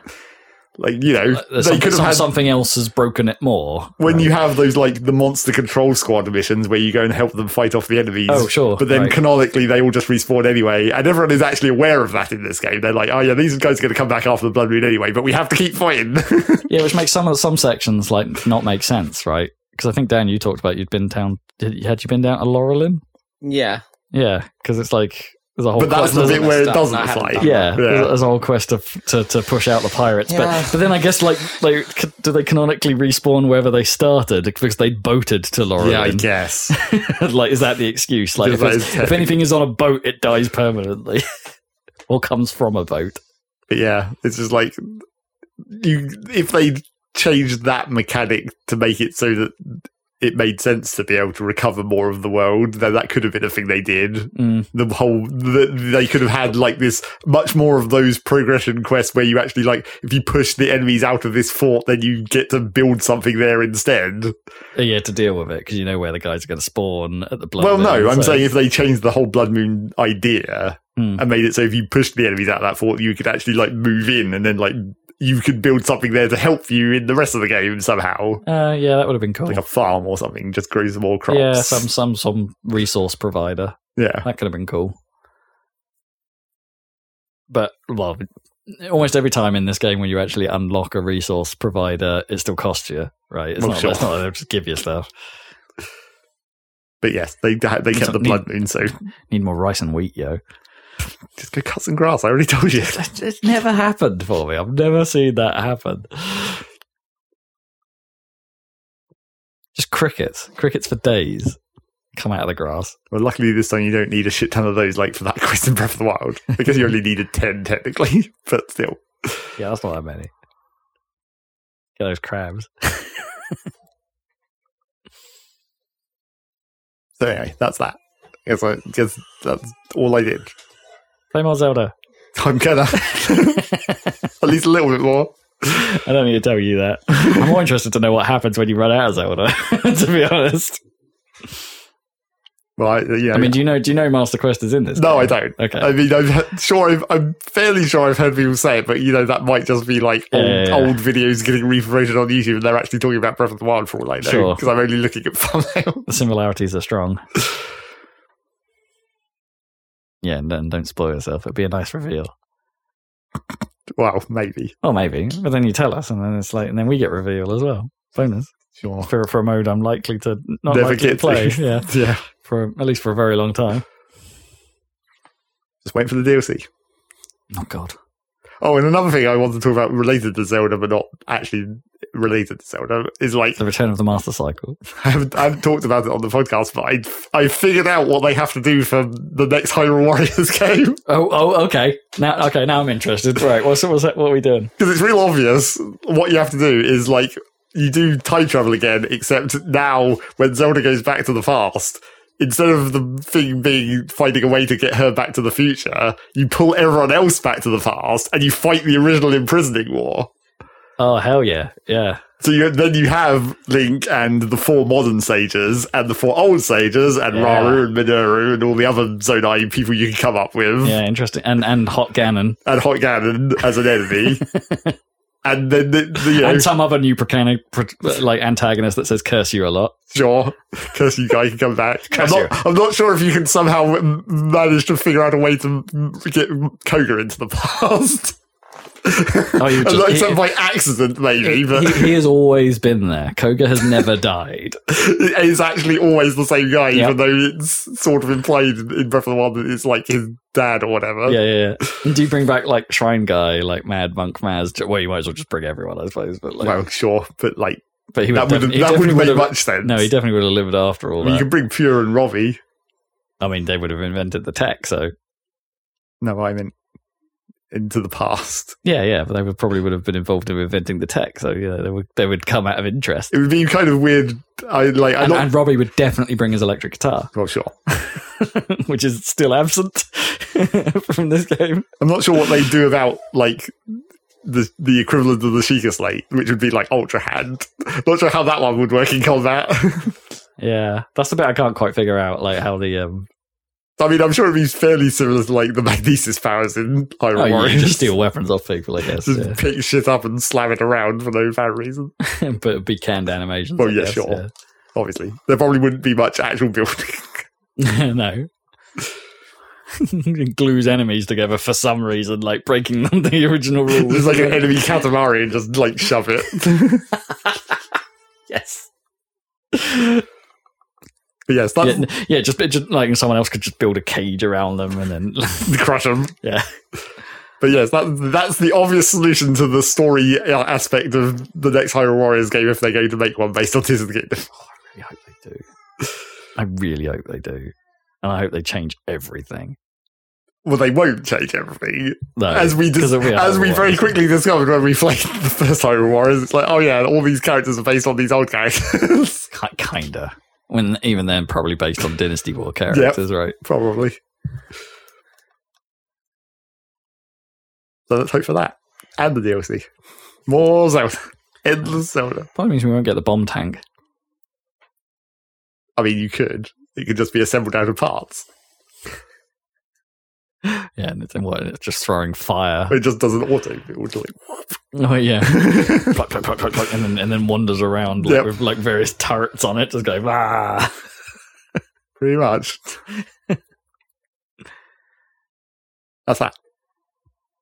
Like you know,
There's
they
something,
could have
some-
had
something else has broken it more
when
Right.
you have those like the monster control squad missions where you go and help them fight off the enemies.
Oh, sure,
But then
right.
canonically they all just respawn anyway, and everyone is actually aware of that in this game. They're like, oh yeah, these guys are going to come back after the Blood Moon anyway, but we have to keep fighting. [laughs]
Yeah, which makes some of some sections like not make sense, right? Because I think Dan, you talked about you'd been down. Did, had you been down to Laurelin?
Yeah.
Yeah, because it's like there's a whole.
but that's
quest,
the
there's a-
bit where it
Stuff,
doesn't
I haven't
fly.
done
yeah,
Yeah.
There's, there's a whole quest to, to to push out the pirates.
Yeah.
But but then I guess like like c- do they canonically respawn wherever they started because they boated to Laurelin? [laughs]
Yeah, I guess.
like is that the excuse? Like
Yeah,
if,
that
it's-
is
if
technically-
anything is on a boat, it dies permanently. [laughs] Or comes from a boat.
But yeah, it's just like you if they changed that mechanic to make it so that it made sense to be able to recover more of the world, then that could have been a thing they did.
Mm.
The whole the, they could have had like this much more of those progression quests where you actually like if you push the enemies out of this fort, then you get to build something there instead.
Yeah, to deal with it because you know where the guys are going to spawn at the blood.
well, no,
moon,
I'm
so-
saying if they changed the whole Blood Moon idea
Hmm.
and made it so if you pushed the enemies out of that fort, you could actually like move in and then like you could build something there to help you in the rest of the game somehow,
Uh, yeah, that would have been cool.
like a farm or something, just grow some more crops.
Yeah, some some some resource provider.
[laughs] yeah,
That could have been cool. But well, almost every time in this game when you actually unlock a resource provider, it still costs you, right? It's
Well,
not
sure.
it's not they just give you stuff.
but yes, they they kept the
Need-
Blood Moon, so [laughs]
Need more rice and wheat, yo.
just go cut some grass. I already told
[laughs]
you.
It's never happened for me. I've never seen that happen. Just crickets, crickets for days. Come out of the grass.
Well, luckily this time you don't need a shit ton of those like for that [laughs] quest in Breath of the Wild because you only needed ten technically, [laughs] but still.
Yeah, that's not that many. Get those crabs.
So anyway, that's that. Guess I guess that's all I did.
Play more Zelda.
[laughs]
[laughs]
I'm gonna at least a little bit more.
I don't need to tell you that.
[laughs]
I'm more [laughs] interested to know what happens when you run out of Zelda, to be honest.
Right? You know,
I mean, do you know? Do you know Master Quest is in this?
no, I
game?
don't.
Okay.
I mean, I'm sure. I've, I'm fairly sure I've heard people say it, but you know that might just be like
Yeah,
old,
yeah, yeah.
old videos getting repromoted on YouTube, and they're actually talking about Breath of the Wild for all I know.
Sure.
Because I'm only looking at [laughs] thumbnails.
the similarities are strong.
[sighs]
yeah, and then don't spoil yourself. It'd be a nice reveal.
well, maybe.
Or maybe, but then you tell us, and then it's like, and then we get reveal as well. Bonus
Sure.
for for a mode I'm likely to not
Never
likely to
get [laughs]
play.
to.
yeah,
Yeah.
for at least for a very long time.
Just wait for the DLC.
Oh God.
Oh, and another thing I want to talk about related to Zelda, but not actually related to Zelda, is like
The Return of the Master Cycle.
I haven't, I haven't talked about it on the podcast, but I I figured out what they have to do for the next Hyrule Warriors [laughs] game
Oh, oh, okay. Now, okay, now I'm interested. Right, what's what's that, what are we doing?
because it's real obvious what you have to do is like you do time travel again, except now when Zelda goes back to the past. Instead of the thing being finding a way to get her back to the future, you pull everyone else back to the past and you fight the original imprisoning war.
Oh hell yeah, yeah.
So you, then you have Link and the four modern sages and the four old sages and
Yeah.
Raru and Minoru and all the other Zonai people you can come up with
Yeah, interesting. And and Hot Ganon
and Hot Ganon as an
[laughs]
enemy. and then, the, the, you know,
and some other new Procanic, pro- like antagonist that says curse you a
[laughs]
lot.
sure, because you guy can come [laughs] back. I'm
Curse you.
not, I'm not sure if you can somehow m- manage to figure out a way to m- get Koga into the [laughs] past.
Oh, you
Just,
just, he-
Except by accident, maybe, but [laughs]
he, he has always been there. Koga has never died.
it's actually always the same guy,
Yeah.
even though it's sort of implied in in Breath of the Wild that it's like his dad or whatever.
yeah, yeah, yeah. And do you bring back like Shrine Guy, like Mad Monk Maz? Well, you might as well just bring everyone, I suppose. But like,
Well, sure, but like
but he
that
would
wouldn't that wouldn't make much sense.
No, he definitely would have lived after all
I mean, you
that.
can bring Pure and Robbie.
I mean, they would have invented the tech, so
No, I meant into the past.
yeah, yeah. But they would probably would have been involved in inventing the tech, so yeah, they would they would come out of interest.
It would be kind of weird. I like. I'm
And,
not.
and Robbie would definitely bring his electric guitar,
well, sure.
[laughs] which is still absent [laughs] from this game.
I'm not sure what they do about like the the equivalent of the Sheikah Slate, which would be like Ultra Hand. Not sure how that one would work in combat. [laughs]
Yeah, that's the bit I can't quite figure out, like how the um,
I mean, I'm sure it'd be fairly similar to like the Magnesis powers in Hyrule
[laughs] oh, you
Warriors.
just steal weapons off people, I
[laughs]
guess.
just
yeah.
pick shit up and slam it around for no apparent reason.
[laughs] but it'd be canned animations.
Well,
I
yeah,
guess,
sure. Obviously, there probably wouldn't be much actual building. [laughs]
yeah. [laughs] no. Glues enemies together for some reason, like breaking [laughs] them the original rules.
There's like
[laughs]
an enemy Katamari and just like shove it.
yes. [laughs]
But yes,
Yeah,
that's
n- yeah, just, just like someone else could just build a cage around them and then [laughs]
[laughs] crush them.
yeah,
But yes, that that's the obvious solution to the story uh, aspect of the next Hyrule Warriors game if they're going to make one based on [laughs] Tears of the Kingdom.
I really hope they do. I really hope they do, and I hope they change everything.
Well, they won't change everything,
No,
as we dis-
Oh, 'cause it'll be a
as we
Hyrule
very
Warriors.
quickly discovered when we played [laughs] the first Hyrule Warriors. It's like, oh yeah, all these characters are based on these old characters, [laughs]
Ki- kinda. When even then, probably based on Dynasty War characters, right?
probably. So let's hope for that and the DLC. More Zelda, [laughs] endless Zelda.
Probably means we won't get the bomb tank.
I mean, you could. It could just be assembled out of parts.
Yeah, and it's, and what, it's just throwing fire.
[laughs] It just does an auto build.
[laughs]
Like,
Oh yeah, [laughs] pluck, pluck, pluck, pluck, pluck, and then and then wanders around like,
Yep.
with like various turrets on it, just going ah.
pretty much. That's that.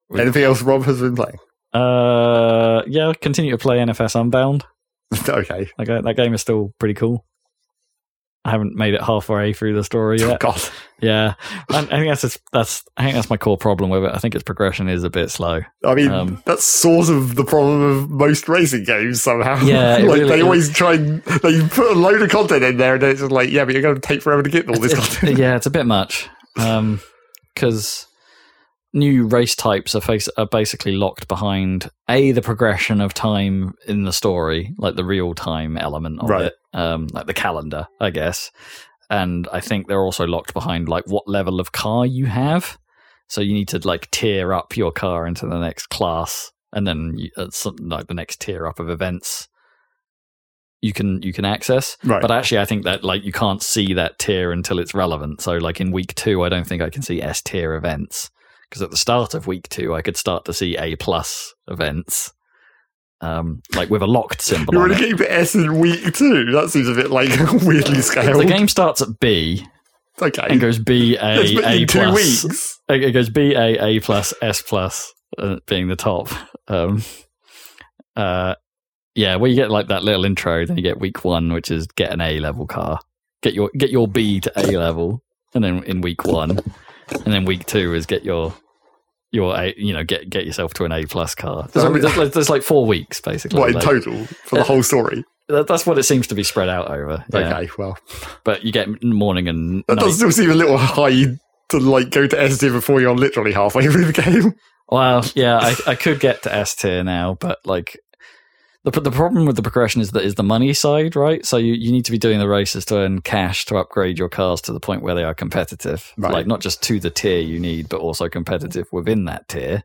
We-
Anything else Rob has been playing? [laughs]
Uh, yeah, I'll continue to play NFS Unbound.
okay.
That ga- that game is still pretty cool. I haven't made it halfway through the story [laughs]
Oh,
yet.
God.
yeah, I, I think that's just, that's I think that's my core problem with it. I think its progression is a bit slow.
I mean,
Um,
that's sort of the problem of most racing games somehow.
Yeah, it
[laughs] like
really
they
is.
always try and they put a load of content in there, and then it's just like, yeah, but you're going to take forever to get all this
It's-
content.
yeah, it's a bit much because new race types are, face, are basically locked behind a the progression of time in the story, like the real time element of
Right.
it, um, like the calendar, I guess. And I think they're also locked behind like what level of car you have. So you need to like tier up your car into the next class, and then you, uh, some, like the next tier up of events you can you can access.
Right.
But actually, I think that like you can't see that tier until it's relevant. So like in week two, I don't think I can see S tier events because at the start of week two, I could start to see A plus events, um, like with a locked symbol.
You're
on
already
it.
getting to S in week two. That seems a bit like [laughs] weirdly scaled.
The game starts at B and
okay.
goes B A
That's been
A
in two
plus.
weeks.
It it goes B A A plus S plus uh, being the top. Um, uh, yeah, well, you get like that little intro, then you get week one, which is get an A level car, get your get your B to A level, and then in week one, and then week two is get your your A, you know, get get yourself to an A plus car. There's,
I mean-
there's like, there's like four weeks basically.
What in
Like,
total for the
Uh,
whole story?
that- that's what it seems to be spread out over. yeah.
Okay, well,
but you get morning and
that
night.
does still seem a little high to like go to S tier before you're literally halfway [laughs] through the game.
Well, yeah, I, I could get to S tier now, but like the the problem with the progression is that is the money side, right? So you, you need to be doing the races to earn cash to upgrade your cars to the point where they are competitive,
Right.
like not just to the tier you need, but also competitive within that tier.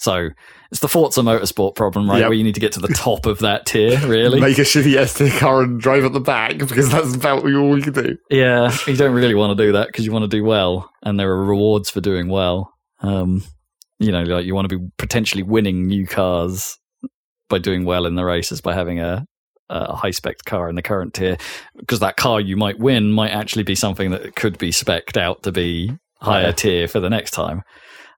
So it's the Forza Motorsport problem, right?
Yep.
Where you need to get to the top of that tier, really.
Make a shitty S tier car and drive at the back because that's about all you can do.
Yeah, [laughs] you don't really want to do that because you want to do well, and there are rewards for doing well. Um, you know, like you want to be potentially winning new cars by doing well in the races by having a a high spec car in the current tier because that car you might win might actually be something that could be specced out to be higher
Yeah.
tier for the next time.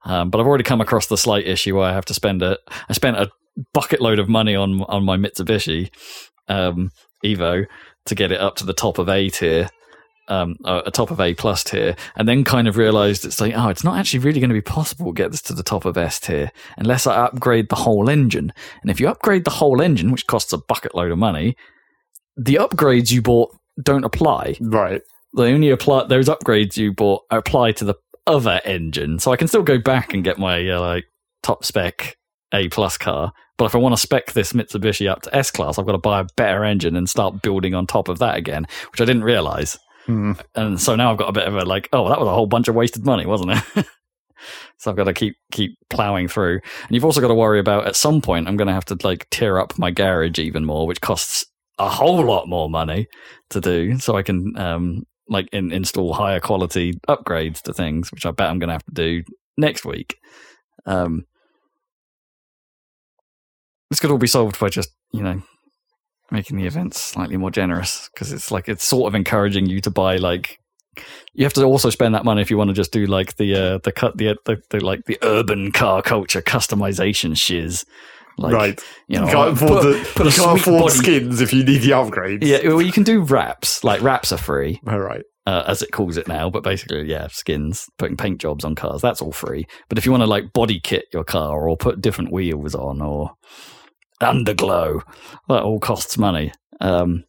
Um, but I've already come across the slight issue where I have to spend a I spent a bucket load of money on on my Mitsubishi um, Evo to get it up to the top of A tier, um, uh, a top of A plus tier, and then kind of realised it's like oh, it's not actually really going to be possible to get this to the top of S tier unless I upgrade the whole engine. And if you upgrade the whole engine, which costs a bucket load of money, the upgrades you bought don't apply
Right.
they only apply those upgrades you bought apply to the other engine. So I can still go back and get my uh, like top spec A plus car. But if I want to spec this Mitsubishi up to S class, I've got to buy a better engine and start building on top of that again, which I didn't realize.
Hmm.
And so now I've got a bit of a like, oh, that was a whole bunch of wasted money, wasn't it? [laughs] so I've got to keep keep plowing through. And you've also got to worry about at some point I'm going to have to like tear up my garage even more, which costs a whole lot more money to do, so I can um like in, install higher quality upgrades to things, which I bet I'm going to have to do next week. Um, this could all be solved by just you know making the events slightly more generous because it's like it's sort of encouraging you to buy like you have to also spend that money if you want to just do like the uh, the cut the, the, the like the urban car culture customization shiz. Like,
right.
you know,
you can't afford
put,
the
put
you
a
can't
sweet
afford
body.
skins if you need the upgrades.
Yeah, well, you can do wraps. Like wraps are free,
All right.
uh, as it calls it now. But basically, yeah, skins, putting paint jobs on cars, that's all free. But if you want to like body kit your car or put different wheels on or underglow, that all costs money. Um,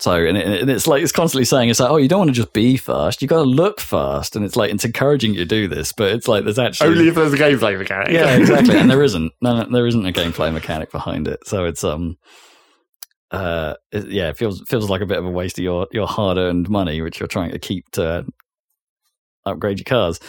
so and, it, and it's like it's constantly saying it's like oh you don't want to just be fast you got to look fast and it's like it's encouraging you to do this but it's like there's actually
Only if there's a gameplay mechanic. [laughs]
yeah, exactly. And there isn't. No, no, there isn't a gameplay mechanic behind it. So it's um, uh, it- yeah, it feels feels like a bit of a waste of your your hard earned money, which you're trying to keep to upgrade your cars.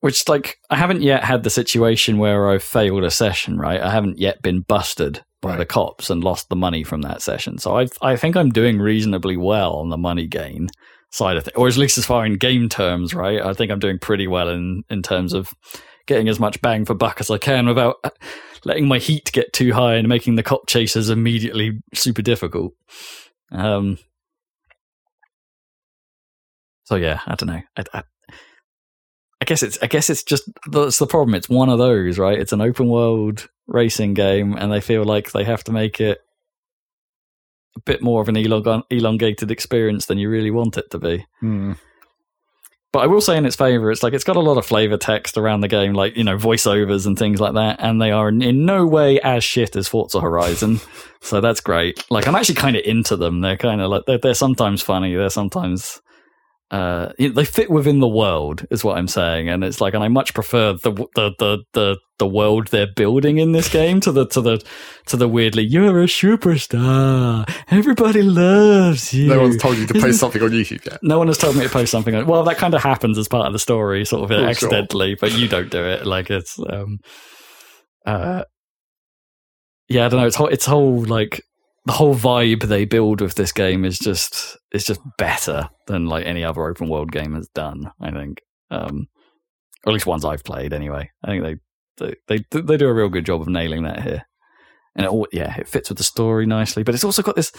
Which like I haven't yet had the situation where I've failed a session. Right, I haven't yet been busted by
Right.
the cops and lost the money from that session. So I I think I'm doing reasonably well on the money gain side of things, or at least as far in game terms, right? I think I'm doing pretty well in in terms of getting as much bang for buck as I can without uh, letting my heat get too high and making the cop chasers immediately super difficult. Um, so yeah, I don't know. I, I, I guess it's I guess it's just that's the problem. It's one of those, right? It's an open world racing game, and they feel like they have to make it a bit more of an elong- elongated experience than you really want it to be.
Hmm.
But I will say in its favor, it's like it's got a lot of flavor text around the game, like you know voiceovers and things like that, and they are in, in no way as shit as Forza
[laughs]
Horizon, so that's great. Like I'm actually kind of into them. They're kind of like they're, they're sometimes funny, they're sometimes uh, you know, they fit within the world, is what I'm saying, and it's like, and I much prefer the the the the, the world they're building in this game to the to the to the weirdly you're a superstar, everybody loves you.
No one's told you to post something on YouTube yet.
[laughs] No one has told me to post something. on- Well, that kind of happens as part of the story, sort of
sure.
accidentally, but you don't do it. Like it's, um, uh, yeah, I don't know. It's whole, it's whole like the whole vibe they build with this game is just is just better than like any other open world game has done. I think, um, or at least ones I've played. Anyway, I think they they they, they do a real good job of nailing that here. And it all, yeah, it fits with the story nicely, but it's also got this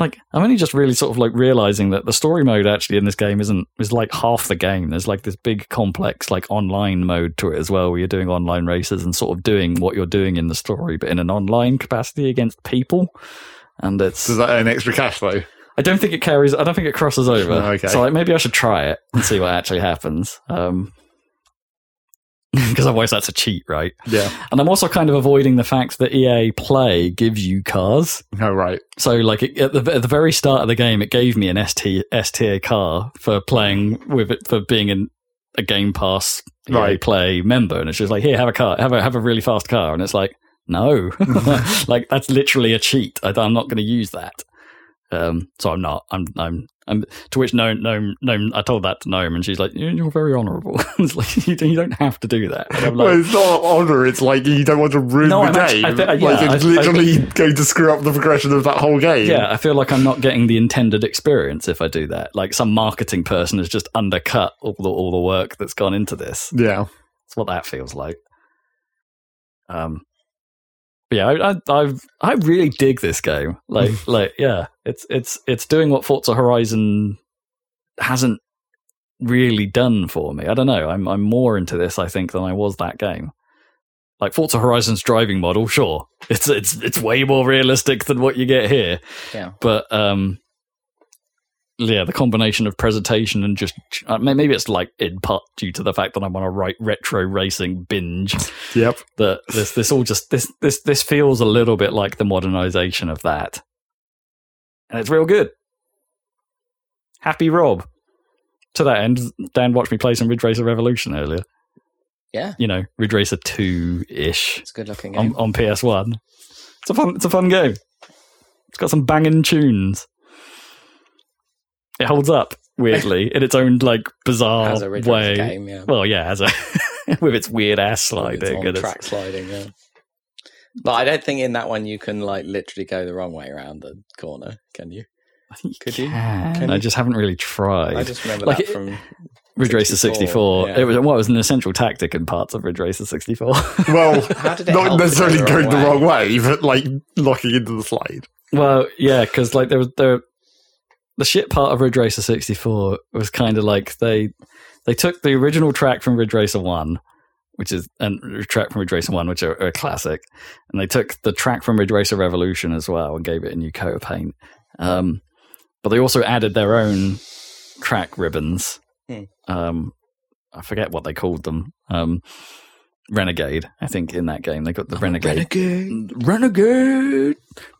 like I'm only just really sort of like realizing that the story mode actually in this game isn't is like half the game. There's like this big complex like online mode to it as well, where you're doing online races and sort of doing what you're doing in the story, but in an online capacity against people. And it's
Does that earn extra cash though?
I don't think it carries. I don't think it crosses over.
Oh, okay.
So like maybe I should try it and see what actually happens. Um, [laughs] because otherwise that's a cheat, right?
Yeah.
And I'm also kind of avoiding the fact that EA Play gives you cars.
Oh right.
So like it, at, the, at the very start of the game, it gave me an ST, S tier car for playing with it for being in a Game Pass EA
Right.
Play member, and it's just like here, have a car, have a have a really fast car, and it's like
[laughs]
no, [laughs] like that's literally a cheat. I, I'm not going to use that. Um, so I'm not. I'm I'm. I'm, to which Gnome, Gnome, Gnome, I told that to Gnome, and she's like, "You- "You're very honourable. [laughs] it's like you, don't- you don't have to do that." And I'm like,
well, it's not honor. It's like you don't want to ruin
No,
the
I'm
game.
actually- I thi-
like
yeah,
it's
I- I-
literally going to screw up the progression of that whole game.
Yeah, I feel like I'm not getting the intended experience if I do that. Like some marketing person has just undercut all the all the work that's gone into this.
Yeah.
That's what that feels like. Um, but yeah, I, I I've, I really dig this game. Like like yeah, it's it's it's doing what Forza Horizon hasn't really done for me. I don't know. I'm I'm more into this I think than I was that game. Like Forza Horizon's driving model, sure, it's it's it's way more realistic than what you get here.
Yeah.
but um, yeah, the combination of presentation and just uh, may- maybe it's like in part due to the fact that I'm on a right retro racing binge
Yep.
that this this all just this this this feels a little bit like the modernization of that, and it's real good. Happy Rob. To that end, Dan watched me play some Ridge Racer Revolution earlier.
Yeah.
You know, Ridge Racer two ish
It's a good looking
on,
game.
on PS One. It's a fun. It's a fun game. It's got some banging tunes. It holds up
[laughs]
weirdly in its own like bizarre
As a Ridge
way.
Racer game, yeah.
Well, yeah, as a [laughs] with its weird ass
It's
sliding.
on
and it's-
track sliding, yeah. But I don't think in that one you can like literally go the wrong way around the corner, can you? Could you?
Can,
Can
I
you?
just haven't really tried.
I just remember
Like
that
it-
from
Ridge Racer 64.
64, yeah.
It was well, it was an essential tactic in parts of Ridge Racer 64.
[laughs] How did
Well,
it help to go
not necessarily
the wrong
going the
way?
wrong way, but like locking into the slide.
well, yeah, because like there was there, the shit part of Ridge Racer 64 was kind of like they they took the original track from Ridge Racer 1, which is and track from Ridge Racer 1, which are, are a classic, and they took the track from Ridge Racer Revolution as well and gave it a new coat of paint. Um, but they also added their own track ribbons.
Hmm.
Um, I forget what they called them. Um, Renegade, I think, in that game they got the
Oh,
Renegade renegade,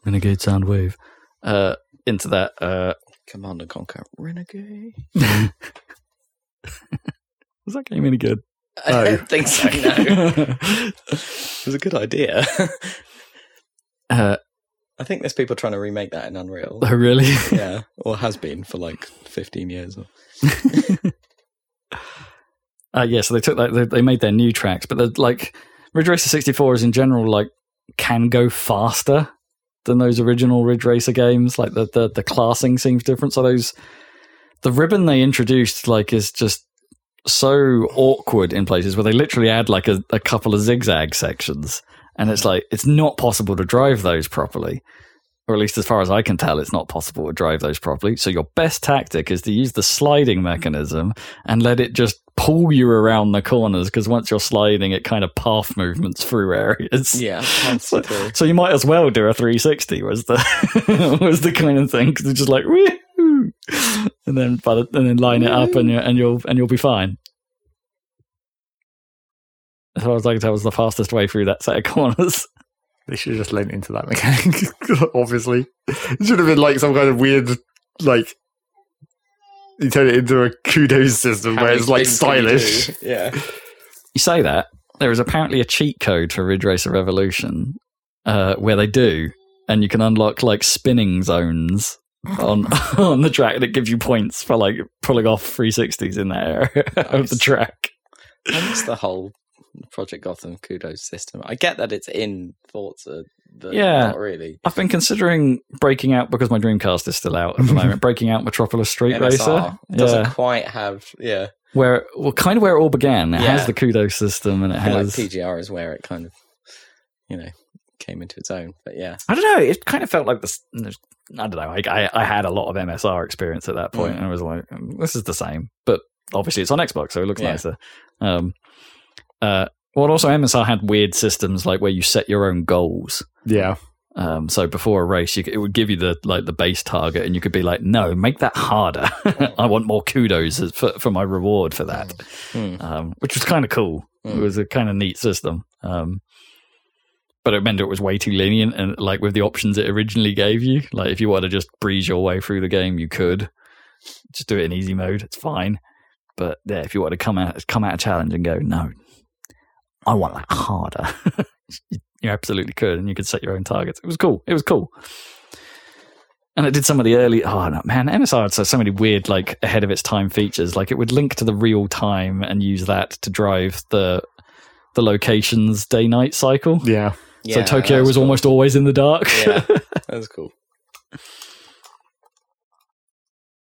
renegade sound wave, uh, into that. Uh,
Command and Conquer Renegade.
was that game any good?
I don't think so. No, [laughs] it was a good idea. [laughs]
uh, [laughs]
I think there's people trying to remake that in Unreal.
oh, really?
yeah, or has been for like 15 years. Or...
Uh, yeah, so they took that. They, they made their new tracks, but they're like Ridge Racer 64 is in general like can go faster than those original Ridge Racer games. Like the the, the classing seems different. So those the ribbon they introduced like is just so awkward in places where they literally add like a, a couple of zigzag sections, and it's like it's not possible to drive those properly. Or at least, as far as I can tell, it's not possible to drive those properly. So, your best tactic is to use the sliding mechanism and let it just pull you around the corners because once you're sliding, it kind of path movements through [laughs] areas.
Yeah, that's
So,
true.
so you might as well do a 360 was the [laughs] was the kind of thing because it's just like woo, and then by the, and then line it up and you and you'll and you'll be fine. As far as I can tell, was the fastest way through that set of [laughs] corners.
They should have just lent into that mechanic, [laughs] obviously. It should have been like some kind of weird, like, you turn it into a kudos system
How
where
many
it's like
things can you
stylish.
do? Yeah,
You say that there is apparently a cheat code for Ridge Racer Revolution uh, where they do, and you can unlock like spinning zones on [laughs] on the track that gives you points for like pulling off 360s in that area of the
Nice.
track.
and it's the whole Project Gotham kudos system. I get that it's in Forza but
Yeah.
not really.
I've been considering breaking out because my Dreamcast is still out at the [laughs] moment. breaking out Metropolis Street Racer,
MSR doesn't
yeah,
quite have yeah.
where well, kind of where it all began. It
Yeah.
has the Kudo system, and it
And, like
has.
PGR is where it kind of you know came into its own. But yeah,
I don't know. It kind of felt like this. I don't know. I, I, I had a lot of MSR experience at that point,
Mm.
and I was like, "Um, this is the same, but obviously it's on Xbox, so it looks
Yeah.
nicer. Um, uh, well, also MSR had weird systems like where you set your own goals.
Yeah.
Um, so before a race, you, c- it would give you the like the base target, and you could be like, "No, make that harder. [laughs] I want more kudos as- for, for my reward for that,"
Mm.
um, which was kind of cool. It
Mm.
was a kind of neat system, um, but it meant it was way too lenient, and like with the options it originally gave you, like if you wanted to just breeze your way through the game, you could just do it in easy mode. It's fine, but yeah, if you wanted to come out come out a challenge and go, "No, I want that harder." [laughs] you absolutely could, and you could set your own targets. It was cool. It was cool. And it did some of the early. Oh no, man, MSR had so, so many weird, like ahead of its time features. Like it would link to the real time and use that to drive the the locations day night cycle.
Yeah.
Yeah,
so Tokyo
that
was
cool.
almost [laughs] always in the dark. [laughs]
yeah, that was cool.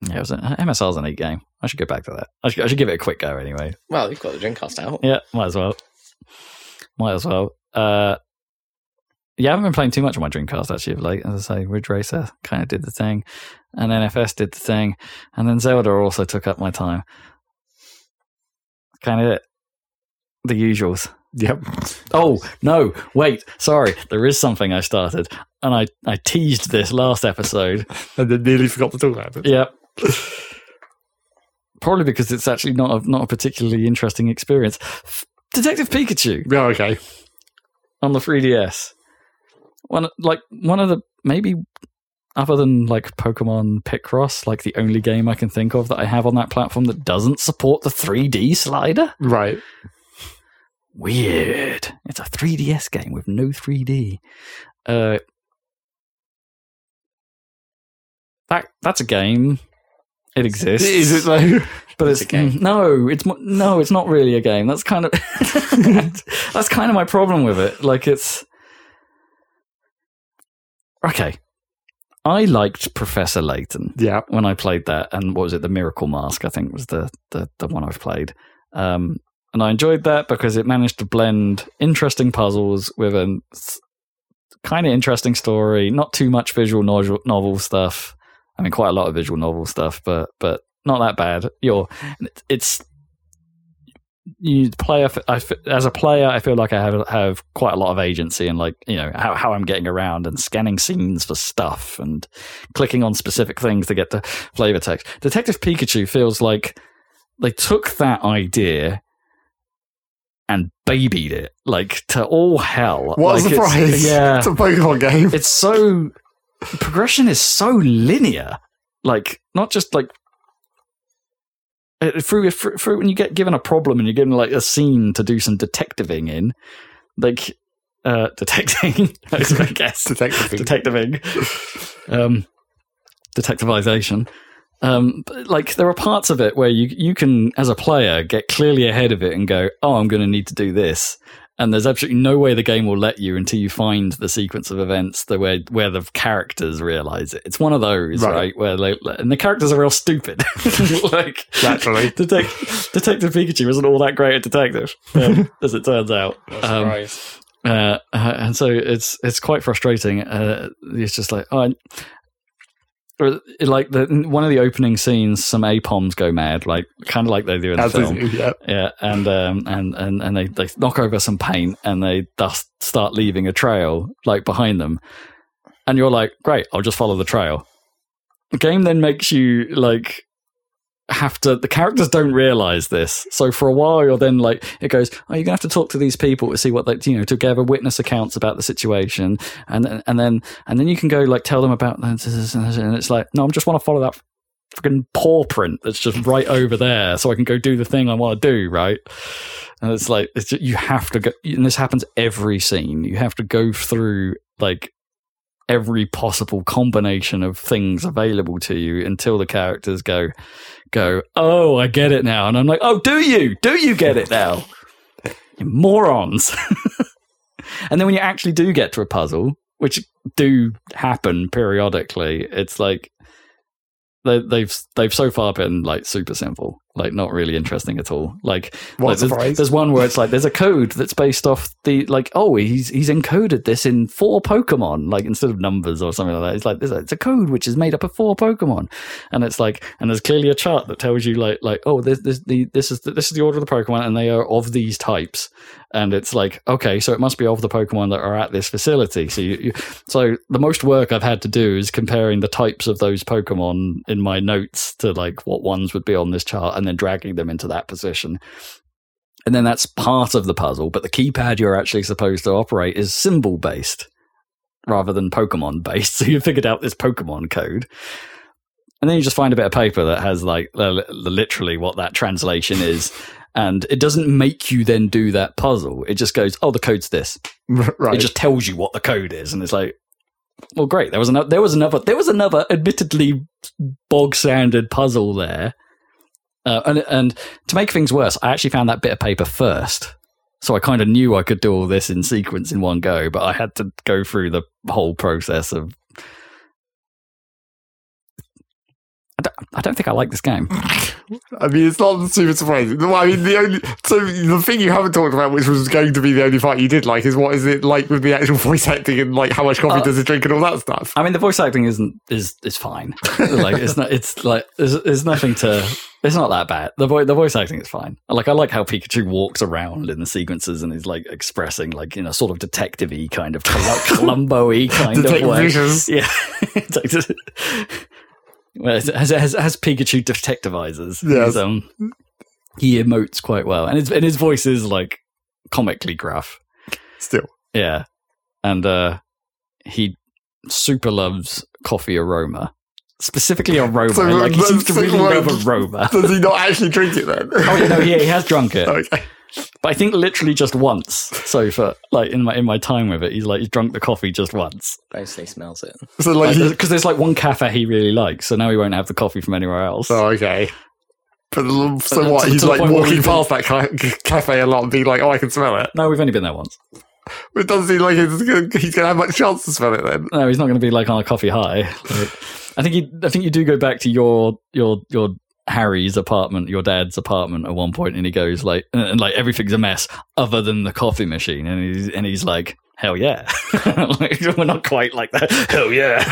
Yeah, it was an, MSR's an neat game. I should go back to that. I should, I should give it a quick go anyway.
Well, you've got the Dreamcast out.
Yeah, might as well. Might as well. Uh, yeah, I haven't been playing too much on my Dreamcast actually. of late. as I say, Ridge Racer kind of did the thing, and NFS did the thing, and then Zelda also took up my time. Kind of it. The usuals.
Yep.
Oh no! Wait, sorry. There is something I started, and I I teased this last episode.
And then nearly forgot to talk about it.
Yep. Probably because it's actually not a, not a particularly interesting experience. Detective Pikachu
Yeah. Okay.
on the 3DS. One like one of the maybe other than like Pokemon Picross, like the only game I can think of that I have on that platform that doesn't support the 3D slider.
[laughs]
Right.
Weird. It's a 3DS game with no 3D. Uh, that that's a game. It exists.
Is it though?
But
It's
it's,
a game.
mm, no, it's mo- no, it's not really a game. That's kind of [laughs] that's kind of my problem with it. Like it's okay. I liked Professor Layton
Yeah.
when I played that, and what was it? The Miracle Mask, I think, was the the, the one I've played. Um, and I enjoyed that because it managed to blend interesting puzzles with a kind of interesting story, not too much visual novel, novel stuff. I mean, quite a lot of visual novel stuff, but but not that bad. You're it's you play. as a player, I feel like I have have quite a lot of agency and like you know how how I'm getting around and scanning scenes for stuff and clicking on specific things to get the flavor text. Detective Pikachu feels like they took that idea and babied it like to all hell.
What
Like,
a
it's-
surprise.
Yeah,
It's a Pokemon game.
it's so progression is so linear like not just like uh, through, through, through when you get given a problem and you're given like a scene to do some detectiving in like uh [laughs] detecting i guess
[laughs]
Detective.
detectiving um detectivization um but, like there are parts of it where you you can as a player get clearly ahead of it and go oh i'm going to need to do this and there's absolutely no way the game will let you until you find the sequence of events the where where the characters realize it it's one of those
Right.
right, where like, and the characters are real stupid [laughs] like
Naturally.
Detec- detective pikachu isn't all that great a detective um, as it turns out Um,
surprise.
uh, uh, and so it's it's quite frustrating. Uh, it's just like oh, I- or, like the one of the opening scenes, some apoms go mad, like kind of like they do in the
As
film.
is- yeah.
Yeah, and um, and and and they, they knock over some paint and they thus start leaving a trail like behind them, and you're like, great, I'll just follow the trail. The game then makes you like have to. The characters don't realize this, so for a while you're then like, it goes, oh, you're gonna have to talk to these people to see what they, you know, to gather witness accounts about the situation, and then- and then and then you can go like tell them about this, this, this, and this, and it's like, no, I just want to follow that freaking paw print that's just right over there so I can go do the thing I want to do, right? And it's like, it's ju- you have to go, and this happens every scene. You have to go through like every possible combination of things available to you until the characters go, go, oh, I get it now. And I'm like, oh, do you? Do you get it [laughs] now? You morons. and then when you actually do get to a puzzle, which do happen periodically, it's like they, they've they've so far been like super simple, like not really interesting at all. Like,
What
like, there's,
a surprise.
there's one where it's like there's a code that's based off the like oh he's he's encoded this in four Pokemon like instead of numbers or something like that. It's like there's a, it's a code which is made up of four Pokemon, and it's like and there's clearly a chart that tells you like like oh this this the this is the, this is the order of the Pokemon and they are of these types, and it's like okay so it must be of the Pokemon that are at this facility. So you, you so the most work I've had to do is comparing the types of those Pokemon in my notes to like what ones would be on this chart and then dragging them into that position. And then that's part of the puzzle, but the keypad you're actually supposed to operate is symbol based rather than Pokemon based. [laughs] So you figured out this Pokemon code. And then you just find a bit of paper that has like li- literally what that translation is. And it doesn't make you then do that puzzle. It just goes, oh, the code's this
[laughs] right.
it just tells you what the code is and it's like well great there was another there was another there was another admittedly bog standard puzzle there uh, and and to make things worse i actually found that bit of paper first so i kind of knew i could do all this in sequence in one go but i had to go through the whole process of I don't, I don't think I like this game.
I mean, it's not super surprising. No, I mean, the only so the thing you haven't talked about, which was going to be the only part you did like, is what is it like with the actual [laughs] voice acting and like how much coffee
Uh,
does it drink and all that stuff.
I mean, the voice acting isn't is is fine. like it's not. It's like there's, there's nothing to. It's not that bad. The voice the voice acting is fine. Like I like how Pikachu walks around in the sequences and is like expressing like in a sort of detective-y kind of
[laughs]
Columbo-y kind
To take
of way.
visions.
[laughs] Yeah. Detective- Well, it's- has, has, has Pikachu detectivizers.
Yes.
He's, um, he emotes quite well, and his and his voice is like comically gruff.
Still,
Yeah. And uh he super loves coffee aroma. Specifically aroma.
So,
like he
uh,
seems to
so,
really
uh,
love aroma.
does he not actually drink it then?
Oh yeah, no, yeah, he has drunk it,
okay.
but I think literally just once. So for like in my in my time with it, he's like he's drunk the coffee just once
Mostly smells it.
So like,
because
he,
there's like one cafe he really likes, so now he won't have the coffee from anywhere else.
[laughs] oh okay. But l- so
But
what?
to-
He's
to the
like
point where
walking
we've been-
past that ca- cafe a lot and being like, "Oh, I can smell it."
No, we've only been there once.
It doesn't seem like he's gonna, he's gonna have much chance to smell it then.
No, he's not going to be like on a coffee high. Like, I think you, I think you do go back to your your your Harry's apartment, your dad's apartment at one point, and he goes like, and, and, like everything's a mess other than the coffee machine, and he's and he's like, hell yeah, [laughs] Like, we're not quite like that,
[laughs]
hell yeah,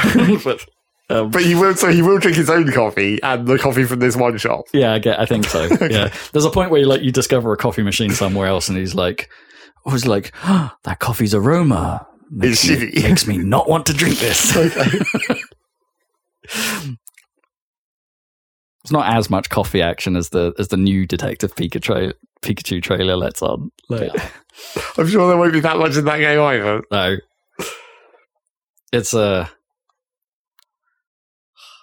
but. Um,
But he will. So he will drink his own coffee and the coffee from this one shop.
yeah, I get. I think so. Yeah, there's a point where you like you discover a coffee machine somewhere else, and he's like, I was like, "Ah, that coffee's aroma
It's
makes me,
shitty."
makes me not want to drink this. [laughs] it's not as much coffee action as the as the new Detective Pikachu tra- Pikachu trailer lets on. Like,
I'm sure there won't be that much in that game either.
no, it's a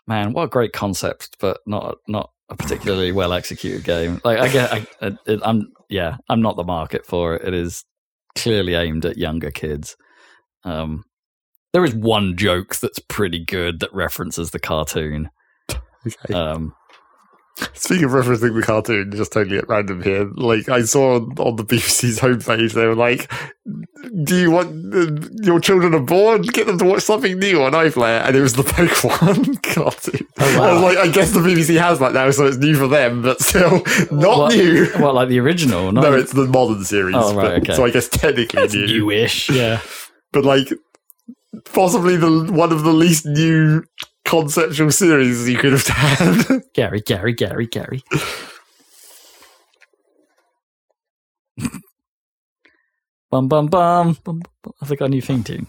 man. What a great concept, but not not a particularly well executed game. Like I get, I, it, I'm yeah, I'm not the market for it. It is clearly aimed at younger kids. Um, there is one joke that's pretty good that references the cartoon.
Okay.
Um,
Speaking of referencing the cartoon, just totally at random here. Like I saw on, on the BBC's [laughs] homepage, they were like, "Do you want uh, your children are bored? Get them to watch something new on iPlayer." And it was the [laughs] Pokemon cartoon.
Oh, wow.
I was like, I guess the BBC has that now, so it's new for them, but still [laughs] not
What?
new.
well, like the original, not
No, it's the modern series.
Oh, right,
but-
okay.
So I guess technically
That's
new.
newish. Yeah.
but like possibly the one of the least new conceptual series you could have [laughs] had.
Gary, Gary, Gary, Gary. bum, bum, bum, bum, bum. Have they got a new theme tune?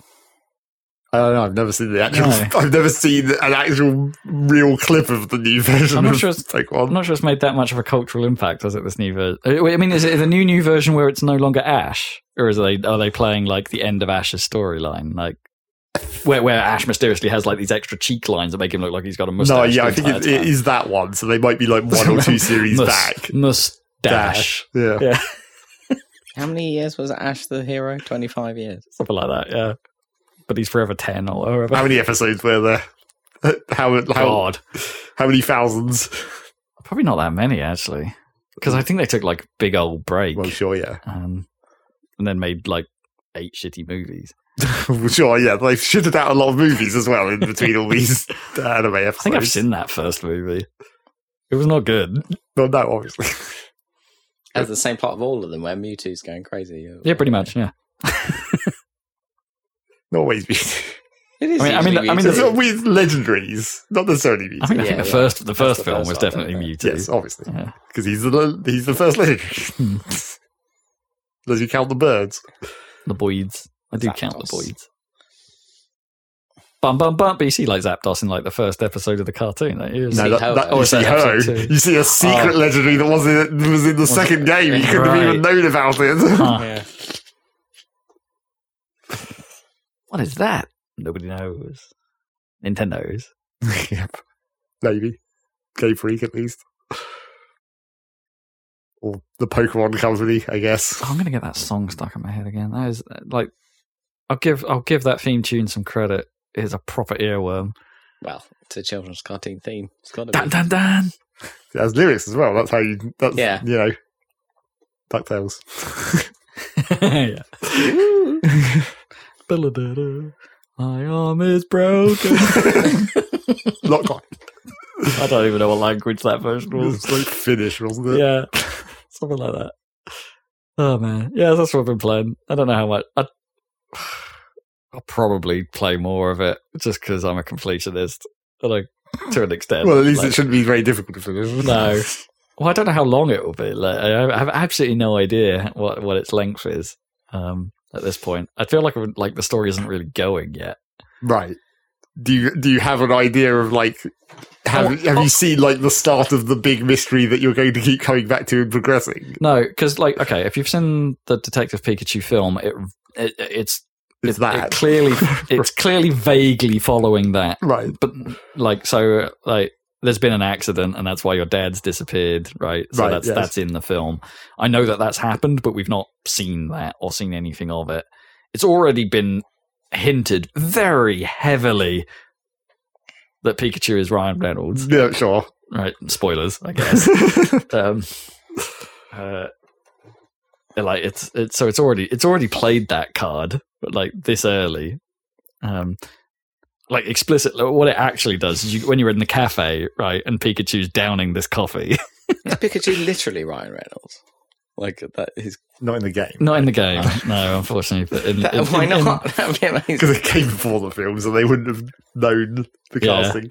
I don't know. I've never seen the actual.
No.
[laughs] I've never seen an actual real clip of the new version.
I'm not
of
sure it's-
Pokemon.
I'm not sure it's made that much of a cultural impact, has it, this new version? I mean, is it the new, new version where it's no longer Ash? Or is they, are they playing, like, the end of Ash's storyline? Like, where, where Ash mysteriously has, like, these extra cheek lines that make him look like he's got a mustache.
no,
the
yeah, I think
entire
it, it
time.
is that one. So they might be like one or
[laughs]
two series
Mus-
back.
Mustache.
Yeah.
Yeah.
How many years was Ash the hero? Twenty five years.
Something like that, yeah. But he's forever 10 or whatever.
How many episodes were there? [laughs] How how,
God.
how many thousands?
Probably not that many actually, because
Mm.
I think they took like a big old break
Well, sure, yeah. [laughs]
um, and then made like eight shitty movies.
sure, yeah, they've shitted out a lot of movies as well in between all
[laughs]
these [laughs] anime episodes.
I think I've seen that first movie. It was not good.
Well, no, obviously. [laughs]
Has the same plot of all of them where Mewtwo's going crazy.
Yeah, pretty much. Yeah.
Not always be.
It is
I mean- I mean-
usually
I mean,
Mewtwo.
there's
It's always legendaries, not necessarily
I
Mewtwo.
mean, I
Yeah,
think the
yeah.
first the first
the
film was
first one, don't
definitely
they?
Mewtwo.
Yes, obviously,
Yeah.
because he's the he's the first legendary. Does you count the birds?
The Boyds. I do count the
Zapdos.
Boyds. Bum bum bum. But you see like Zapdos in like the first episode of the cartoon. Don't you?
No, See
that,
Ho.
that-
Oh,
you
is that
see Ho.
episode two?
You see a secret
Oh.
legendary that was in,
[laughs]
was in the second game. You couldn't have even
Right.
known about
[laughs]
it.
Huh.
Yeah.
What is that? Nobody knows. Nintendo's.
yep. Maybe. Game Freak, at least. Or the Pokemon Company, I guess.
[laughs] Oh, I'm gonna get that song stuck in my head again. That is uh, like, I'll give I'll give that theme tune some credit. It's a proper earworm.
Well, it's a children's cartoon theme. It's got to
Dan
be.
dan dan. [laughs]
It has lyrics as well. That's how you. That's,
Yeah.
You know.
[laughs]
DuckTales.
yeah. Ba-la-da-da. My arm is broken.
[laughs] Not quite.
[laughs] I don't even know what language that version
It
was.
was
[laughs]
like Finnish, wasn't it?
yeah. [laughs] Something like that. Oh, man. Yeah, that's what I've been playing. I don't know how much. I, [sighs] I'll probably play more of it just because I'm a completionist. And I, to an extent.
Well, at least
like-
it shouldn't be very difficult to finish.
No. Well, I don't know how long it will be. Like, I I have absolutely no idea what, what its length is um, at this point. I feel like like the story isn't really going yet.
[laughs] Right. Do you do you have an idea of like have
Oh,
have
oh.
you seen like the start of the big mystery that you're going to keep coming back to and progressing?
No, because like okay, if you've seen the Detective Pikachu film, it, it it's
It's
it,
that
it
[laughs]
clearly it's clearly vaguely following that,
right?
but like so like there's been an accident and that's why your dad's disappeared, right? So
Right,
that's
yes.
that's in the film. I know that that's happened, but we've not seen that or seen anything of it. It's already been hinted very heavily that Pikachu is Ryan Reynolds,
Yeah, sure.
right? Spoilers, I guess
[laughs]
um, uh, like it's it's so it's already it's already played that card, but like this early, um, like explicitly what it actually does is you, when you're in the cafe, right, and Pikachu's downing this coffee, [laughs]
Is Pikachu literally Ryan Reynolds? Like that is.
Not in the game [laughs]
not in the game, no, unfortunately, but in, in-
[laughs] why
in- in-
not? [laughs] That'd be amazing.
because it came before the film, so they wouldn't have known the
Yeah.
casting.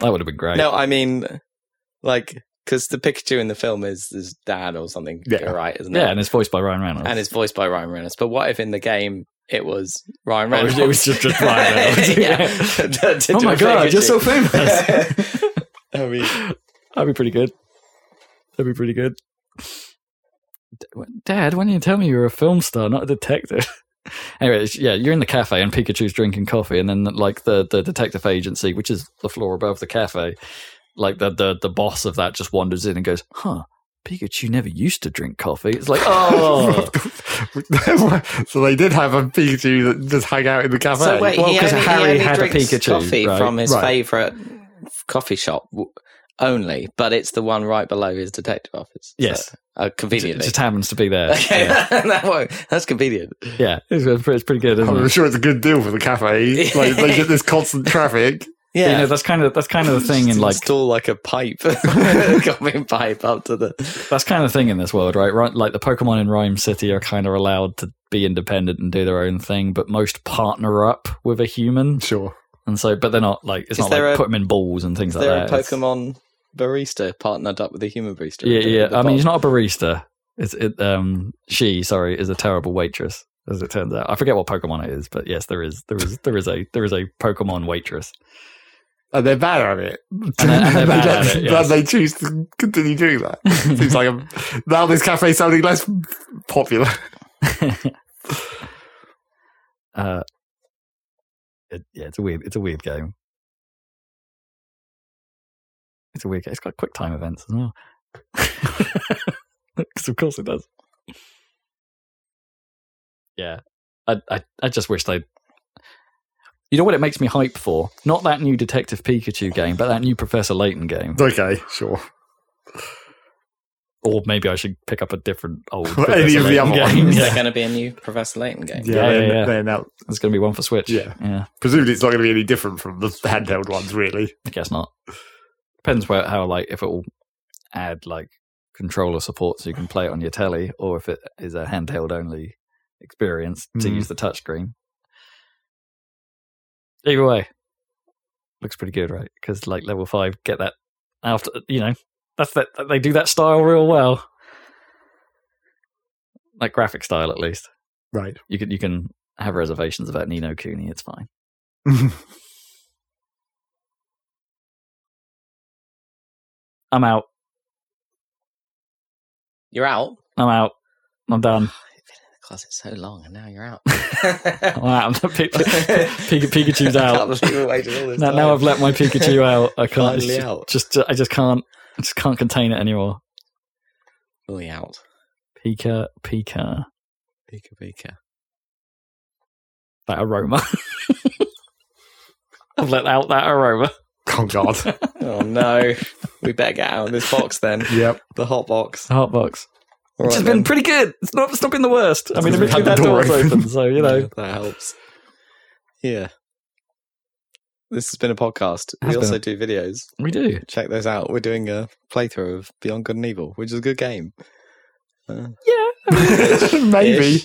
that would have been great.
No, I mean, like, because the Pikachu in the film is his dad or something,
Yeah.
right? Isn't
yeah,
it?
and it's voiced by Ryan Reynolds.
And it's voiced by Ryan Reynolds. But what if in the game it was Ryan
Oh, it
Reynolds?
was- it was just- just
[laughs]
Ryan Reynolds. [laughs]
yeah. [laughs]
Yeah.
To- to
oh
do
my
a
god, you're so
Pikachu.
[laughs]
[laughs]
famous.
I mean,
That'd be pretty good. That'd be pretty good. Dad, why didn't you tell me you were a film star, not a detective? [laughs] anyway, it's- yeah, you're in the cafe and Pikachu's drinking coffee, and then like the the detective agency, which is the floor above the cafe, like the the the boss of that just wanders in and goes, "Huh." Pikachu never used to drink coffee. It's [laughs] like, oh,
[laughs] so they did have a Pikachu that just hang out in the cafe.
so wait,
Well,
he
'cause
only,
Harry
he only
had a
drinks
Pikachu,
coffee
right?
from his
Right.
favorite coffee shop w- only, but it's the one right below his detective office.
yes,
so, uh,
it
conveniently.
just happens to be [laughs] there.
Okay,
Yeah,
[laughs] that won't- that's convenient.
yeah. It's, it's pretty good. Isn't
I'm
it? [laughs]
sure it's a good deal for the cafe. Like they get this constant traffic.
Yeah,
You know, that's kind of that's kind of the thing [laughs] in
Just
like
install like
[laughs]
a pipe, [laughs] coffee pipe up to the.
That's kind of the thing in this world, right? right? Like the Pokemon in Rhyme City are kind of allowed to be independent and do their own thing, but most partner up with a human,
Sure.
and so but they're not like it's
Is
not
there
like
a-
put them in balls and things
Is
like
there a
that. It's-
Pokemon barista partnered up with a human barista?
Yeah,
The-
yeah.
the
I mean,
bot.
he's not a barista. It's it. Um, she, sorry, is a terrible waitress, as it turns out. I forget what Pokemon it is, but yes, there is there is there is a there is a Pokemon waitress.
And they're bad at it.
And they're-
[laughs]
and they're bad at it, yes.
And they choose to continue
[laughs]
doing that. Seems like I'm, now this cafe's sounding less
[laughs]
popular.
[laughs] uh, it, yeah, it's a weird, it's a weird game. It's a weird game. It's got quick time events as well. [laughs] Because of course it does. Yeah, I, I, I just wish they. You know what it makes me hype for? Not that new Detective Pikachu game, but that new Professor Layton game.
Okay, sure.
or maybe I should pick up a different old.
Well, [laughs] any
Professor
of the
Layton
other
game.
Is
ones.
there
[laughs]
Yeah.
going to be a new Professor Layton game?
Yeah,
Yeah,
they-
yeah, yeah.
they announced-
There's going to be one for Switch.
Yeah.
yeah.
Presumably, it's not going to be any different from the handheld ones, really.
I guess not. Depends where how like if it will add like controller support so you can play it on your telly, or if it is a handheld only experience to
Mhm.
use the touchscreen. Either way, looks pretty good, right? Because like level five, get that after you know that's that they do that style real well, like graphic style at least.
[laughs] Right.
You can you can have reservations about Nino Cooney. It's fine.
Oh,
I'm out.
You're out.
I'm out. I'm done.
You've been in the closet so long, and now
[laughs]
you're out.
I'm out. [laughs] Pik- Pik- Pikachu's
[laughs] I
out.
can't believe we waited all this
Now,
time.
now I've let my
[laughs]
Pikachu out. I can't. it's
Finally
ju-
out.
Just, uh, I just can't. I just can't contain it anymore.
Fully out.
Pika, Pika,
Pika Pika.
that aroma. [laughs] I've let out that aroma. [laughs]
oh, God.
Oh no, we better get out of this box then.
yep.
The hot box.
The hot box,
All
which has
right
been
then.
pretty good. It's not. It's not been the worst. I mean,
because we
originally
had
that
the door
door's
open.
open, so you know.
Yeah, that helps. Yeah.
This has been a podcast.
Has
We
been
also
a-
do videos.
We do.
Check those out. We're doing a playthrough of Beyond Good and Evil, which is a good game.
[laughs] Maybe.
Ish.
I mean,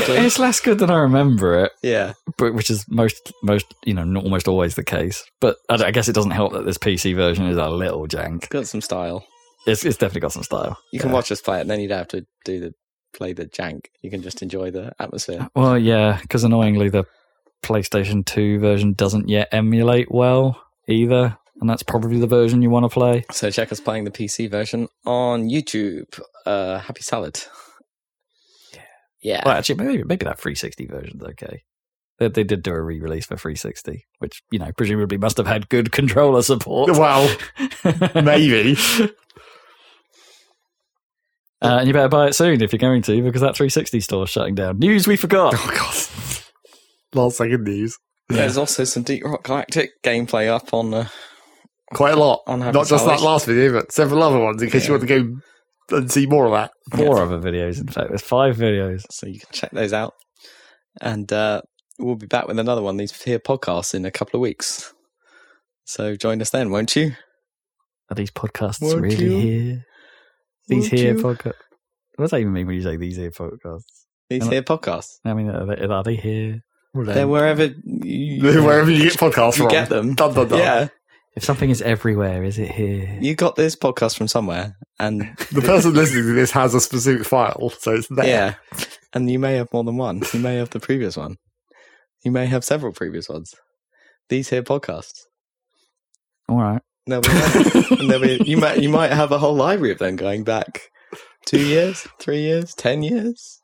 Frankly.
it's less good than I remember it,
Yeah.
but which is most, most, you know, not almost always the case. But I, I guess it doesn't help that this PC version is a little jank.
Got some style.
It's, it's definitely got some style.
You can
Yeah.
watch us play it, and then you don't have to do the play the jank. You can just enjoy the atmosphere.
Well, yeah, because annoyingly the PlayStation 2 version doesn't yet emulate well either, and that's probably the version you want to play.
So check us playing the PC version on YouTube. Uh, happy salad. Yeah.
Well, actually, maybe maybe that 360 version's okay. They, they did do a re-release for 360, which you know presumably must have had good controller support. [laughs]
Well, maybe.
Uh, and you better buy it soon if you're going to, because that 360 store's shutting down. News we forgot.
Oh, God. Last second news.
There's also some Deep Rock Galactic gameplay up on uh,
Quite a lot.
On Happy
Not just that
Salvation.
last video, but several other ones in case you want to go and see more of that.
Four other videos, in fact. There's five videos.
so you can check those out. And uh, we'll be back with another one of these here podcasts in a couple of weeks. So join us then, won't you?
Are these podcasts
Won't
really
you?
here? These
Won't
here
you?
podcasts. What does that even mean when you say these here podcasts?
These
And-
here podcasts.
I mean, are they, are they here?
They're wherever
[laughs]
you,
Wherever you get podcasts
you
from.
get
[laughs]
them.
Dun, dun, dun.
Yeah,
If something is everywhere, is it here?
you got this podcast from somewhere, and
The person listening to this has a specific file, so it's [laughs] there.
yeah, and you may have more than one. You may have the previous one. You may have several previous ones. These here podcasts.
All right.
There'll be,
[laughs]
and there'll be, you might you might have a whole library of them going back two years, three years, ten years.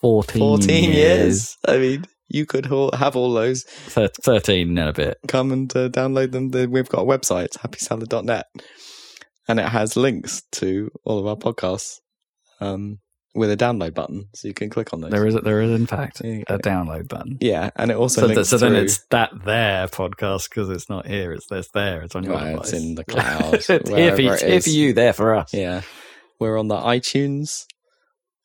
14,
14 years. I mean, you could ha- have all those.
Thir- 13 and a bit.
Come and uh, download them. The- We've got a website, it's happysalad.net, and it has links to all of our podcasts um, with a download button. So you can click on those.
There is, there is in fact,
There you
a
go.
download button.
Yeah, and it also
So, th-
links
so then
through-
it's that there podcast because it's not here. It's this there. It's on your
Well,
device.
it's in
[laughs]
the cloud,
it's here,
wherever
for you, it's
it
here for
is.
you, there for us.
Yeah. We're on the iTunes.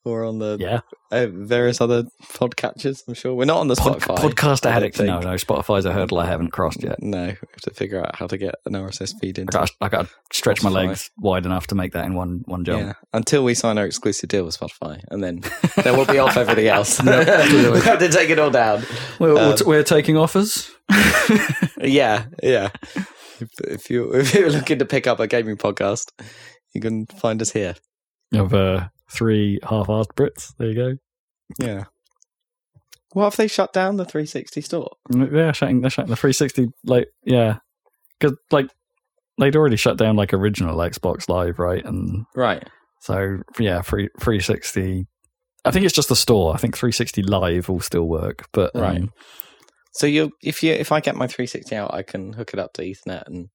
We're on the
Yeah.
uh, various other podcatchers, I'm sure. We're not on the
Pod-
Spotify.
podcast
I don't
addict. No,
think.
no. Spotify's a hurdle I haven't crossed yet.
No, we have to figure out how to get an RSS feed
I
into
got, I got to stretch my
Spotify.
legs wide enough to make that in one one jump.
Yeah, until we sign our exclusive deal with Spotify, and [laughs] then then we'll be off
[laughs]
everything else. [laughs] we
absolutely.
have to take it all down.
We're, we're
Um,
t- we're taking offers. [laughs]
Yeah, yeah. If, if you [laughs] if you're looking to pick up a gaming podcast, you can find us here.
of uh, three half-assed Brits. There you
Yeah. What if they shut down the 360 store?
go. Mm, Yeah, shutting, they're shutting the 360. Like, yeah, because like they'd already shut down like original Xbox Live, right? And
Right.
so yeah, free 360. I think it's just the store. I think 360 Live will still work, but um,
Right. So you if you if I get my 360 out, I can hook it up to Ethernet and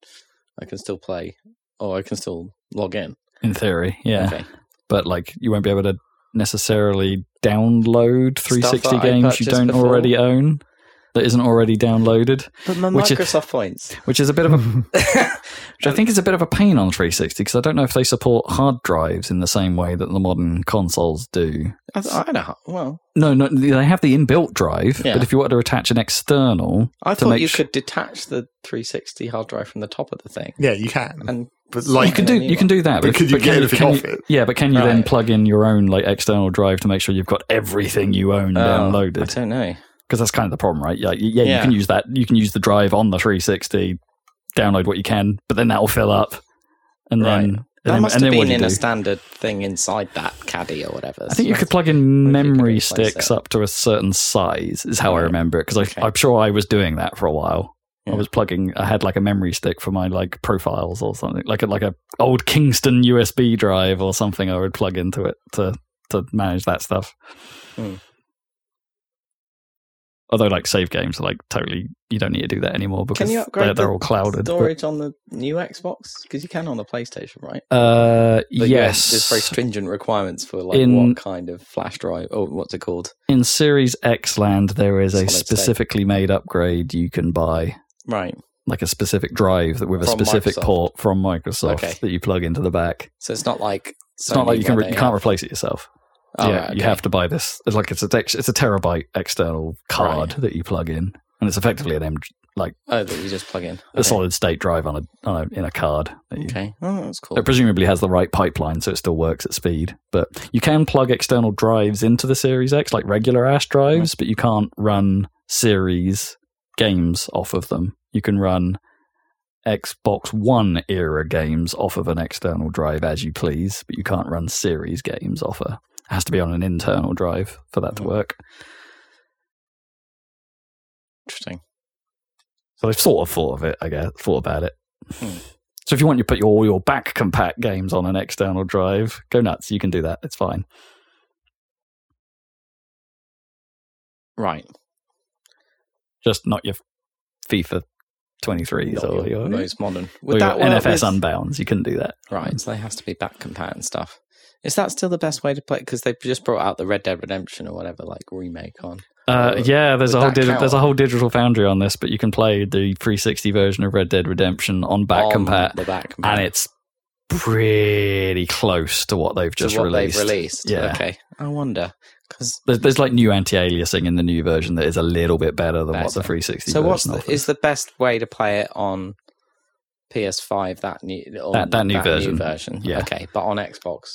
I can still play, or I can still log in.
in theory, yeah.
Okay.
But like, you won't be able to necessarily download
that
360
I
games you
purchased
don't
before.
already own that isn't already downloaded,
But my
Which is-
Microsoft points. [laughs]
which is a bit of a which I think is a bit of a pain on 360 because I don't know if they support hard drives in the same way that the modern consoles do.
I, th- I know. Well,
No, no, they have the inbuilt drive,
Yeah.
but if you wanted to attach an external,
I
To
thought
make
you
sh-
could detach the 360 hard drive from the top of the thing.
Yeah, you can.
And
But like,
you can do
Any
you can do that.
But could you get anything
can
off
you-
it?
Yeah, but can you then
Right.
plug in your own like external drive to make sure you've got everything you own
Oh, uh, I
downloaded?
don't know.
Because that's kind of the problem, right? Yeah, y- yeah, you
Yeah.
can use that. You can use the drive on the 360, download what you can, but then that'll fill up, and then
Right.
and
That
then,
must
and
have
then what
been
do you
in
do?
a standard thing inside that caddy or whatever.
I think you could plug
you
in
could
memory
replace it.
sticks up to a certain size, is how I
Right.
remember it. Because
Okay.
I'm sure I was doing that for a while. I
Yeah.
was plugging. I had like a memory stick for my like profiles or something, like a, like a old Kingston USB drive or something. I would plug into it to to manage that stuff.
Hmm.
Although, like save games are like totally, you don't need to do that anymore because
Can you upgrade
they're, they're
the
all clouded. but-
storage on the new Xbox because you can on the PlayStation, right?
uh,
But you have- there's very
yes,
stringent requirements for like
In-
what kind of flash drive or what's it called?
in Series X land, there is a
Solid state.
specifically made upgrade you can buy.
Right.
like a specific drive that with a
From
specific
Microsoft.
port from Microsoft
Okay.
that you plug into the back.
So it's not like
It's not like you can re- you can't replace it yourself.
uh, Oh,
yeah,
right,
you
okay.
have to buy this. It's like it's a dex- it's a terabyte external card
Right.
that you plug in, and it's effectively an M-
Oh, that you just plug in.
a solid state drive on a, on a in a card. That you,
Okay. Oh, that's cool.
It presumably has the right pipeline, so it still works at speed. But you can plug external drives into the Series X, like regular Ash drives, but you can't run Series games off of them. You can run Xbox One era games off of an external drive as you please, but you can't run Series games off a. It has to be on an internal drive for that to
Mhm.
work.
Interesting.
So they've sort of thought of it, I guess, thought about it.
Hmm.
So if you want to put your all your back compat games on an external drive, go nuts. You can do that. It's fine.
Right.
just not your FIFA 23s
Not
or your, or
most modern.
your
work
NFS
with-
Unbounds. You couldn't do that.
Right, so they have to be back compat and stuff. Is that still the best way to play? Because they've just brought out the Red Dead Redemption or whatever, like remake on.
Uh,
Would-
yeah, there's a
would
whole
that
digi-
count?
there's a whole digital foundry on this, but you can play the 360 version of Red Dead Redemption on back
on
compat,
the back compat,
and it's pretty close to what they've
to
just
what
released.
they've released.
Yeah.
Okay, I wonder because
There's, there's like new anti-aliasing in the new version that is a little bit better than what
Better.
the 360
so
version
what's the,
offers.
is the best way to play it on PS5? That new on
That- that new version. Yeah.
Okay, but on Xbox,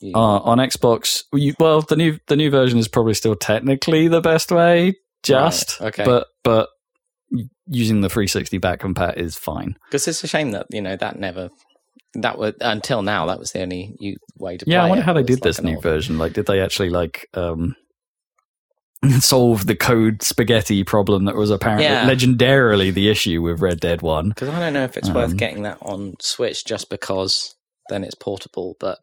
you,
uh, on Xbox, you, well, the new the new version is probably still technically the best way, just
Right, okay.
but but using the 360 back compat is fine.
because it's a shame that you know that never that was until now that was the only you, way to.
Yeah,
play
I wonder
it,
how they
was
did
like
this
an
new
old-
version. Like, did they actually like um, [laughs] solve the code spaghetti problem that was apparently
Yeah.
legendarily the issue with Red Dead One?
Because I don't know if it's worth
Um,
getting that on Switch just because then it's portable, but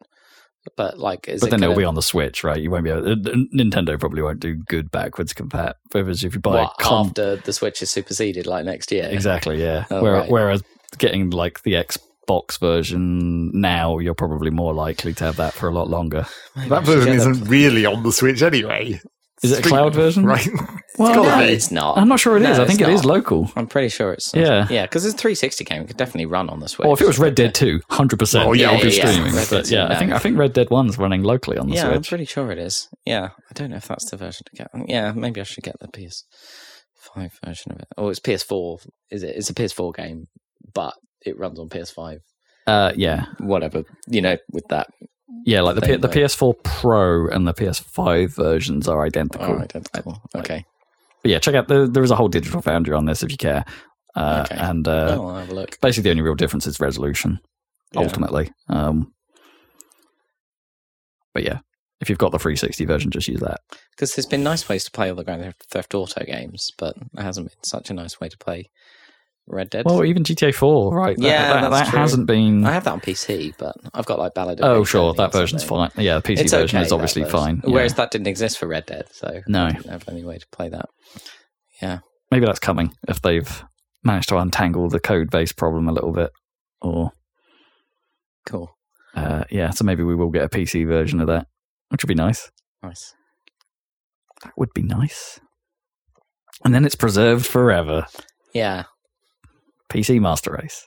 but like is
but
it
then
gonna,
it'll be on the Switch, right? You won't be able. uh, Nintendo probably won't do good backwards compat. Whereas if you buy
what,
a con-
after the Switch is superseded like next year.
Exactly, yeah.
Oh,
Where,
right.
Whereas getting like the Xbox version now, you're probably more likely to have that for a lot longer.
Maybe I
that
should
version
get
isn't
them.
really on the Switch anyway.
Is it a cloud version?
Right?
[laughs]
Well,
gotta
no,
be.
it's not.
I'm not sure it
No,
is. I
it's
think it
not.
is local.
I'm pretty sure it's
Yeah.
yeah. Because it's a 360 game, it could definitely run on the Switch.
Or if it was Red Dead 2, 100%.
Oh, yeah,
it'd be
yeah, yeah.
streaming.
Red Dead
But,
2,
yeah, I
no.
think I think Red Dead 1's running locally on the
yeah, I'm
Switch.
pretty sure it is. Yeah, I don't know if that's the version to get. um, Yeah, maybe I should get the PS5 version of it. Oh, it's PS4. Is it? It's a PS4 game, but it runs on PS5.
Uh, yeah,
Whatever you know, with that
yeah. Like the P-
Same
the
way.
PS4 Pro and the PS5 versions are identical.
Oh, identical. Okay.
But yeah, check out the, there is a whole digital foundry on this if you care. Uh,
Okay.
And uh,
oh, I'll have a look.
basically the only real difference is resolution
Yeah.
ultimately um but yeah if you've got the 360 version just use that
Because there's been nice ways to play all the Grand Theft Auto games, but it hasn't been such a nice way to play Red Dead.
well even gta 4 right that-
Yeah,
that, that,
that's true.
hasn't been
I have that on PC, but I've got like Ballad. Of
oh
Big
sure
Daddy
that
or
version's
something.
fine yeah the pc
It's
version
okay,
is
that
obviously
version.
fine yeah.
Whereas that didn't exist for Red Dead, so
No.
I didn't have any way to play that. Yeah,
maybe that's coming if they've managed to untangle the code base problem a little bit or
cool,
uh, yeah so maybe we will get a pc version of that which would be nice
nice.
that would be nice and then it's preserved forever
Yeah,
pc master race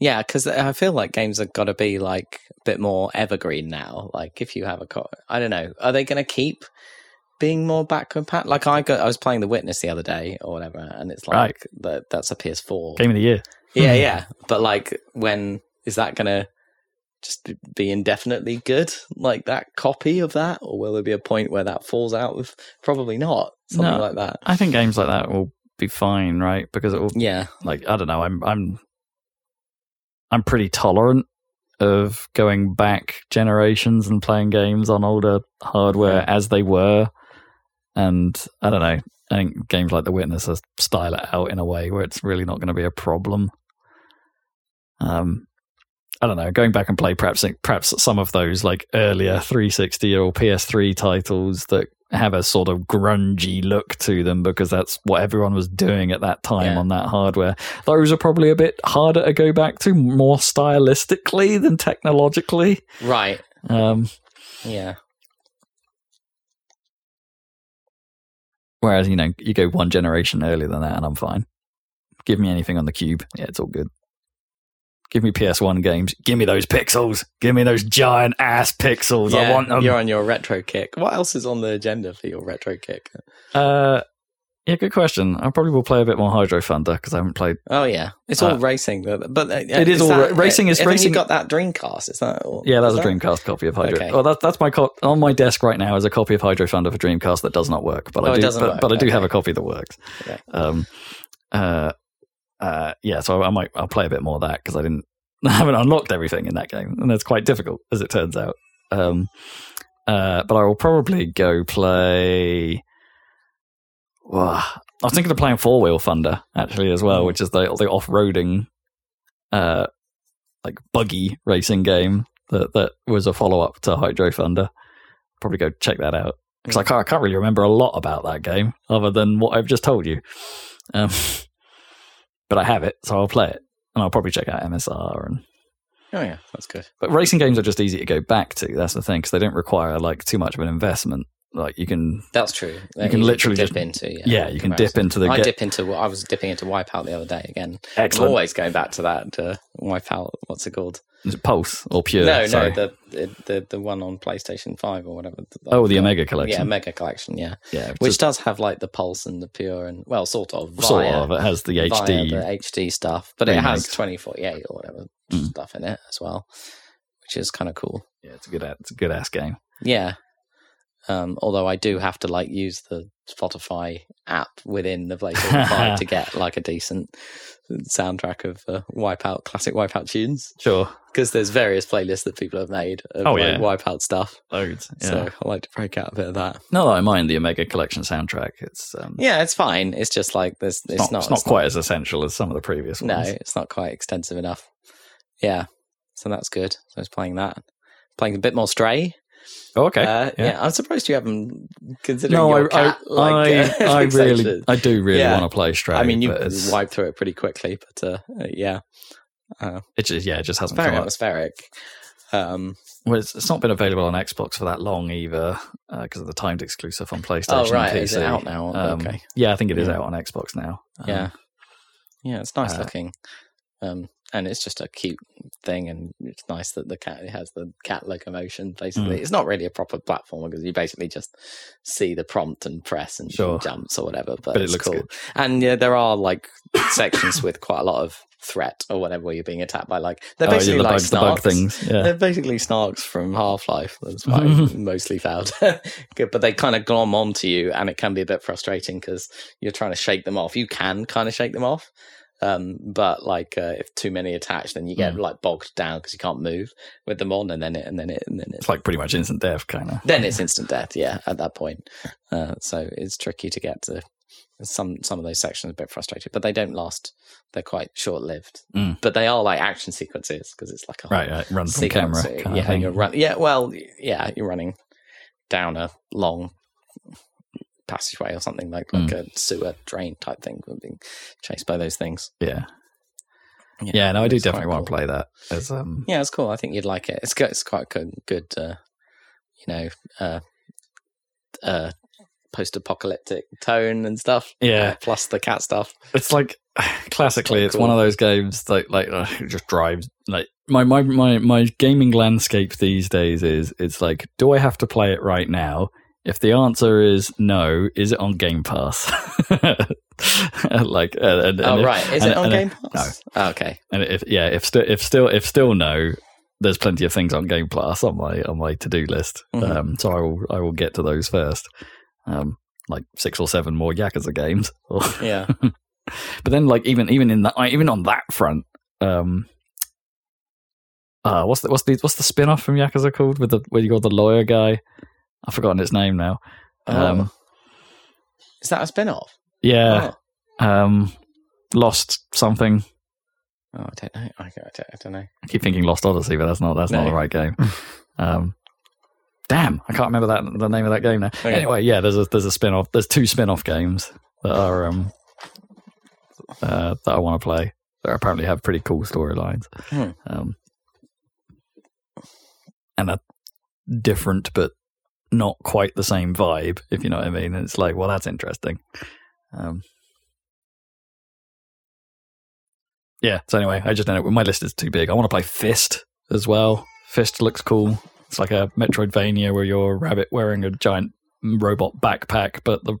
Yeah, because I feel like games have got to be like a bit more evergreen now. Like if you have a, co- I don't know, are they going to keep being more backward pat? Like I got, I was playing The Witness the other day or whatever, and it's like
Right. Hmm.
that that's a PS4
Game of the year.
Yeah, yeah, but like when is that going to just be indefinitely good? Like that copy of that, or will there be a point where that falls out? With probably not something
No.
like that.
I think games like that will be fine, right? Because it will
Yeah,
like I don't know. I'm I'm I'm pretty tolerant of going back generations and playing games on older hardware as they were, and I don't know. I think games like The Witness are style it out in a way where it's really not going to be a problem. Um, I don't know. Going back and play perhaps perhaps some of those like earlier 360 or PS3 titles that have a sort of grungy look to them because that's what everyone was doing at that time
Yeah.
on that hardware. Those are probably a bit harder to go back to, more stylistically than technologically.
right.
Um,
Yeah,
whereas you know you go one generation earlier than that, and I'm fine. Give me anything on the cube, yeah, it's all good. Give me PS1 games. Give me those pixels. Give me those giant ass pixels. I
Yeah,
want um, them.
You're on your retro kick. What else is on the agenda for your retro kick?
Uh, yeah, good question. I probably will play a bit more Hydro Thunder because I haven't played.
Oh yeah, it's all
Uh,
racing, but but uh,
it is all ra- racing is
I think
racing-
You got that Dreamcast? Is that? All,
Yeah, that's
is
a Dreamcast copy of Hydro.
Okay.
Oh, that's that's my co- on my desk right now is a copy of Hydro Thunder for Dreamcast that does not work, but
Oh,
I
it
do,
doesn't
but,
work.
but I do
Okay.
have a copy that works.
Okay.
Um, uh, uh, yeah. So I might I'll play a bit more of that because I didn't [laughs] I haven't unlocked everything in that game, and it's quite difficult as it turns out. Um, uh, but I will probably go play. Wah. I was thinking of playing Four Wheel Thunder actually as
Hmm.
well, which is the the off roading, uh, like buggy racing game that that was a follow up to Hydro Thunder. Probably go check that out because I can't I can't really remember a lot about that game other than what I've just told you. Um, [laughs] but I have it, so I'll play it, and I'll probably check out MSR and
Oh yeah, that's good.
but racing games are just easy to go back to. That's the thing because they don't require like too much of an investment. Like you can,
That's true. That
You can literally
dip
just-
into. Yeah,
yeah, you can dip
comparison.
into the
I
get
dip into. I was dipping into Wipeout the other day again. I'm
excellent
always going back to that uh, Wipeout. What's it called?
Is it pulse or pure.
no,
Sorry.
no, the, the the one on PlayStation Five or whatever.
oh, the Omega collection.
Yeah, Mega Collection. Yeah,
yeah,
which
just
does have like the Pulse and the Pure and well, sort of via,
sort of it has the
via
HD.
the HD stuff, but it has
remakes.
twenty forty eight or whatever
Mm.
stuff in it as well, which is kind of cool.
Yeah, it's a good, it's a good ass game.
Yeah. Um, although I do have to like use the Spotify app within the
[laughs]
PlayStation 5 to get like a decent soundtrack of uh, Wipeout classic Wipeout tunes
Sure,
because there's various playlists that people have made of
Oh,
like,
yeah.
Wipeout stuff.
loads. Yeah.
So I like to break out a bit of that.
Not that I mind the Omega collection soundtrack. It's um,
Yeah, it's fine. It's just like there's
it's, not, it's not
it's
quite as essential as some of the previous
No,
ones.
it's not quite extensive enough. Yeah, so that's good. So I was playing that, playing a bit more Stray.
Oh, okay.
Uh, yeah.
yeah.
I'm surprised you haven't considered.
no,
your
I, I,
cat, like,
I,
uh, [laughs]
I really,
fixation.
I do really
Yeah.
want to play Stray.
I mean, you
but it's,
wiped through it pretty quickly, but uh, uh, yeah,
it just, yeah, it just hasn't
very
come up.
atmospheric. Um,
Well, it's, it's not been available on Xbox for that long either, because of the timed exclusive on PlayStation.
oh right,
and PC.
is it out now?
Um,
okay,
Yeah, I think it is
Yeah.
out on Xbox now. Um,
yeah, yeah, it's nice
uh,
looking, um, and it's just a cute thing, and it's nice that the cat it has the cat locomotion. Basically,
Mm.
it's not really a proper platformer because you basically just see the prompt and press and
Sure.
jumps or whatever. But,
but it
it's
looks
cool.
good.
And yeah, there are like sections with quite a lot of threat or whatever where you're being attacked by like they're
Oh, yeah,
basically
the, bug, the
like
bug
snarks.
things. Yeah,
[laughs] They're basically snarks from Half Life.
[laughs]
That's why I mostly failed. [laughs] Good, but they kind of glom onto you, and it can be a bit frustrating because you're trying to shake them off. You can kind of shake them off, um, but like uh, if too many attach, then you get
Mm.
like bogged down because you can't move with them on, and then it, and then it, and then it,
it's like pretty much instant death, kind of.
then it's instant death. Yeah, at that point, uh, so it's tricky to get to some some of those sections. A bit frustrated, but they don't last. They're quite short lived,
Mm.
but they are like action sequences because it's like a
Right, right, run from
sequence.
camera. Kind
yeah,
of thing.
you're run- Yeah, well, yeah, you're running down a long passageway or something like
Hmm.
like a sewer drain type thing, but being chased by those things.
Yeah, yeah. No, I do
it's quite
definitely want to
cool.
play that. As um,
Yeah, it's cool. I think you'd like it. It's good. It's quite good. Good, uh, you know, uh, uh, post-apocalyptic tone and stuff. Uh,
Yeah.
plus the cat stuff.
it's like [sighs] classically,
Quite
it's one of
Oh, cool.
those games that like [sighs] uh, it just drives like my, my my my gaming landscape these days is it's like, do I have to play it right now? If the answer is no, is it on Game Pass? [laughs] like, uh, and, and
oh
if-
right, is
and-
it on
and-
Game Pass? Oh, okay,
and if yeah, if still if still if still no, there's plenty of things on Game Plus on my on my to do list.
Mhm.
Um, so I will I will get to those first. Um, like six or seven more Yakuza games. [laughs] but
yeah.
then like even even in that even on that front, um, uh, what's the what's the what's the spin off from Yakuza called with the where you got the lawyer guy? I've forgotten its name now. Um,
Oh. is that a spin-off?
Yeah, um, lost something.
Oh, I don't know. I, I don't, I don't know.
I keep thinking Lost Odyssey, but that's not that's not
No.
the right
[laughs]
game. Um, damn, I can't remember that the name of that game now.
Okay.
Anyway, yeah, there's a there's a spin off. There's two spin off games that are um uh, that I want to play that apparently have pretty cool storylines.
Hmm.
Um, and are different, but not quite the same vibe. If you know what I mean, it's like, well, that's interesting. Um, yeah. So anyway, I just ended up my list is too big. I want to play Fist as well. Fist looks cool. It's like a Metroidvania where you're a rabbit wearing a giant robot backpack, but the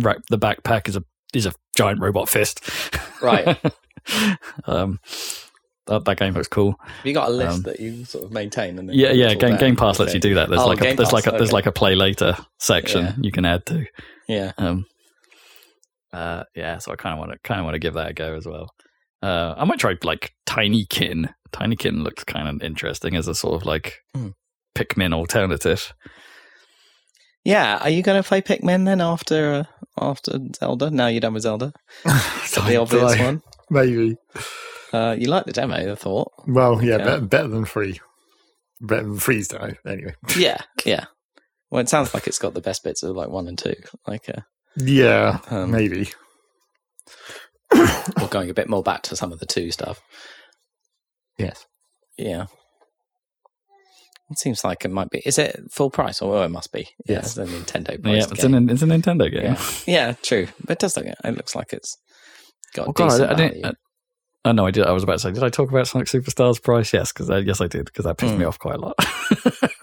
ra- the backpack is a is a giant robot fist.
Right.
[laughs] um, that, that game looks cool.
Have you got a list
Um,
that you sort of maintain? And then
Yeah,
it's
yeah.
all
Game,
there?
game Pass lets
Okay.
you do that. There's
Oh,
like a,
Game
there's like a,
Pass,
there's
okay.
like a play later section
Yeah.
you can add to.
Yeah.
Um, uh, yeah, so I kind of want to kind of want to give that a go as well. Uh, I might try like Tiny Kin. Tiny Kin looks kind of interesting as a sort of like
Hmm.
Pikmin alternative.
Yeah. Are you going to play Pikmin then after uh, after Zelda? Now you're done with Zelda.
[laughs]
The obvious one.
Maybe.
Uh, you like the demo,
[laughs]
I thought.
Well, yeah,
Yeah.
Better, better than free. Better than freeze though. Anyway.
Yeah. Yeah. Well, it sounds like it's got the best bits of like one and two. Like, uh,
Yeah,
um,
maybe.
or going a bit more back to some of the two stuff.
Yes.
Yeah. It seems like it might be. Is it full price? Or oh, it must be. Yeah,
Yes.
it's a Nintendo
Yeah,
price.
it's a Nin- it's a Nintendo game.
Yeah. yeah, true. But it does look. It looks like it's got.
Oh
a
god,
decent
I, I didn't.
value.
I, oh no, I did. I was about to say, did I talk about Sonic Superstars price? Yes, because yes, I did because that pissed
Hmm.
me off quite a lot. [laughs]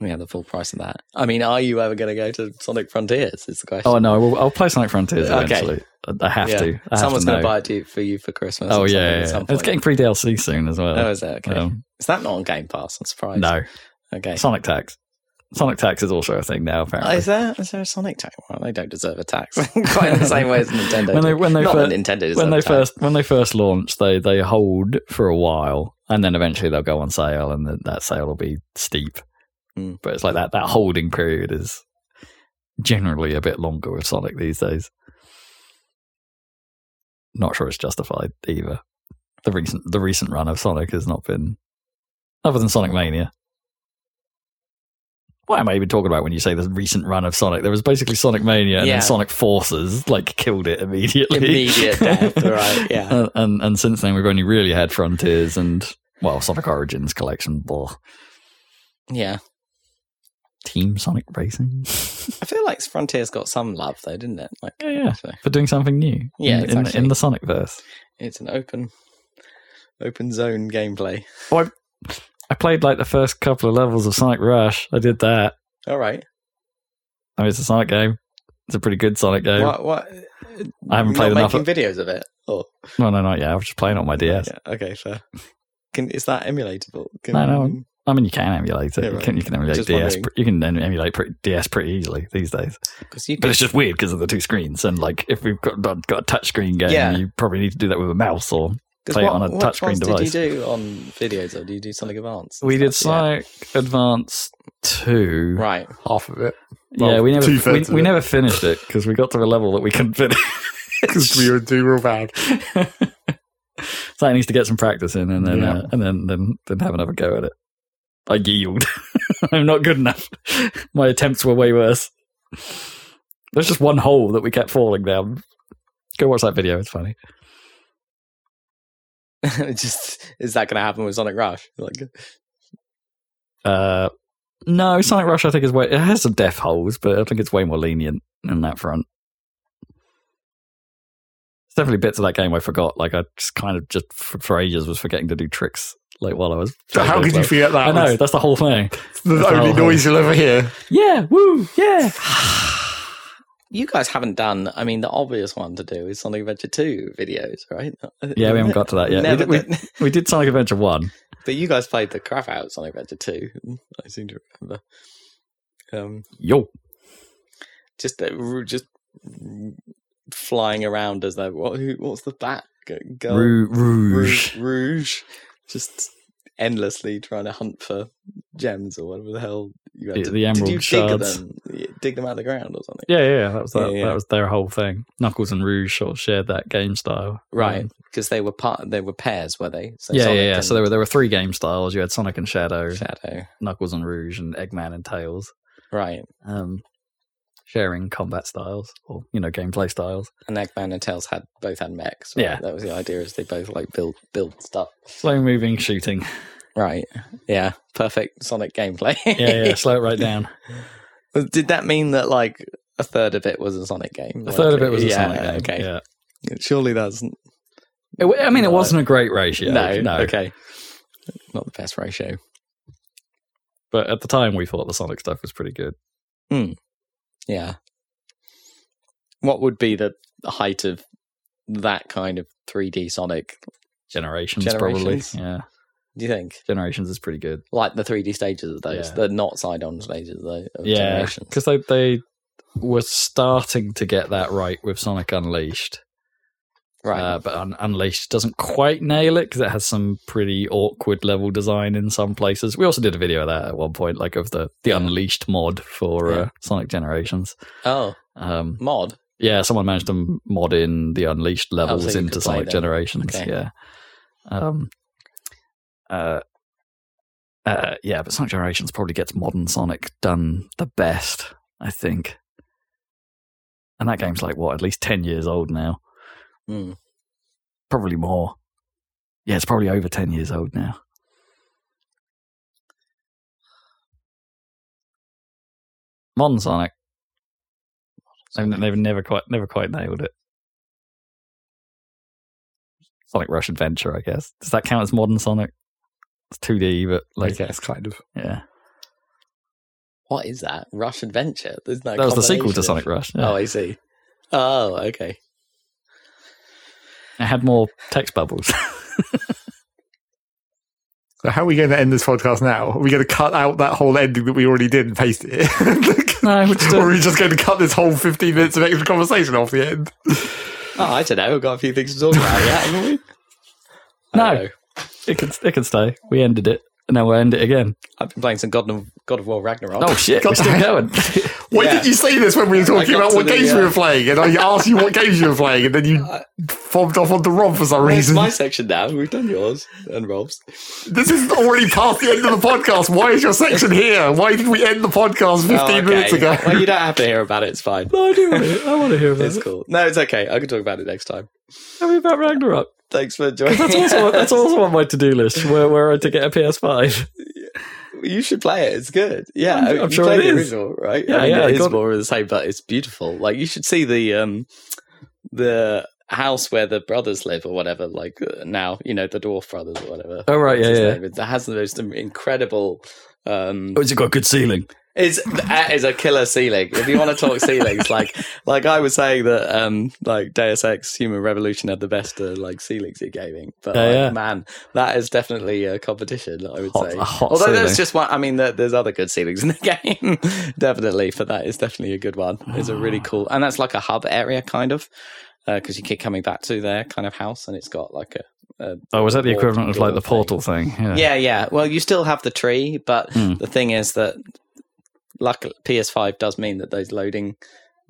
Yeah, the full price of that. I mean, are you ever going to go to Sonic Frontiers? Is the question.
oh no, I will, I'll play Sonic Frontiers
Okay.
eventually. I I have
Yeah.
to. I have
Someone's
to
going to
know.
buy it to- for you for Christmas.
Oh
or something
yeah, yeah,
at
yeah.
some
it's
point.
getting pre DLC soon as well.
Oh, is it okay?
Um,
is that not on Game Pass? I'm surprised.
no,
Okay. Oh,
Sonic Tax. Sonic Tax is also a thing now. Apparently,
Is there is there a Sonic tax? Well, they don't deserve a tax [laughs] quite in the same way as Nintendo.
When they-
do.
when they
not
fir-
that Nintendo deserve
when
a
they
tax.
first when they first launch, they they hold for a while, and then eventually they'll go on sale, and th- that sale will be steep.
Mm.
But it's like that that holding period is generally a bit longer with Sonic these days. Not sure it's justified either. The recent the recent run of Sonic has not been, other than Sonic Mania. What am I even talking about when you say the recent run of Sonic? There was basically Sonic Mania, and
Yeah.
then Sonic Forces like killed it immediately.
Immediate death,
[laughs]
right, yeah.
And, Uh, and and since then we've only really had Frontiers and well Sonic Origins collection, blah.
yeah,
Team Sonic Racing [laughs]
I feel like Frontiers got some love though, didn't it? Like,
Yeah, yeah.
so
for doing something new.
Yeah,
in,
exactly.
in, in the Sonic verse.
it's an open, open zone gameplay.
I played like the first couple of levels of Sonic Rush. I did that.
All right.
I mean, it's a Sonic game. It's a pretty good Sonic game.
What? What?
I haven't
You're
played
not
enough
Making videos of it. Or
No, no, not yet. I was just playing it on my DS.
Yeah, okay, fair. Can, is that emulatable? Can,
No, no, I mean, you can emulate it.
Yeah,
You
right.
can you can emulate
Just
DS.
wondering.
pre- You can em- emulate pre- DS pretty easily these days.
'cause you
But
could,
it's just weird because of the two screens. And like, if we've got got a touchscreen game,
Yeah.
you probably need to do that with a mouse or
'cause
play it
what-
on a
which
touchscreen
ones
device.
Did you do on videos or do you do Sonic Advance?
We did
Stuff, yeah.
Sonic Advance Two.
Right. [laughs]
Half of it.
yeah,
Well,
we never we,
two-thirds of
we
it.
never finished it because we got to a level that we couldn't
[laughs]
finish.
Because we were too real bad.
[laughs] Sonic needs to get some practice in, and then
Yeah.
uh, and then, then then have another go at it. I yield. [laughs] I'm not good enough. [laughs] My attempts were way worse. There's just one hole that we kept falling down. Go watch that video; it's funny.
It just is that going to happen with Sonic Rush? Like,
Uh, no, Sonic Rush, I think is way it has some death holes, but I think it's way more lenient in that front. definitely bits of that game I forgot. Like I just kind of just for, for ages was forgetting to do tricks. Like while I was.
So how
playing
could
those
you
levels.
forget that?
I know
That's
that's the whole thing.
the
that's
only
how-
noise you'll ever hear.
Yeah, woo, yeah.
You guys haven't done. I mean, the obvious one to do is Sonic Adventure Two videos, right?
[laughs] Yeah, we haven't got to that yet. We
Never
did, we,
did.
[sighs] we did Sonic Adventure One.
[laughs] But you guys played the crap out of Sonic Adventure Two. I seem to remember. Um,
Yo,
just uh, r- just flying around as though what who, what's the bat G- girl
Rouge. Rouge.
Rouge. Rouge. just endlessly trying to hunt for gems or whatever the hell you had
The-
to,
the emerald
did you
shards.
dig them You dig them out of the ground or something
Yeah, yeah, that was that,
Yeah, yeah.
that was their whole thing. Knuckles and Rouge sort of shared that game style,
right
Um,
because they were part they were pairs were they so
yeah,
Sonic
yeah, yeah. So
and
there were there were three game styles. You had Sonic and Shadow,
shadow
Knuckles and Rouge, and Eggman and Tails.
right
Um, sharing combat styles or you know gameplay styles.
and Eggman and Tails had both had mechs right?
Yeah.
that was the idea is they both like build build stuff
Slow moving shooting.
right yeah perfect Sonic gameplay
[laughs] Yeah, yeah. slow it right [laughs] down.
Well, Did that mean that like a third of it was a Sonic game?
A third of it was a
yeah,
Sonic game.
Okay,
Yeah.
surely that's n-
It w- I mean, it
No.
wasn't a great ratio.
no,
no.
Okay, not the best ratio.
But at the time, we thought the Sonic stuff was pretty good.
Yeah. What would be the height of that kind of 3D Sonic?
Generations,
Generations?
probably. Yeah.
Do you think
Generations is pretty good.
like the 3D stages of those?
Yeah.
They're not side-on stages though. Of
yeah. [laughs]
Generations.
Because they, they were starting to get that right with Sonic Unleashed.
Right.
Uh, but Un- Unleashed doesn't quite nail it because it has some pretty awkward level design in some places. We also did a video of that at one point, like of the, the Unleashed mod for
Yeah.
uh, Sonic Generations.
oh,
Um,
mod.
yeah, someone managed to mod in the Unleashed levels
Oh, so you
into
could play
Sonic
them.
Generations.
Okay.
Yeah. Um. Uh. Uh. Yeah, but Sonic Generations probably gets modern Sonic done the best, I think. And that game's like what, at least ten years old now,
Hmm.
probably more. Yeah, it's probably over ten years old now. Modern Sonic. They've, they've never quite never quite nailed it. Sonic Rush Adventure, I guess. Does that count as modern Sonic? It's 2D, but like,
guess, kind of.
yeah,
What is that? Rush Adventure. There's no.
that was the sequel
combination
to
of-
Sonic Rush. Yeah.
Oh, I see. Oh, okay.
It had more text bubbles. [laughs]
So how are we going to end this podcast now? Are we going to cut out that whole ending that we already did and paste it? [laughs] in?
no, we're just
[laughs] or are
doing,
we just going to cut this whole 15 minutes of extra conversation off the end?
Oh, I don't know. We've got a few things to talk about. Yeah,
[laughs]
haven't we? I
No.
don't know.
it can it can stay. We ended it, and now we'll end it again.
I've been playing some God of God of War Ragnarok. [laughs]
Oh shit,
God
we're still
damn.
going.
Why
Yeah.
did you say this when we were talking
got
about
to
what
the,
games we
uh,
were playing? And I asked you what games you were playing, and
[laughs]
then you fobbed off onto Rob for some
it's
reason.
my section now. We've done yours
[laughs]
and Rob's.
[laughs] This is already past the end of the podcast. Why is your section here? Why did we end the podcast 15
Oh, okay.
minutes ago?
Well, you don't have to hear about it.
[laughs]
It's fine.
no, I do. Want to, I want to hear about
It's
it.
cool. No, it's okay. I can talk about it next time.
Tell me about Ragnarok.
Thanks for joining.
That's also that's also on my to do list. Where where I to get a PS5.
[laughs] you should play it. It's good. Yeah,
I'm- I'm
you
sure
played
it
the
is.
original, right?
Yeah,
I mean,
yeah,
It is
God-
more of the same, but it's beautiful. Like you should see the um, the house where the brothers live or whatever. Like uh, now, you know, the dwarf brothers or whatever.
Oh, right,
What's
yeah,
his
yeah.
name? It has the most incredible. Um,
it's Oh, got good ceiling.
it's that is a killer ceiling. If you want to talk ceilings, like like I was saying that um like Deus Ex Human Revolution had the best uh, like ceilings in gaming, but
Yeah,
like,
yeah.
man, that is definitely a competition. I would
Hot-
say.
a hot
Although
ceiling.
there's just one. I mean, there, there's other good ceilings in the [laughs] game, definitely. But that is definitely a good one. It's
[sighs]
a really cool, and that's like a hub area kind of because you keep coming back to their kind of house, and it's got like a
Oh, was that the
Portal
equivalent of like the
thing.
portal thing? Yeah.
yeah, yeah. Well, you still have the tree, but
Hmm.
the thing is that luck PS5 does mean that those loading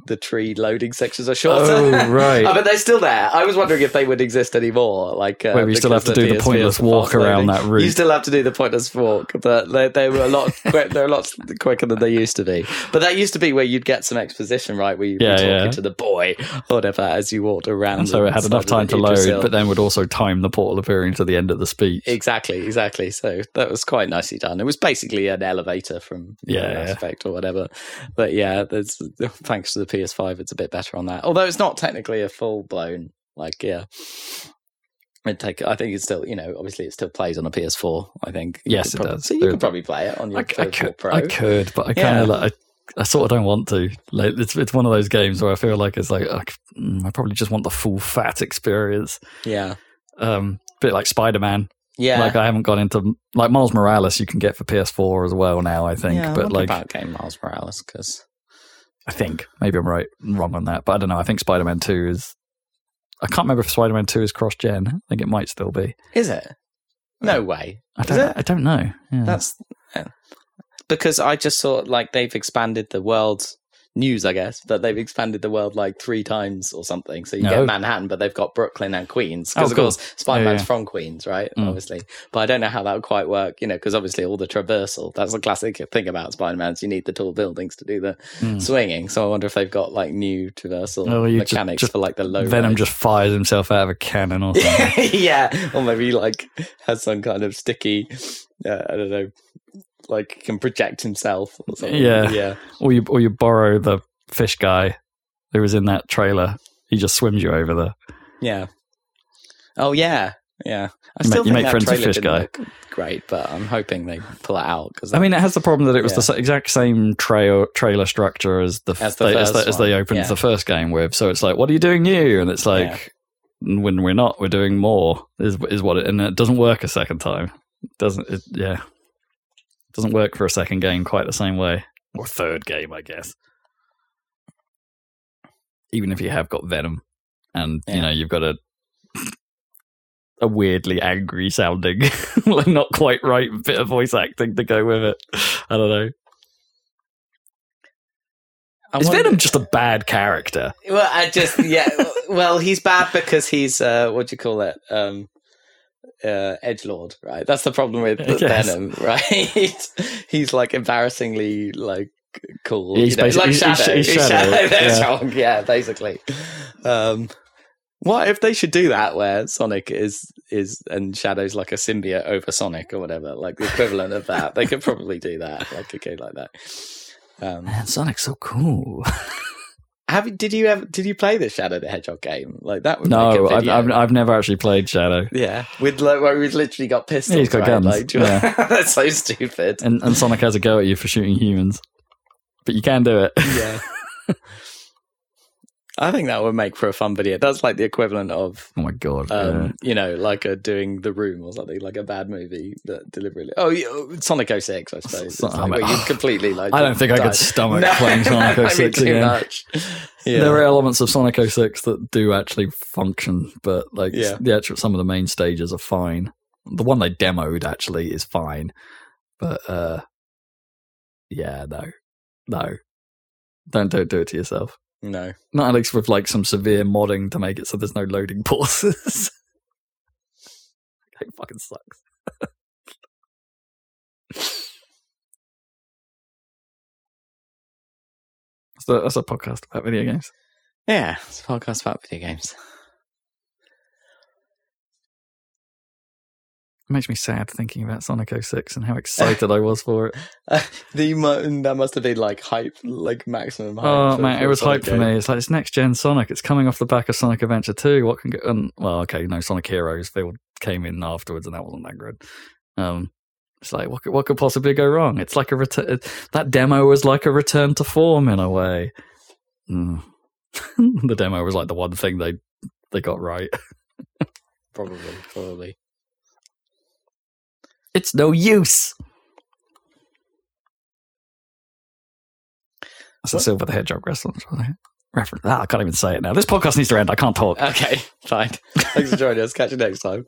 the tree loading sections are shorter. [laughs]
Oh, right.
Oh, but they're still there. I was wondering if they would exist anymore. Like, uh,
Whether you still
because
have to do the
PS5
pointless
fast
walk around
loading.
that route.
You still have to do the pointless walk, but they, they were a lot.
[laughs]
Quick, they're a lot quicker than they used to be. But that used to be where you'd get some exposition, right? Where you'd
Yeah,
be talking
yeah.
to the boy or whatever as you walked around.
And so it had
stuff
enough
with
time to
Idris
load,
Elba.
but then would also time the portal appearing to the end of the speech.
Exactly, exactly. So that was quite nicely done. It was basically an elevator from you know,
Yeah,
Mass
yeah.
Effect or whatever. [laughs] But yeah, there's, thanks to the PS5, it's a bit better on that. Although it's not technically a full blown
Like, yeah.
It take. I think it's still, you know, obviously it still plays on a PS4. I think. You
Yes,
could
it
prob-
does.
So you
There-
could probably play it on
I,
your
I
PS4
could,
Pro.
I could, but I kind
Yeah.
of like. I, I sort of don't want to. Like it's it's one of those games where I feel like it's like I, c- mm, I probably just want the full fat experience.
Yeah,
Um, bit like Spider Man.
yeah.
Like I haven't gone into like Miles Morales. You can get for PS4 as well now. I think,
Yeah, I
but
wonder
like
about game Miles Morales because
I think maybe I'm right wrong on that, but I don't know. I think Spider Man Two is. I can't remember if Spider Man Two is cross gen. I think it might still be.
is it? No way.
I
Is
don't.
it?
I don't know. Yeah.
That's yeah. because I just saw like they've expanded the world news, I guess, that they've expanded the world like three times or something. So you
No.
get Manhattan, but they've got Brooklyn and Queens
Oh,
because of
cool.
course Spider Man's
yeah.
from Queens, right?
Mm.
Obviously, but I don't know how that would quite work, you know, because obviously all the traversal. That's the classic thing about Spider Man's. You need the tall buildings to do the
Mm.
swinging. So I wonder if they've got like new traversal
Oh, you just-
mechanics
just
for like the low.
Venom
ride.
just fires himself out of a cannon [laughs] or
[laughs]
something.
yeah, or maybe like has some kind of sticky, uh, I don't know, like can project himself or something.
Yeah.
yeah,
or you or you borrow the fish guy who was in that trailer. He just swims you over there.
yeah. Oh yeah, yeah. I
You make- you
still think
make
that
friends with
trailer
Fish
didn't look great, but I'm hoping they pull it out because
I mean, it has the problem that it was
Yeah.
the the exact same trail, trailer structure as the, f-
As the
they, as,
first
they, as they
one,
opened
yeah.
the first game with. So it's like, what are you doing new? And it's like, when we're not, we're doing more is is what it, and it doesn't work a second time. It doesn't it? Yeah, doesn't work for a second game quite the same way, or third game, I guess. Even if you have got Venom, and you
Yeah.
know you've got a a weirdly angry sounding, [laughs] like not quite right bit of voice acting to go with it. I don't know.
I
Is
wonder-
Venom just a bad character?
Well, I just yeah. well, he's bad because he's uh, what do you call it? Um, uh, Edge Lord, right? That's the problem with
[laughs] Yes.
Venom, [laughs] right? he's like embarrassingly like cool.
He's
you know,
basi-
like
he's- he's-
Shadow.
he's Shadow,
That's
yeah.
wrong, yeah, basically. Um, what if they should do that where Sonic is is and Shadow's like a symbiote over Sonic or whatever, like the equivalent of that? They could probably do that, like a game like that. Um,
Man, Sonic's so cool.
have you- did you ever did you play the Shadow the Hedgehog game? Like that would make
No,
a
I've,
video.
I've I've never actually played Shadow.
yeah, with like where we literally got pissed.
Yeah, he's got guns,
Like, [laughs] do you-
yeah.
that's so stupid.
and, and Sonic has a go at you for shooting humans, but you can do it. [laughs]
yeah, I think that would make for a fun video. That's like the equivalent of.
Oh my god!
Um, You know, like a doing the room or something, like a bad movie that deliberately. Oh, yeah, Sonic 06, I suppose. It's
Son-
like where you completely like.
yeah. I don't think I
die.
could stomach
[laughs] No,
playing Sonic
that'd be
06
too
again.
much. Yeah.
There are elements of Sonic 06 that do actually function, but like
Yeah.
the actual some of the main stages are fine. The one they demoed actually is fine, but uh, yeah, no, no, don't don't do it to yourself.
no.
Not Alex with like some severe modding to make it so there's no loading [laughs] pauses. it fucking sucks. That's a, that's a podcast about video games.
Yeah, it's a podcast about video games.
It makes me sad thinking about Sonic 06 and how excited I was for it.
Uh, the mu- that must have been like hype, like maximum hype.
Oh
for-
man,
for
it was
Sonic
hype for
game.
me. It's like it's next gen Sonic. It's coming off the back of Sonic Adventure 2. What can go? And, well, okay, no, Sonic Heroes. They all came in afterwards, and that wasn't that good. Um, it's like what could, what could possibly go wrong? It's like a return. That demo was like a return to form in a way. Mm. [laughs] the demo was like the one thing they they got right. [laughs]
Probably, probably.
It's no use. That's a
What?
Silver the Hedgehog wrestling reference. Ah, I can't even say it now. This podcast needs to end. I can't talk.
Okay, fine. Thanks for joining us. Catch you next time.